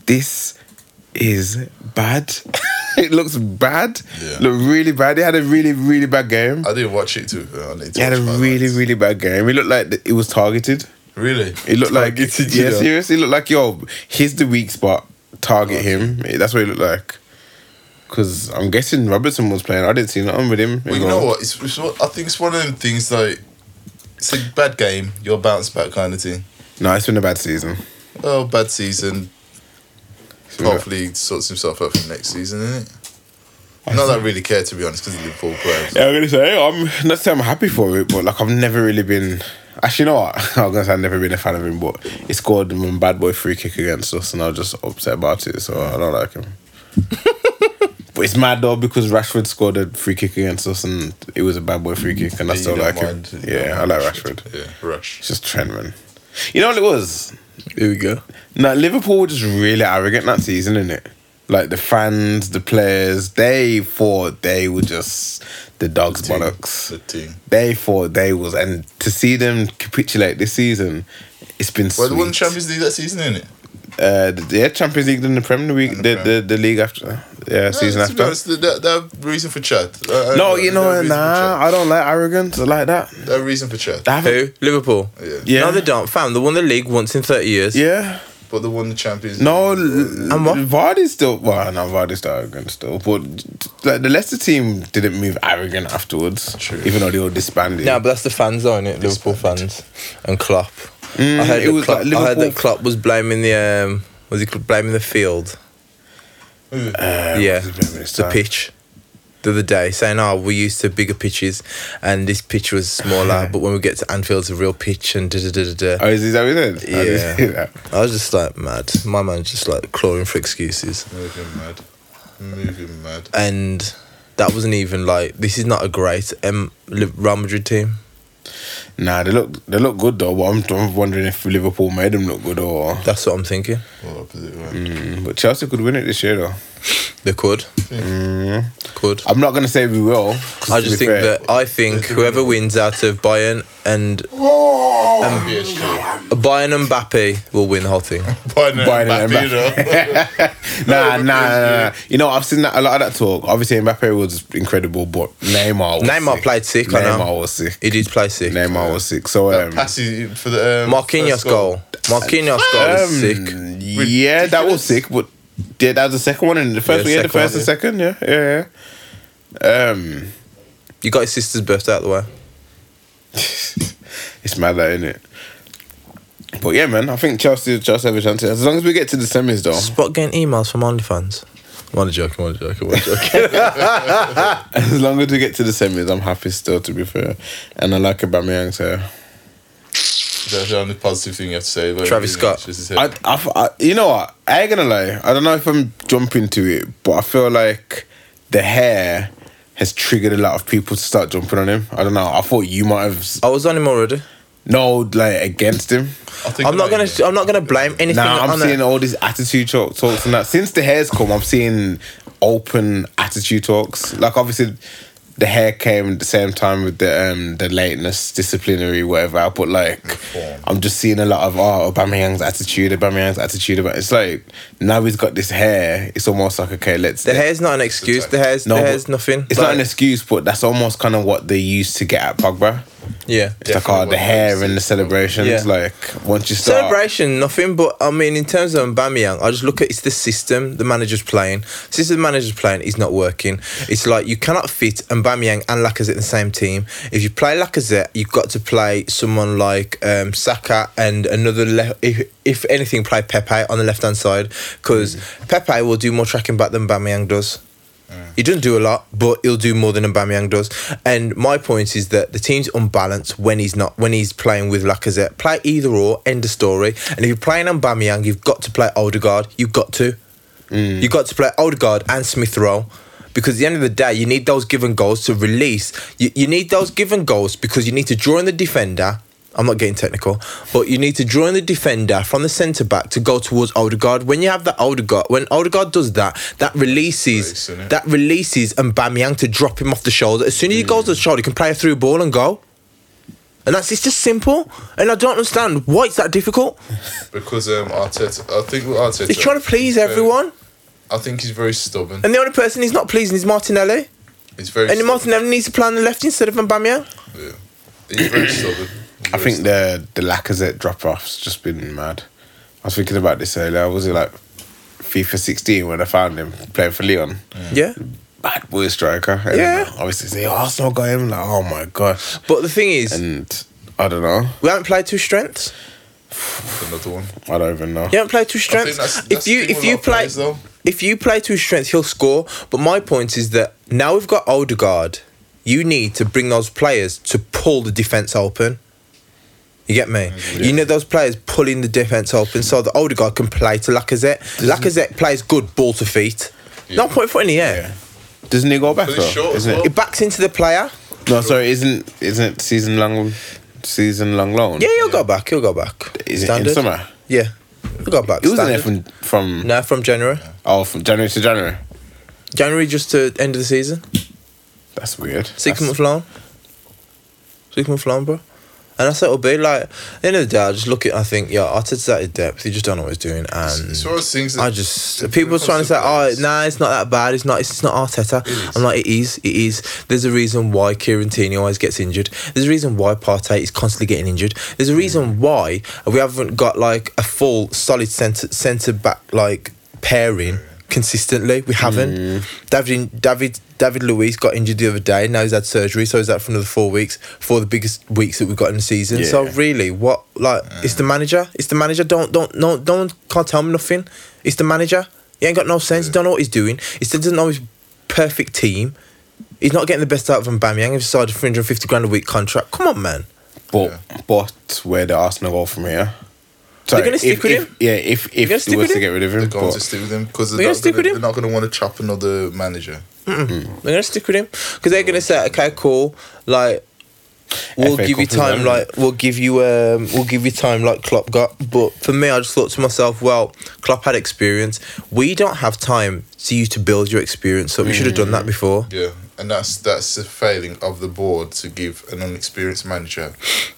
this is bad. (laughs) it looks bad. Yeah. Look really bad. They had a really, really bad game. I didn't watch it too. I need He to had a watch really, highlights. really bad game. He looked like th- it was targeted. really. It looked like Targeted, you yeah, know. seriously, it looked like yo, here's the weak spot. target him. Eh, That's what it looked like. Because I'm guessing Robertson was playing. I didn't see nothing with him. Well, you know what? It's, it's, one- I think it's one of them things like it's a bad game, you'll bounce back kind of thing. No, it's been a bad season. Well, bad season. It's been a- Hopefully, he sorts himself out for next season, isn't it? Not that I really care to be honest, because Liverpool players. Yeah, I'm gonna say I'm not saying I'm happy for it, but like I've never really been. Actually, you know what? (laughs) I was gonna say I've never been a fan of him, but he scored a bad boy free kick against us, and I was just upset about it. So I don't (laughs) like him. but it's mad though because Rashford scored a free kick against us, and it was a bad boy free kick, and I You still don't like mind, him. you don't Yeah, I mind like Rashford. Yeah, Rush. It's just trend, man. You know what it was? Here we go. No, Liverpool were just really arrogant that season, innit? Like the fans, the players, they thought they were just the dogs team. bollocks The team. they thought they was and to see them capitulate this season it's been Well, sweet. they won the Champions League that season, innit? uh, the- yeah Champions League then the Premier League And the, the the, the, league after yeah season Yeah, to be after honest, that, that reason for Uh, chat. no you know nah I don't like arrogance I like that That reason for chat. I haven't- Who? Liverpool. Yeah. Yeah. No, they don't. Fam, they won the league once in 30 years. yeah But they won the Champions no League. and what? Vardy's still well no Vardy's still arrogant still but like the Leicester team didn't move arrogant afterwards True. even though they were disbanded No, but that's the fans, though, innit? Liverpool fans and Klopp. I heard Mm, it that was Klopp, like I heard that Liverpool- Klopp was blaming the um, was he blaming the field? yeah, was blaming his the side. pitch the other day, saying, "Oh, we used to bigger pitches, and this pitch was smaller, but when we get to Anfield, it's a real pitch." And da da da da oh da. is, is that what it is? I didn't see Yeah, that. I was just like mad. My man's just like clawing for excuses, Moving mad. Moving mad. and that wasn't even like this is not a great um, Li- Real Madrid team. Nah, they look they look good though. But I'm, I'm wondering if Liverpool made them look good or. That's what I'm thinking. What opposite way? Mm, but Chelsea could win it this year though. They could, could. I'm not gonna say we will. 'cause I Mm-hmm. to just be think fair- that I think whoever wins out of Bayern and Oh, Bayern and Mbappe will win the whole thing. Biden, Biden and Mbappe, you know? (laughs) Nah, nah, No, nah, nah. because- You know, I've seen that, a lot of that talk. Obviously, Mbappe was incredible, but Neymar. Was Neymar sick. played sick, I know. Neymar was sick. He did play sick. Neymar was sick. So (laughs) um, Pass is- for the um, Marquinhos first goal. goal. Marquinhos goal is sick. um, Yeah, that was sick. But yeah, that was the second one and the first. Yeah, Yeah, the second first one, and second. Yeah, yeah. yeah. Um, You got his sister's birthday out the way. It's mad that, isn't it? But yeah, man, I think Chelsea Chelsea have a chance. As long as we get to the semis, though, (laughs) Spot getting emails from OnlyFans. I'm only joking, I'm only joking, I'm only joking. as long as we get to the semis, I'm happy still. To be fair, and I like Aubameyang. So That's the only positive thing you have to say about Travis him, Scott. it's just his I, head. I, I, you know what? I ain't gonna lie. I don't know if I'm jumping to it, but I feel like the hair has triggered a lot of people to start jumping on him. I don't know. I thought you might have s- (laughs) I was on him already. no like against him. I think I'm not gonna about it. I'm not gonna blame anything Now I'm on seeing it. all these attitude talk, talks and that. Since the hair's come, I'm seeing open attitude talks. Like obviously, the hair came at the same time with the um the lateness, disciplinary, whatever. But like, I'm just seeing a lot of oh, Aubameyang's attitude, Aubameyang's attitude. About it's like now he's got this hair. It's almost like okay, let's The hair's not an excuse, the hair's No, the but hair's nothing. It's not an excuse, but that's almost kind of what they used to get at Pogba. Yeah. It's like oh, Definitely the what hair they and the celebrations. Yeah. Like once you start. Celebration, nothing. But I mean, in terms of Aubameyang, I just look at it's the system the manager's playing. Since the manager's playing, he's not working. It's like you cannot fit Aubameyang and Lacazette in the same team. If you play Lacazette, you've got to play someone like um, Saka and another. Le- if, if anything, play Pepe on the left hand side because Pepe will do more tracking back than Aubameyang does. He doesn't do a lot, but he'll do more than Aubameyang does. And my point is that the team's unbalanced when he's not when he's playing with Lacazette. Play either or, end of story. And if you're playing Aubameyang, you've got to play Odegaard. You've got to. You've got to play Odegaard and Smith Rowe. Because at the end of the day, you need those given goals to release. You, you need those given goals because you need to draw in the defender. I'm not getting technical, but you need to draw in the defender from the centre back to go towards Odegaard. When you have that Odegaard, when Odegaard does that, that releases Release, innit? that releases and Bamyang to drop him off the shoulder. As soon as he goes to the shoulder, he can play a through ball and go. And that's it's just simple. And I don't understand why it's that difficult. because um, Arteta. I think with Arteta. He's trying to please um, everyone, I think he's very stubborn. and the only person he's not pleasing is Martinelli. He's very. And stubborn. Martinelli needs to play on the left instead of Bamyang. Yeah. He's very stubborn. I think the the Lacazette drop off's just been mad. I was thinking about this earlier. Was it like FIFA 16 when I found him playing for Leon. Yeah. Bad boy striker. And Yeah. Obviously, say Arsenal got him. Like, oh my gosh. But the thing is, And I don't know. we haven't played two strengths. Another one. I don't even know. You haven't played two I strengths. think that's, if that's you the if thing with you our play players, though. if you play two strengths, he'll score. But my point is that now we've got Odegaard. You need to bring those players to pull the defense open. You get me? You need those players pulling the defense open so that Odegaard can play to Lacazette. Lacazette plays good ball to feet. No point foot in the air. Doesn't he go back But he's though? short as Isn't well. It backs into the player. it? No, sorry. Isn't isn't season long season long loan? Yeah, he'll go back. He'll go back. Is it Standard. in summer? Yeah, he'll go back. It wasn't there Standard. from from No, from January. oh from January to January. January just to end of the season. That's weird. That's- Six month long. Six month long, bro. And that's it'll be like at the end of the day, I just look at I think, yeah, Arteta's out of depth, he just don't know what he's doing and It's one of those things that I just It's people when are it trying to comes say, to "Oh, players- nah, it's not that bad. It's not. It's, it's not Arteta." is. I'm like, "It is. It is." There's a reason why Kieran Tierney always gets injured. There's a reason why Partey is constantly getting injured. There's a reason why we haven't got like a full solid centre centre back like pairing consistently. We haven't. David David David Luiz got injured the other day. Now he's had surgery, so he's out for another four weeks. Four of the biggest weeks that we've got in the season. So Yeah. really, what like it's the manager. It's the manager. Don't don't no no one can't tell him nothing. It's the manager. He ain't got no sense. Don't know what he's doing. He still doesn't know his perfect team. He's not getting the best out of Aubameyang. He's signed a three hundred fifty grand a week contract. Come on, man. But but where the Arsenal go from here? Sorry, gonna stick if, with if, him? Yeah, if gonna if stick they was with to him? get rid of They're him, going to but stick with him because We're they're, gonna stick with him. they're not going to want to chop another manager. They're gonna stick with him because they're gonna say, okay, cool, like we'll FA give you Cup as well, time, isn't like we'll give you, um, we'll give you time, like Klopp got. But for me, I just thought to myself, well, Klopp had experience. We don't have time to you to build your experience, so we should have done Mm. that before. Yeah, and that's that's the failing of the board to give an unexperienced manager.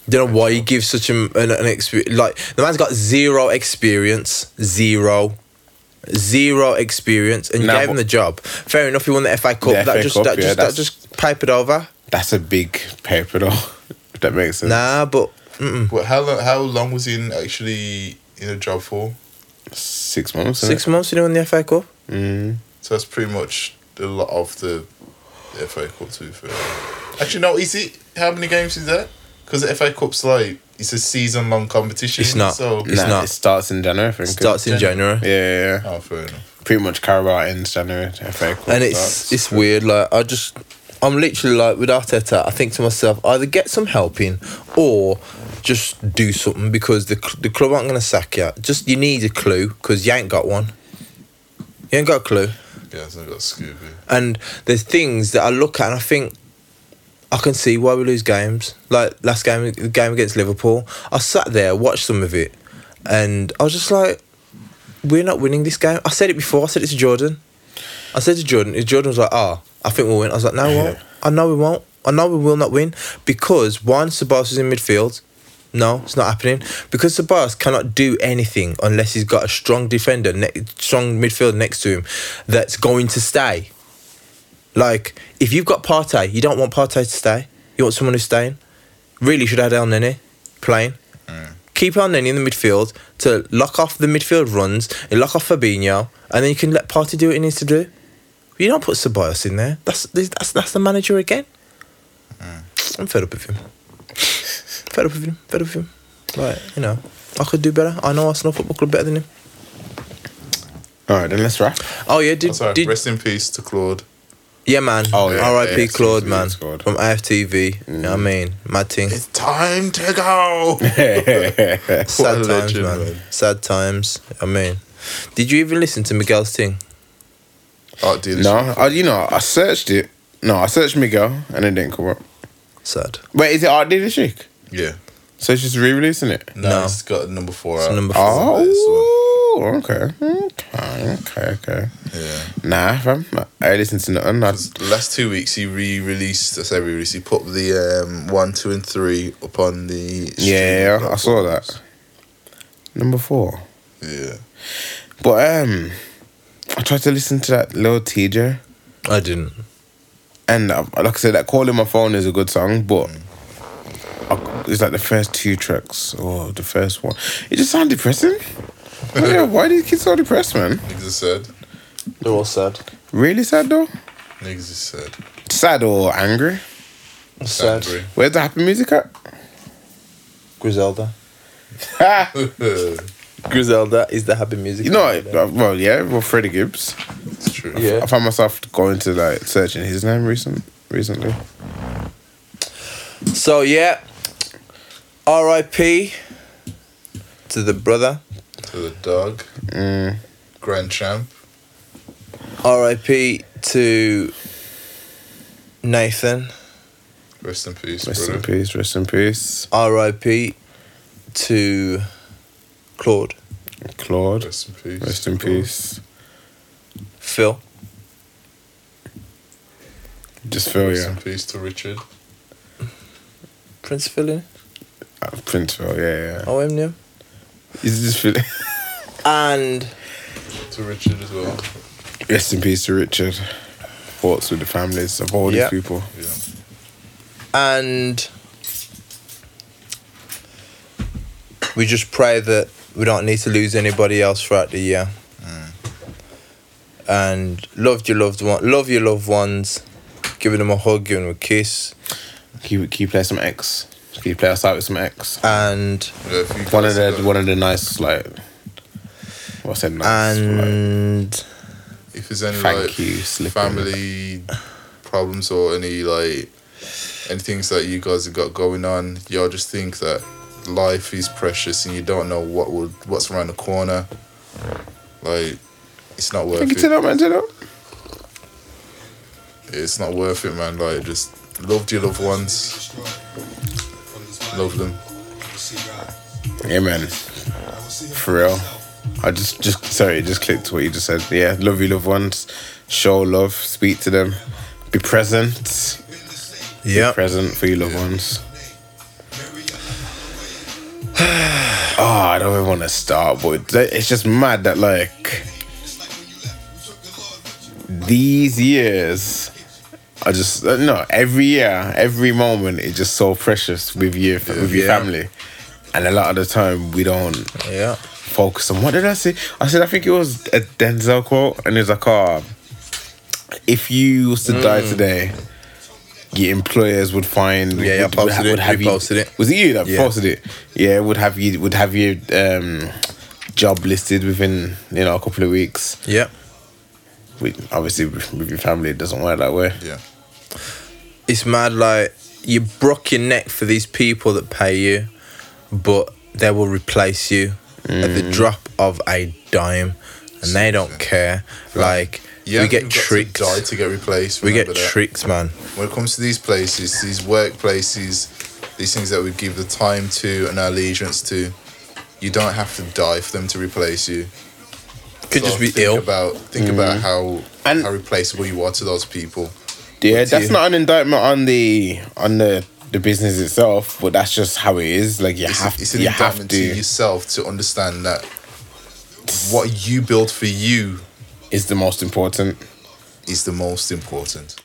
Don't know why you give such an an, an experience. Like the man's got zero experience, zero. Zero experience, and you Nah, gave him but- the job. Fair enough, he won the FA Cup. The that FA just Cup, that yeah, just that that's- just papered over. that's a big paper though. (laughs) if that makes sense. Nah, but mm-mm. But how long, how long was he in actually in a job for? Six months. isn't six it? months you know in the FA Cup. Mm. So that's pretty much a lot of the FA Cup. To be fair, actually, no. Is it how many games is that? Because the FA Cup's like it's a season long competition. It's not. So It's nah, not. It starts in January. I think. starts in January. Yeah, yeah, yeah. oh, fair enough. Pretty much Carabao ends January. FA Cup And it's starts. it's weird. Like I just, I'm literally like with Arteta. I think to myself, either get some help in, or just do something because the cl- the club aren't gonna sack you. Just you need a clue because you ain't got one. You ain't got a clue. Yeah, so I got Scooby. And there's things that I look at and I think I can see why we lose games. Like last game, the game against Liverpool, I sat there watched some of it, and I was just like, "We're not winning this game." I said it before. I said it to Jordan. I said to Jordan, and Jordan was like, "Ah, I think we'll win." I was like, "No, we won't. I know we won't. I know we will not win because one, Sabas is in midfield. No, it's not happening because Sabas cannot do anything unless he's got a strong defender, ne- strong midfield next to him that's going to stay." Like, if you've got Partey, you don't want Partey to stay. You want someone who's staying. Really should have El Nene playing. Keep El Nene in the midfield to lock off the midfield runs and lock off Fabinho, and then you can let Partey do what he needs to do. You don't put Ceballos in there. That's that's that's the manager again. I'm fed up with him. fed up with him. Fed up with him. Like you know, I could do better. I know Arsenal Football Club better than him. all right. Then let's (laughs) wrap. Oh yeah, Oh, did sorry, did rest in peace to Claude. yeah man. Oh, yeah, R.I.P. AFTV Claude man squad. from AFTV. You know what I mean, mad thing. It's time to (laughs) go. Sad What a times, legend, man. man. Sad times. I mean, did you even listen to Miguel's thing? Art dealership. no, I, you know I searched it. No, I searched Miguel and it didn't come up. Sad. Wait, is it Art Dealership? Yeah. So she's re-releasing it. No, No. it's got number four It's out. number four. Oh. Oh, okay, okay, okay, okay. Yeah. Nah, fam. I listen to nothing. I, 'Cause the last two weeks he re-released. I say re-released. He put the um, one, two, and three up on the. yeah, streaming I saw platforms. that. Number four. Yeah. But um, I tried to listen to that little TJ, I didn't. and uh, like I said, that calling my phone is a good song, but I- it's like the first two tracks or the first one. It just sounded depressing. yeah, why are these kids so depressed, man? Niggas is sad. They're all sad. Really sad though? Niggas is sad. Sad or angry? Sad. Angry. (laughs) Where's the happy music at? (laughs) Griselda. Ah, Griselda is the happy music. you know, uh, well, yeah, well, Freddie Gibbs. it's true. I Yeah. found myself going to like searching his name recent recently. So yeah, R.I.P. to the brother. To the dog. Mm. Grand champ. R.I.P. to Nathan. Rest in peace, Rest in brother. peace. Rest in peace, R.I.P. to Claude. Claude. Rest in peace. Rest in peace. Phil. Just Phil, Rest Oh, yeah. in peace to Richard. Prince Phil. innit? Uh, Prince Phil, yeah, yeah. Oh, him new. Is just Phil. And To Richard as well. (laughs) Rest in peace to Richard. Thoughts with the families of all Yeah. these people. Yeah. and we just pray that we don't need to lose anybody else throughout the year. Mm. And love your loved one, love your loved ones, giving them a hug, giving them a kiss, Can you, can you play some X? Can you play us out with some X? and yeah if you One of guys the got- one of the nice like what's that nice like, and if there's any Thank like you, Slipper. family problems or any like any things that you guys have got going on, y'all just think that life is precious and you don't know what will what's around the corner. Like it's not worth Thank you to it. that man, to that. It's not worth it, man. Like just love your loved ones, love them. Yeah man. For real. I just just sorry, just clicked what you just said. Yeah, love your loved ones, show love, speak to them, be present. yeah, Present for your loved ones. (sighs) Oh, I don't even want to start, but th- it's just mad that like these years are just uh, no every year, every moment is just so precious with your with your Yeah. family, and a lot of the time we don't yeah, focus on what did I say? I said I think it was a Denzel quote, and it was like, "Oh, if you was to die today, your employers would find Yeah, yeah, would, I posted would, it. would have You you posted it. Was it you that Yeah. posted it? Yeah, would have you would have your um, job listed within you know a couple of weeks. yeah. We, obviously, with with your family, it doesn't work that way. Yeah. It's mad, like you broke your neck for these people that pay you, but they will replace you at Mm. the drop of a dime, and they don't care. Like Yeah, we get you've got to tricked. die to get replaced. We get remember that. tricked, man. when it comes to these places, these workplaces, these things that we give the time to and our allegiance to, you don't have to die for them to replace you. Could So just be think ill. About think about how And- how replaceable you are to those people. Yeah, What do that's you- not an indictment on the on the the business itself, but that's just how it is. Like you It's, have it's to, an you have indictment to to yourself to understand that what you build for you is the most important. is the most important.